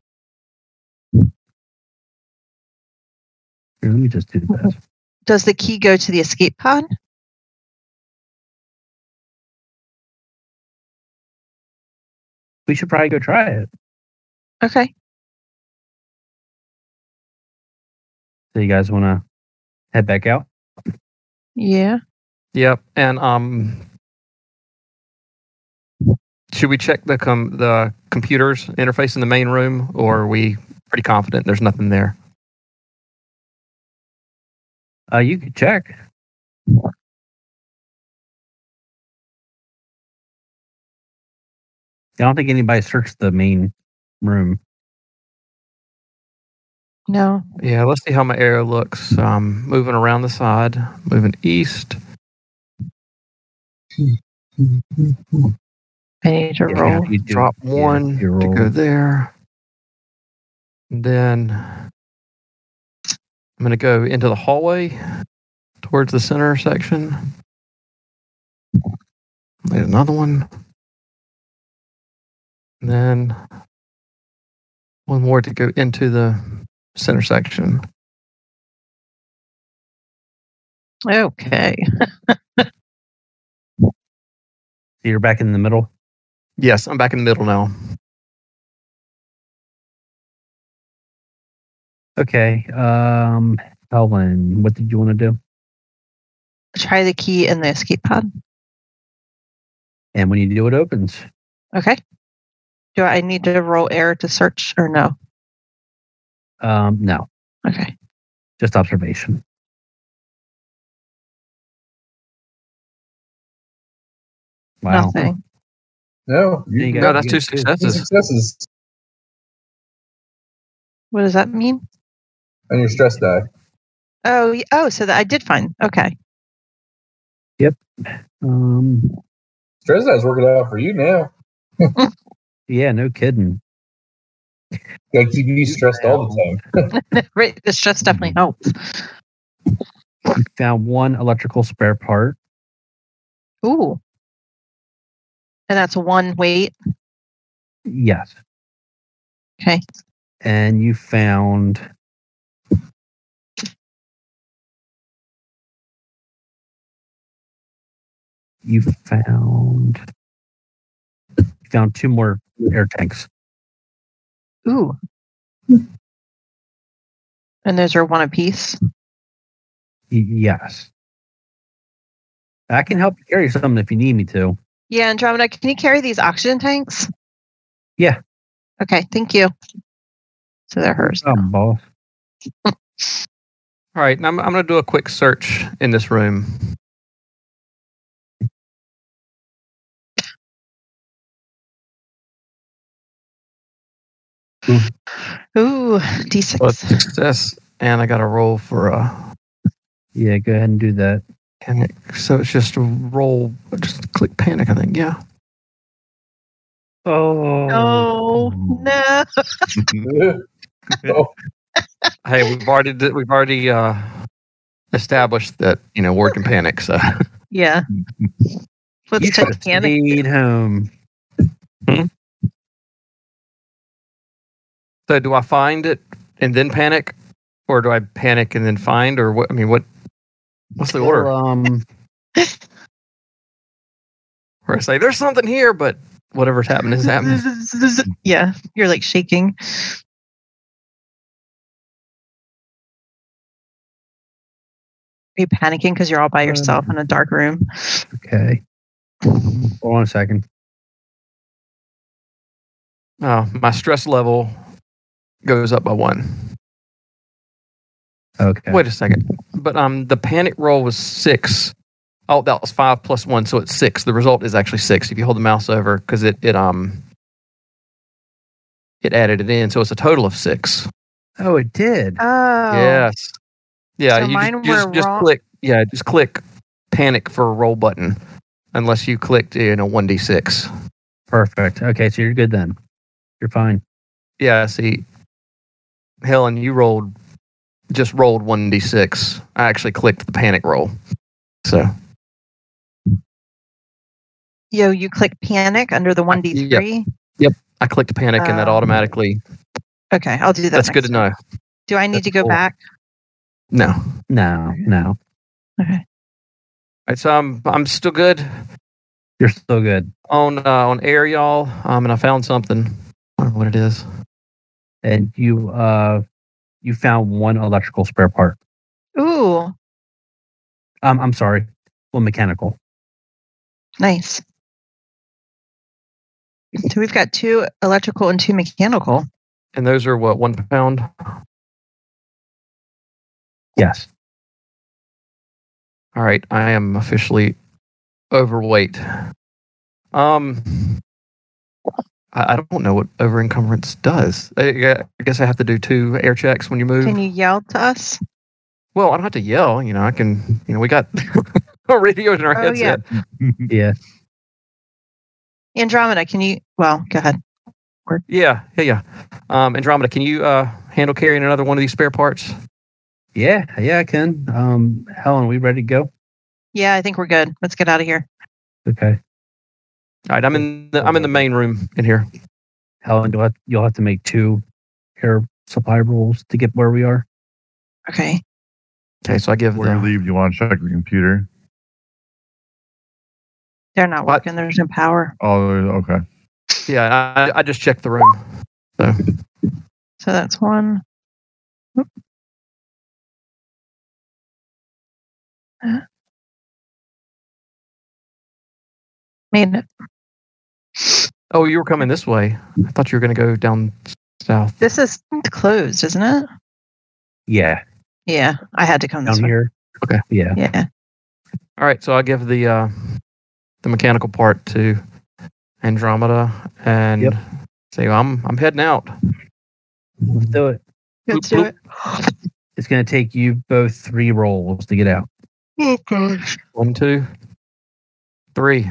A: Here, let me just do this.
C: Does the key go to the escape pod?
A: We should probably go try it.
C: Okay.
A: So you guys want to head back out?
C: Yeah.
E: Yep, and um, should we check the com- the computer's interface in the main room, or are we pretty confident there's nothing there.
A: Uh, you can check. I don't think anybody searched the main room.
C: No.
E: Yeah, let's see how my arrow looks. Um, moving around the side, moving east.
C: I need to
A: Yeah,
C: roll.
A: you do.
E: drop
A: Yeah,
E: one
A: you
E: to
A: roll.
E: go there. And then I'm going to go into the hallway towards the center section. There's another one. And then one more to go into the center section.
C: Okay.
A: So you're back in the middle.
E: Yes, I'm back in the middle now.
A: Okay. Um, Helen, what did you want to do?
C: Try the key in the escape pod.
A: And when you do, it opens.
C: Okay. Do I need to roll air to search or no?
A: Um, no,
C: Okay.
A: just observation. Wow.
C: Nothing.
D: No,
A: There you
D: you,
A: go.
E: No, that's two
A: get two.
D: two
E: successes.
D: successes
C: What does that mean?
D: on your stress die.
C: Oh, y- oh, so that I did find. Okay.
A: Um,
D: Stress die's working out for you now.
A: yeah, no kidding.
D: They keep you stressed all the time.
C: right. This just definitely oh, helps.
A: You found one electrical spare part.
C: Ooh. And that's one weight.
A: Yes.
C: Okay.
A: And you found. You found. You found two more air tanks.
C: Ooh. And those are one apiece.
A: Y- yes. I can help you carry something if you need me to.
C: Yeah, Andromeda, can you carry these oxygen tanks?
A: Yeah.
C: Okay, thank you. So they're hers.
A: Oh, boss.
E: All right, now I'm, I'm going to do a quick search in this room.
C: Ooh, D6.
E: Well, it's a
A: um,
E: success, and I got a roll for uh, a.
A: Yeah, go ahead and do that.
E: Panic. So it's just a roll, just click panic, I think. Yeah.
A: Oh.
C: Oh,
B: Mm.
C: no.
E: Hey, we've already did- we've already uh, established that you know word can panic. So
C: Yeah. Let's
A: You
C: take
A: just
C: panic.
A: need home.
E: so do I find it and then panic, or do I panic and then find, or what? I mean, what? What's the order?
A: Well, um,
E: Where I say there's something here, but whatever's happened is happening.
C: yeah, you're like shaking. Are you panicking because you're all by yourself in a dark room?
A: okay. Hold on a second.
E: Oh, my stress level goes up by one.
A: Okay.
E: Wait a second. But um, the panic roll was six. Oh, that was five plus one, so it's six. The result is actually six if you hold the mouse over because it it um it added it in, so it's a total of six.
A: Oh, it did.
C: Oh,
E: Yes. Yeah.
C: So
E: you
C: mine
E: just, just-
C: were
E: just
C: wrong-
E: click. Yeah, just click panic for a roll button, unless you clicked in a one d six.
A: Perfect. Okay, so you're good then. You're fine.
E: Yeah. See, Helen, you rolled just rolled one d six. I actually clicked the panic roll. So
C: Yo, you click panic under the 1d3.
E: I clicked panic, and that
C: Um,
E: automatically
C: Okay, I'll do that.
E: That's good
C: next
E: to know.
C: time. Do I need
E: That's
C: to go
E: cool.
C: back?
E: No. All
A: No, no.
C: Okay.
E: right, so I'm I'm still good
A: You're still good.
E: on uh, on air, y'all. Um, and I found something. I don't know what it is.
A: And you uh you found one electrical spare part.
C: Ooh,
A: Um I'm sorry. One mechanical.
C: nice. So we've got two electrical and two mechanical.
E: And those are what, one pound?
A: Yes.
E: All right. I am officially overweight. Um, I, I don't know what over encumbrance does. I, I guess I have to do two air checks when you move.
C: Can you yell to us?
E: well, I don't have to yell. You know, I can, you know, we got radios in our
C: Oh,
E: heads.
C: yeah.
E: headset.
A: Yeah.
C: Andromeda, can you? Well, go ahead.
E: Yeah. Yeah. Yeah. Um, Andromeda, can you uh, handle carrying another one of these spare parts?
A: Yeah. Yeah, I can. Um, Helen, we ready to go?
C: Yeah, I think we're good. Let's get out of here.
A: Okay.
E: All right. I'm in the, I'm in the main room in here.
A: Helen, do I, you'll have to make two air supply rolls to get where we are.
C: Okay.
E: Okay. So I give
B: Before you
E: the,
B: leave, you want to check your computer.
C: They're not
E: What?
C: working. There's no power.
B: Oh, okay.
E: yeah, I, I just checked the room. So
C: So that's one. Oop. Uh. Made it.
E: Oh, you were coming this way. I thought you were going to go down south.
C: This is closed, isn't it?
A: Yeah.
C: Yeah, I had to come this
A: Down
C: way.
A: here.
E: Okay.
A: Yeah.
C: Yeah.
E: All right, so I give the uh, the mechanical part to Andromeda and
A: Yep.
E: say I'm I'm heading out.
A: Let's do it.
C: Let's do
E: Boop,
C: it.
A: It's going to take you both three rolls to get out.
C: Oh, gosh.
E: One, two, three.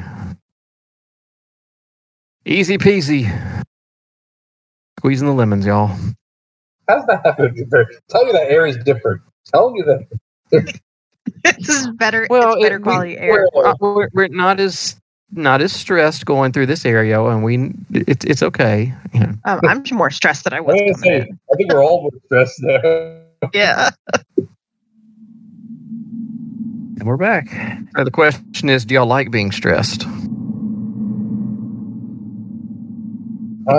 E: Easy peasy. Squeezing the lemons, y'all.
D: How's that happen? Tell me that air is different. Tell me that.
C: this is better.
E: Well,
C: it's better
E: it- we-
C: quality air.
E: We're, uh, we're, we're not as not as stressed going through this area, and we it's it's okay. You know,
C: Um, I'm more stressed than I
D: I
C: was.
D: was gonna
C: coming
D: say, I think we're all stressed there.
C: in. Yeah.
A: And we're back.
E: So the question is, do y'all like being stressed?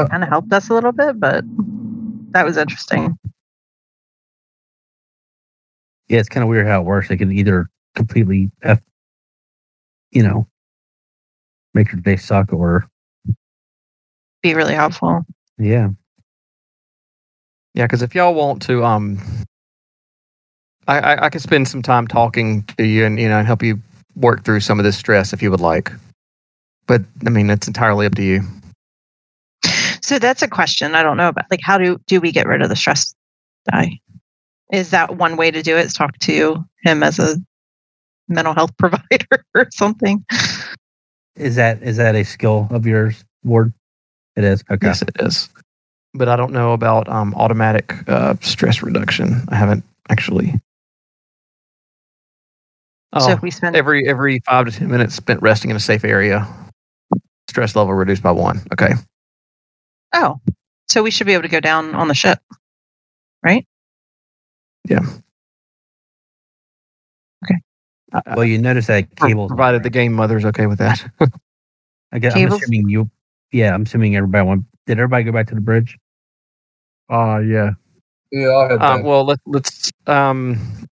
C: Kind of helped us a little bit, but that was interesting.
A: Yeah, it's kind of weird how it works. It can either completely, F, you know, make your day suck or,
C: Be really helpful.
A: yeah.
E: Yeah, because if y'all want to, um, I, I I could spend some time talking to you and you know help you work through some of this stress if you would like. But I mean, it's entirely up to you.
C: So that's a question I don't know about. Like, how do do we get rid of the stress die? Is that one way to do it? Is talk to him as a mental health provider or something?
A: Is that is that a skill of yours, Ward? It is. Okay.
E: Yes, it is. But I don't know about um, automatic uh, stress reduction. I haven't actually. Oh,
C: so if we spend
E: every every five to ten minutes spent resting in a safe area, stress level reduced by one. Okay.
C: oh, so we should be able to go down on the ship.
A: Well, you notice that cable.
E: provided the game mother's okay with that.
A: I guess, I'm
C: Cables?
A: assuming you. Yeah, I'm assuming everybody went. Did everybody go back to the bridge?
B: Ah, yeah.
D: Yeah, I'll have
E: Um,
D: that.
E: well, let, let's. Um,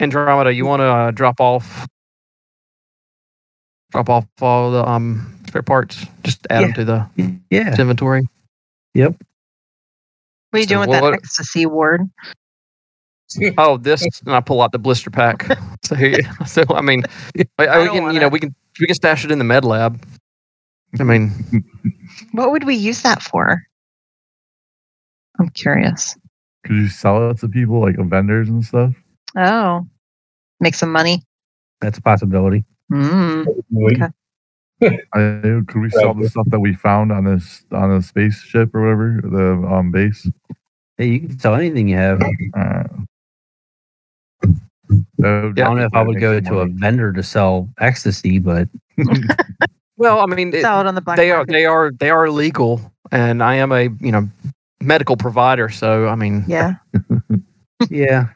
E: Andromeda, you want to uh, drop off, drop off all the um, spare parts. Just add them to the
A: Yeah.
E: inventory.
C: What are you
E: So
C: doing with
E: what-
C: that ecstasy ward?
E: Oh, this, and I pull out the blister pack. so, so I mean,
C: I
E: I, I, we
C: don't
E: can,
C: wanna-
E: you know, we can we can stash it in the med lab. I mean,
C: What would we use that for? I'm curious.
B: Could you sell it to people like vendors and stuff?
C: Oh, make some money.
A: That's a possibility.
C: Mm.
D: Wait,
B: I, could we sell the stuff that we found on this on the spaceship or whatever the um base?
A: Hey, you can sell anything you have.
B: Uh, that would-
A: I don't know if I would go to a vendor to sell ecstasy, but
E: well, I mean, it-
C: Sell it on the black.
E: they are
C: market.
E: they are they are legal, and I am a you know medical provider. So I mean,
C: Yeah.
A: yeah,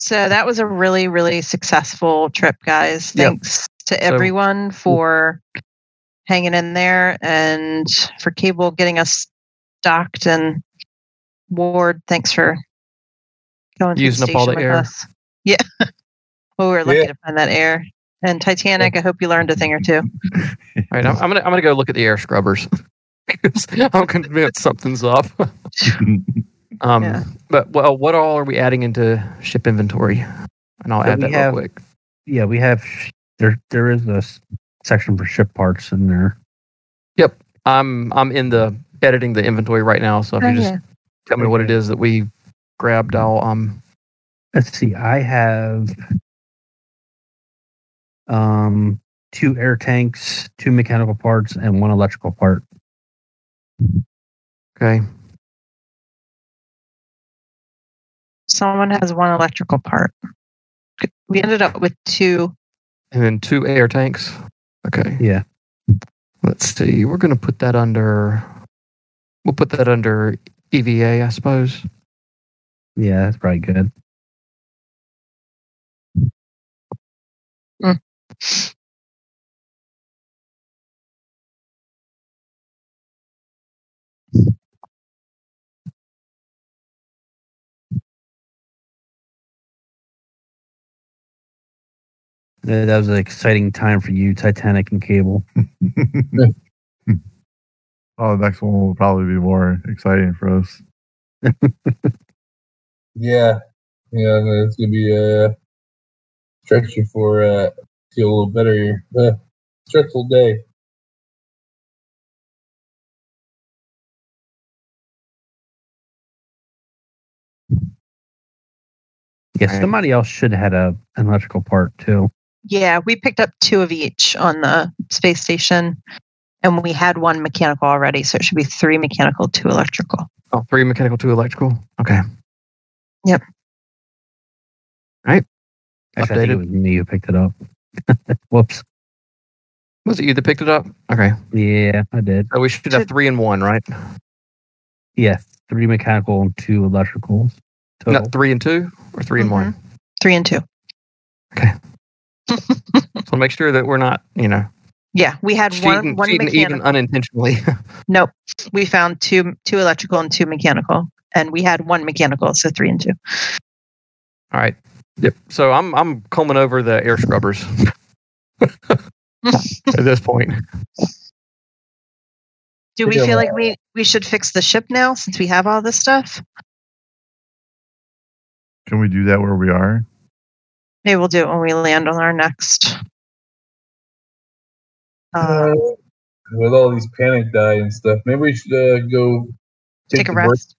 C: So that was a really, really successful trip, guys.
E: Yep.
C: Thanks to everyone for hanging in there and for Cable getting us docked and Ward. Thanks for going to
E: Using
C: the
E: up all
C: station
E: the
C: with
E: air.
C: us. Yeah. well, we were lucky
D: Yeah.
C: to find that air. And Titanic, I hope you learned a thing or two.
E: All right, I'm, I'm gonna I'm gonna go look at the air scrubbers. I'm convinced something's up. um,
C: Yeah.
E: But well, what all are we adding into ship inventory? And I'll
A: So
E: add
A: we
E: that
A: have-
E: real quick.
A: yeah, we have sh- there. There is a s- section for ship parts in there.
E: I'm I'm in the editing the inventory right now, so if you just tell me what it is that we grabbed, I'll um
A: Let's see. I have um two air tanks, two mechanical parts, and one electrical part.
E: okay.
C: Someone has one electrical part. We ended up with two.
E: And then two air tanks. Okay.
A: Yeah.
E: Let's see. We're gonna put that under we'll put that under EVA, I suppose.
A: Yeah, that's probably good. Hmm. Yeah, That was an exciting time for you, Titanic and Cable.
B: oh, the next one will probably be more exciting for us.
D: Yeah, yeah, no, it's gonna be uh, stretch you for uh, feel a little better here. Uh, stressful day.
A: Yeah,
F: Right.
A: somebody else should have had a, an electrical part too.
C: Yeah, we picked up two of each on the space station, and we had one mechanical already, so it should be three mechanical, two electrical.
E: Oh, three mechanical, two electrical. Okay.
A: Actually, I think it
E: Updated.
A: was me who picked it up. Whoops.
E: Was it you that picked it up? Okay.
A: Yeah, I did.
E: So we should have
C: Should-
E: three and one, right?
A: Yeah, three mechanical and two electricals.
E: No,
A: Total.
E: three and two or 3 and
C: Mm-hmm.
E: one.
C: Three and two.
E: So make sure that we're not, you know,
C: Yeah, we had
E: cheating,
C: one. One
E: cheating even
C: mechanical.
E: unintentionally.
C: Nope, we found two, two electrical and two mechanical, and we had one mechanical, so three and two.
E: All right. Yep. So I'm I'm combing over the air scrubbers at this point.
C: Do we
D: Yeah.
C: feel like we we should fix the ship now since we have all this stuff?
B: Can we do that where we are?
C: Maybe we'll do it when we land on our next. Uh,
D: With all these panic die and stuff, maybe we should uh, go
C: take a
D: the break.
C: rest.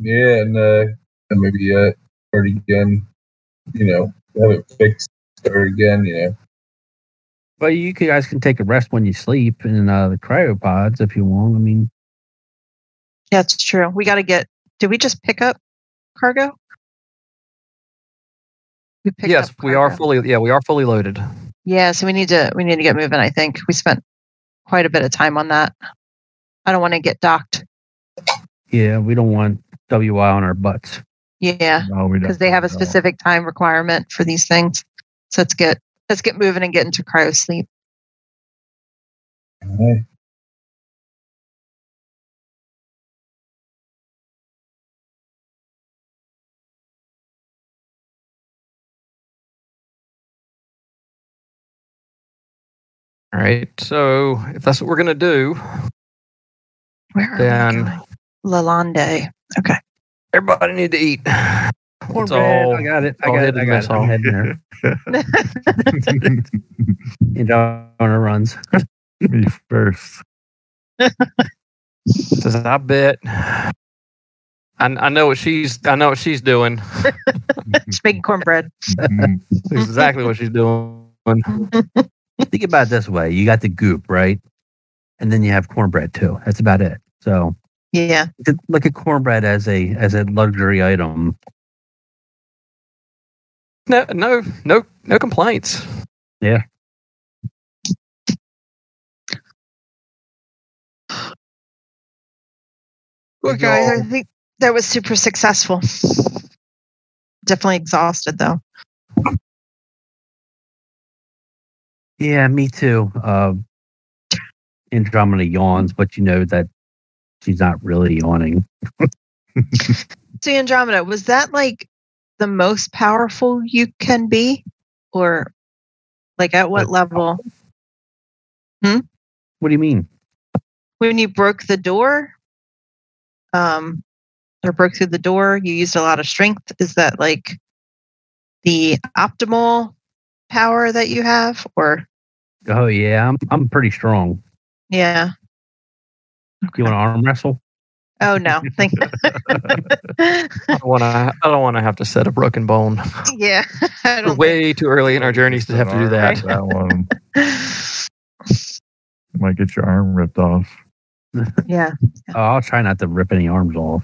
D: Yeah, and, uh, and maybe uh, start again. You know, have it fixed. Start again. You know.
A: But you could- guys can take a rest when you sleep in uh, the cryopods if you want. I mean,
C: Yeah, it's true. We got to get. Did we just pick up cargo? We picked
E: yes,
C: up
E: we are
C: cargo.
E: fully yeah, we are fully loaded.
C: Yeah, so we need to we need to get moving. I think we spent quite a bit of time on that. I don't want to get docked.
A: yeah, we don't want WI on our butts.
C: Yeah,
B: No, we
C: because they have a
B: definitely don't.
C: specific time requirement for these things. So let's get let's get moving and get into cryo sleep.
D: Alright.
E: All right. So if that's what we're gonna do,
C: Where are we
E: Then-
C: going? Lalande.
E: everybody need to eat. It's all,
A: I got it. I
E: all
A: got it.
E: hidden
A: I
E: mess
A: got it.
E: hall.
A: I'm heading there. You know, on our runs.
B: Me first.
E: says, I bet. I, I know what she's I know what she's doing.
C: It's
B: Mm-hmm.
C: making cornbread.
B: Mm,
E: That's exactly what she's doing.
A: Think about it this way: you got the goop, right? And then you have cornbread too. That's about it. So
C: Yeah.
A: th- look at cornbread as a as a luxury item.
E: No no no no complaints.
C: Well,
D: Did
C: guys, I
D: y'all-
C: think that was super successful. Definitely exhausted though.
A: Yeah, me too. Uh, Andromeda yawns, but you know that she's not really yawning.
C: So Andromeda, was that like the most powerful you can be, or like at what level?
A: What do you mean?
C: when you broke the door, um, or broke through the door, you used a lot of strength. Is that like the optimal power that you have, or
A: Oh yeah, I'm I'm pretty strong.
C: yeah?
A: You want to arm wrestle?
C: Oh no, thank.
E: I don't want to. I don't want to have to set a broken bone.
C: yeah, I
E: We're
C: don't. think-
E: way too early in our journeys to have to do that.
B: That one you might get your arm ripped off.
C: yeah,
A: Oh, I'll try not to rip any arms off.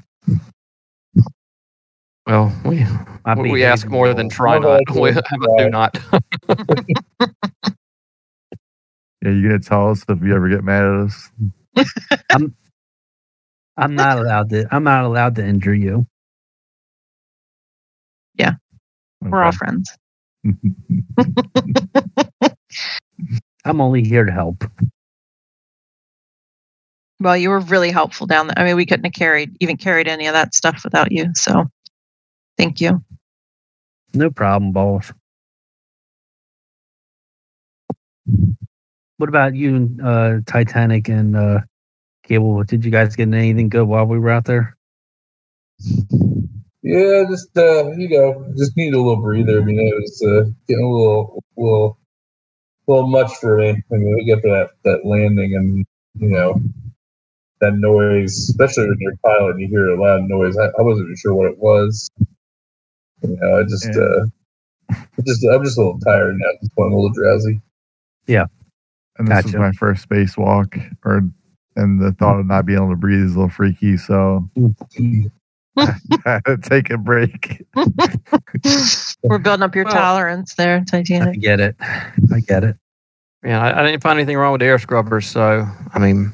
E: Well, we
A: I
E: we,
A: beat
E: we ask
A: Hazel.
E: more than try
D: Well,
E: not. We
D: that's-
E: how about do not.
B: Yeah, you gonna tell us if you ever get mad at us?
A: I'm not allowed to. I'm not allowed to injure you.
C: we're all friends.
A: I'm only here to help.
C: Well, you were really helpful down there. I mean, we couldn't have carried even carried any of that stuff without you. So, thank you.
A: No problem, boss. What about you and uh, Titanic and uh, Cable? Did you guys get anything good while we were out there?
D: Yeah, just uh, you know, just needed a little breather. I mean, it was uh, getting a little, little, little much for me. I mean, we get to that that landing, and you know, that noise, especially when you're a pilot and you hear a loud noise. I, I wasn't even sure what it was. You know, I just,
B: Yeah.
D: uh, I just, I'm just a little tired now. At this point, I'm a little drowsy.
B: And this was
A: Gotcha.
B: my first spacewalk, or and the thought of not being able to breathe is a little freaky. So
C: Mm.
B: I had to take a break.
C: We're building up your
E: Well-
C: tolerance there,
A: I
C: Titanic.
A: get it. I get it.
E: Yeah, I, I didn't find anything wrong with the air scrubbers, so I mean,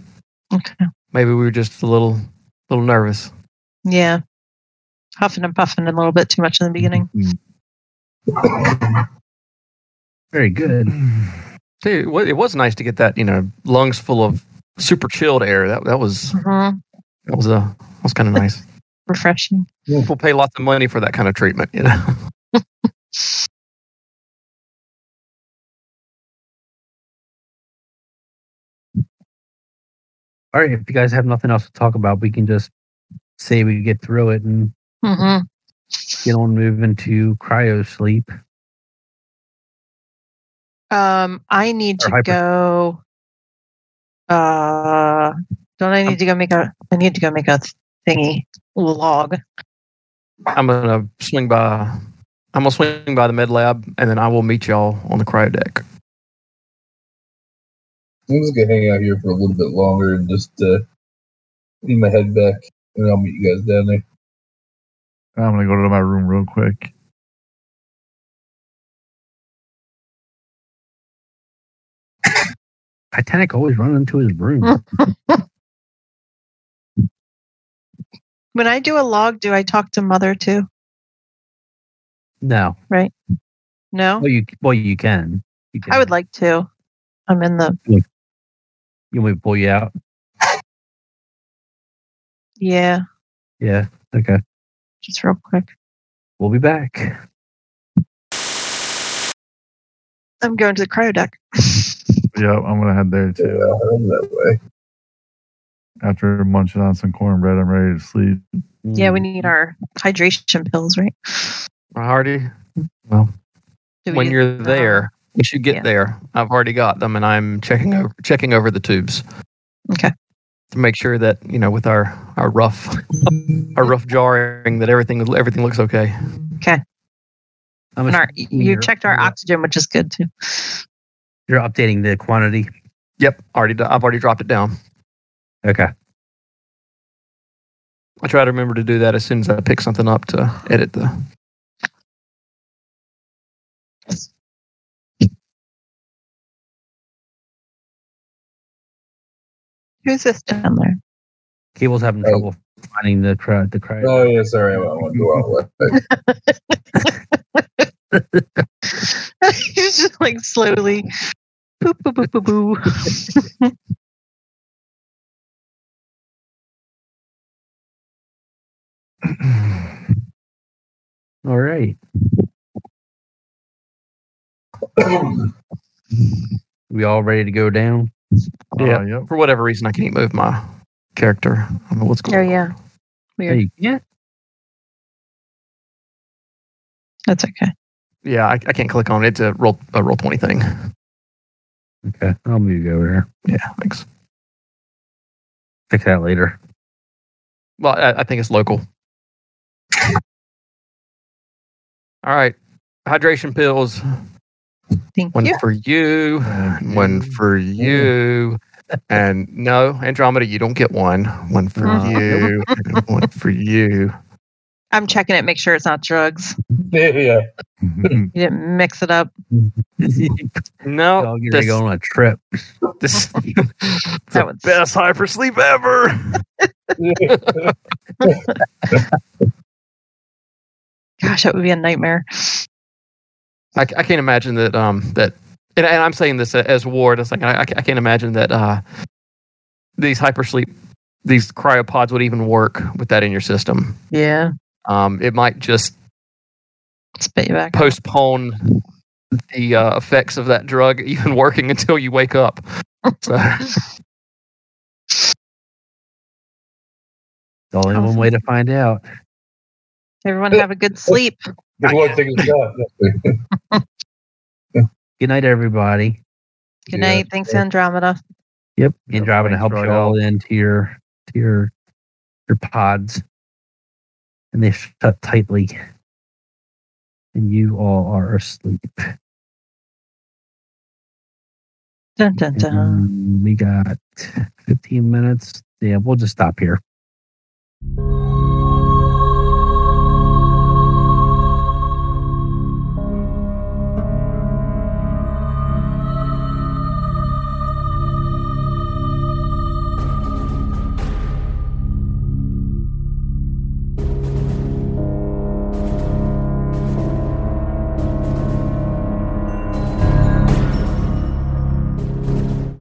C: Okay.
E: maybe we were just a little, little nervous.
C: Yeah. Huffing and puffing a little bit too much in the beginning.
A: Very good.
E: Tell you what, it was nice to get that, you know, lungs full of super chilled air. That that was
C: Mhm.
E: that was a uh, that was kind of nice.
C: Refreshing.
E: People pay lots of money for that kind of treatment, you know.
A: All right. If you guys have nothing else to talk about, we can just say we get through it and
C: hmm
A: get on moving to cryo sleep.
C: Um, I need
A: Or
C: to
A: hyper.
C: go. Uh, don't I need to go make a? I need to go make a thingy log.
E: I'm gonna swing by. I'm gonna swing by the med lab, and then I will meet y'all on the cryo deck.
D: I'm just gonna hang out here for a little bit longer and just uh, need my head back, and I'll meet you guys down there.
B: I'm gonna go to my room real quick.
A: Titanic always run into his
C: Hmm.
A: room.
C: When I do a log, do I talk to mother too?
A: no.
C: No,
A: Well, you well you can. You can.
C: I would like to. I'm in the
A: You want me to pull you out?
C: yeah,
A: Yeah. Okay.
C: just real quick.
A: We'll be back.
C: I'm going to the cryo deck.
B: Yep, I'm gonna head there
D: Yeah,
B: too.
D: I'll head that way.
B: After munching on some cornbread, I'm ready to sleep.
C: Yeah,
E: Hmm.
C: we need our hydration pills, right?
E: Hardy,
C: Do we
E: when
C: need-
E: you're there, once you get
C: Yeah.
E: there, I've already got them, and I'm checking over checking over the tubes.
C: Okay.
E: To make sure that you know, with our our rough our rough jarring, that everything everything looks okay.
A: I'm
C: and
A: ass-
C: our, you
A: you're-
C: checked our
A: you're-
C: oxygen, which is good too.
A: You're updating the quantity.
E: Yep, already do- I've already dropped it down.
A: Okay.
E: I try to remember to do that as soon as I pick something up to edit the.
C: Who's this down there?
A: Cable's having
D: Right.
A: trouble finding the crowd. The crowd.
D: Oh yeah, sorry, I want to go out left.
C: He's just like slowly. Boop, boop, boop, boop, boop.
A: All right. We all ready to go down?
E: Yeah.
B: Uh, yep.
E: For whatever reason, I can't move my character. I don't know what's going
C: Oh
E: on.
C: yeah,
A: There you yeah.
C: that's okay.
E: Yeah, I, I can't click on it. It's a roll a roll twenty thing.
A: Okay. I'll move you over there.
E: Yeah, thanks.
A: Fix that later.
E: Well, I, I think it's local. All right, hydration pills.
C: Thank
E: One
C: you.
E: for you.
F: One for you.
E: You and no Andromeda, you don't get one. One for
F: Uh.
E: you. and one for you.
C: I'm checking it, make sure it's not drugs.
D: Yeah, yeah.
C: You didn't mix it up.
E: No,
C: Oh,
A: Dog, you're
E: this,
A: going on a trip.
E: this
C: That
E: the
C: was-
E: best hyper sleep ever.
C: Gosh, that would be a nightmare.
E: I, I can't imagine that um that and, and I'm saying this as Ward. It's like I, I can't imagine that uh these hypersleep these cryopods would even work with that in your system.
C: Yeah,
E: Um, it might just
C: spit you back.
E: postpone the uh, effects of that drug even working until you wake up. So,
A: The only one way to find out.
C: Everyone have a good sleep.
D: Good luck taking a shot.
A: Good night, everybody.
C: Good night. Thanks, Andromeda.
A: Yep.
B: Yep,
A: And driving to
B: thanks
A: help
B: for
A: you all into your to your your pods. And they shut tightly. And you all are asleep.
C: Dun, dun, dun.
A: And we got 15 minutes. Yeah, we'll just stop here.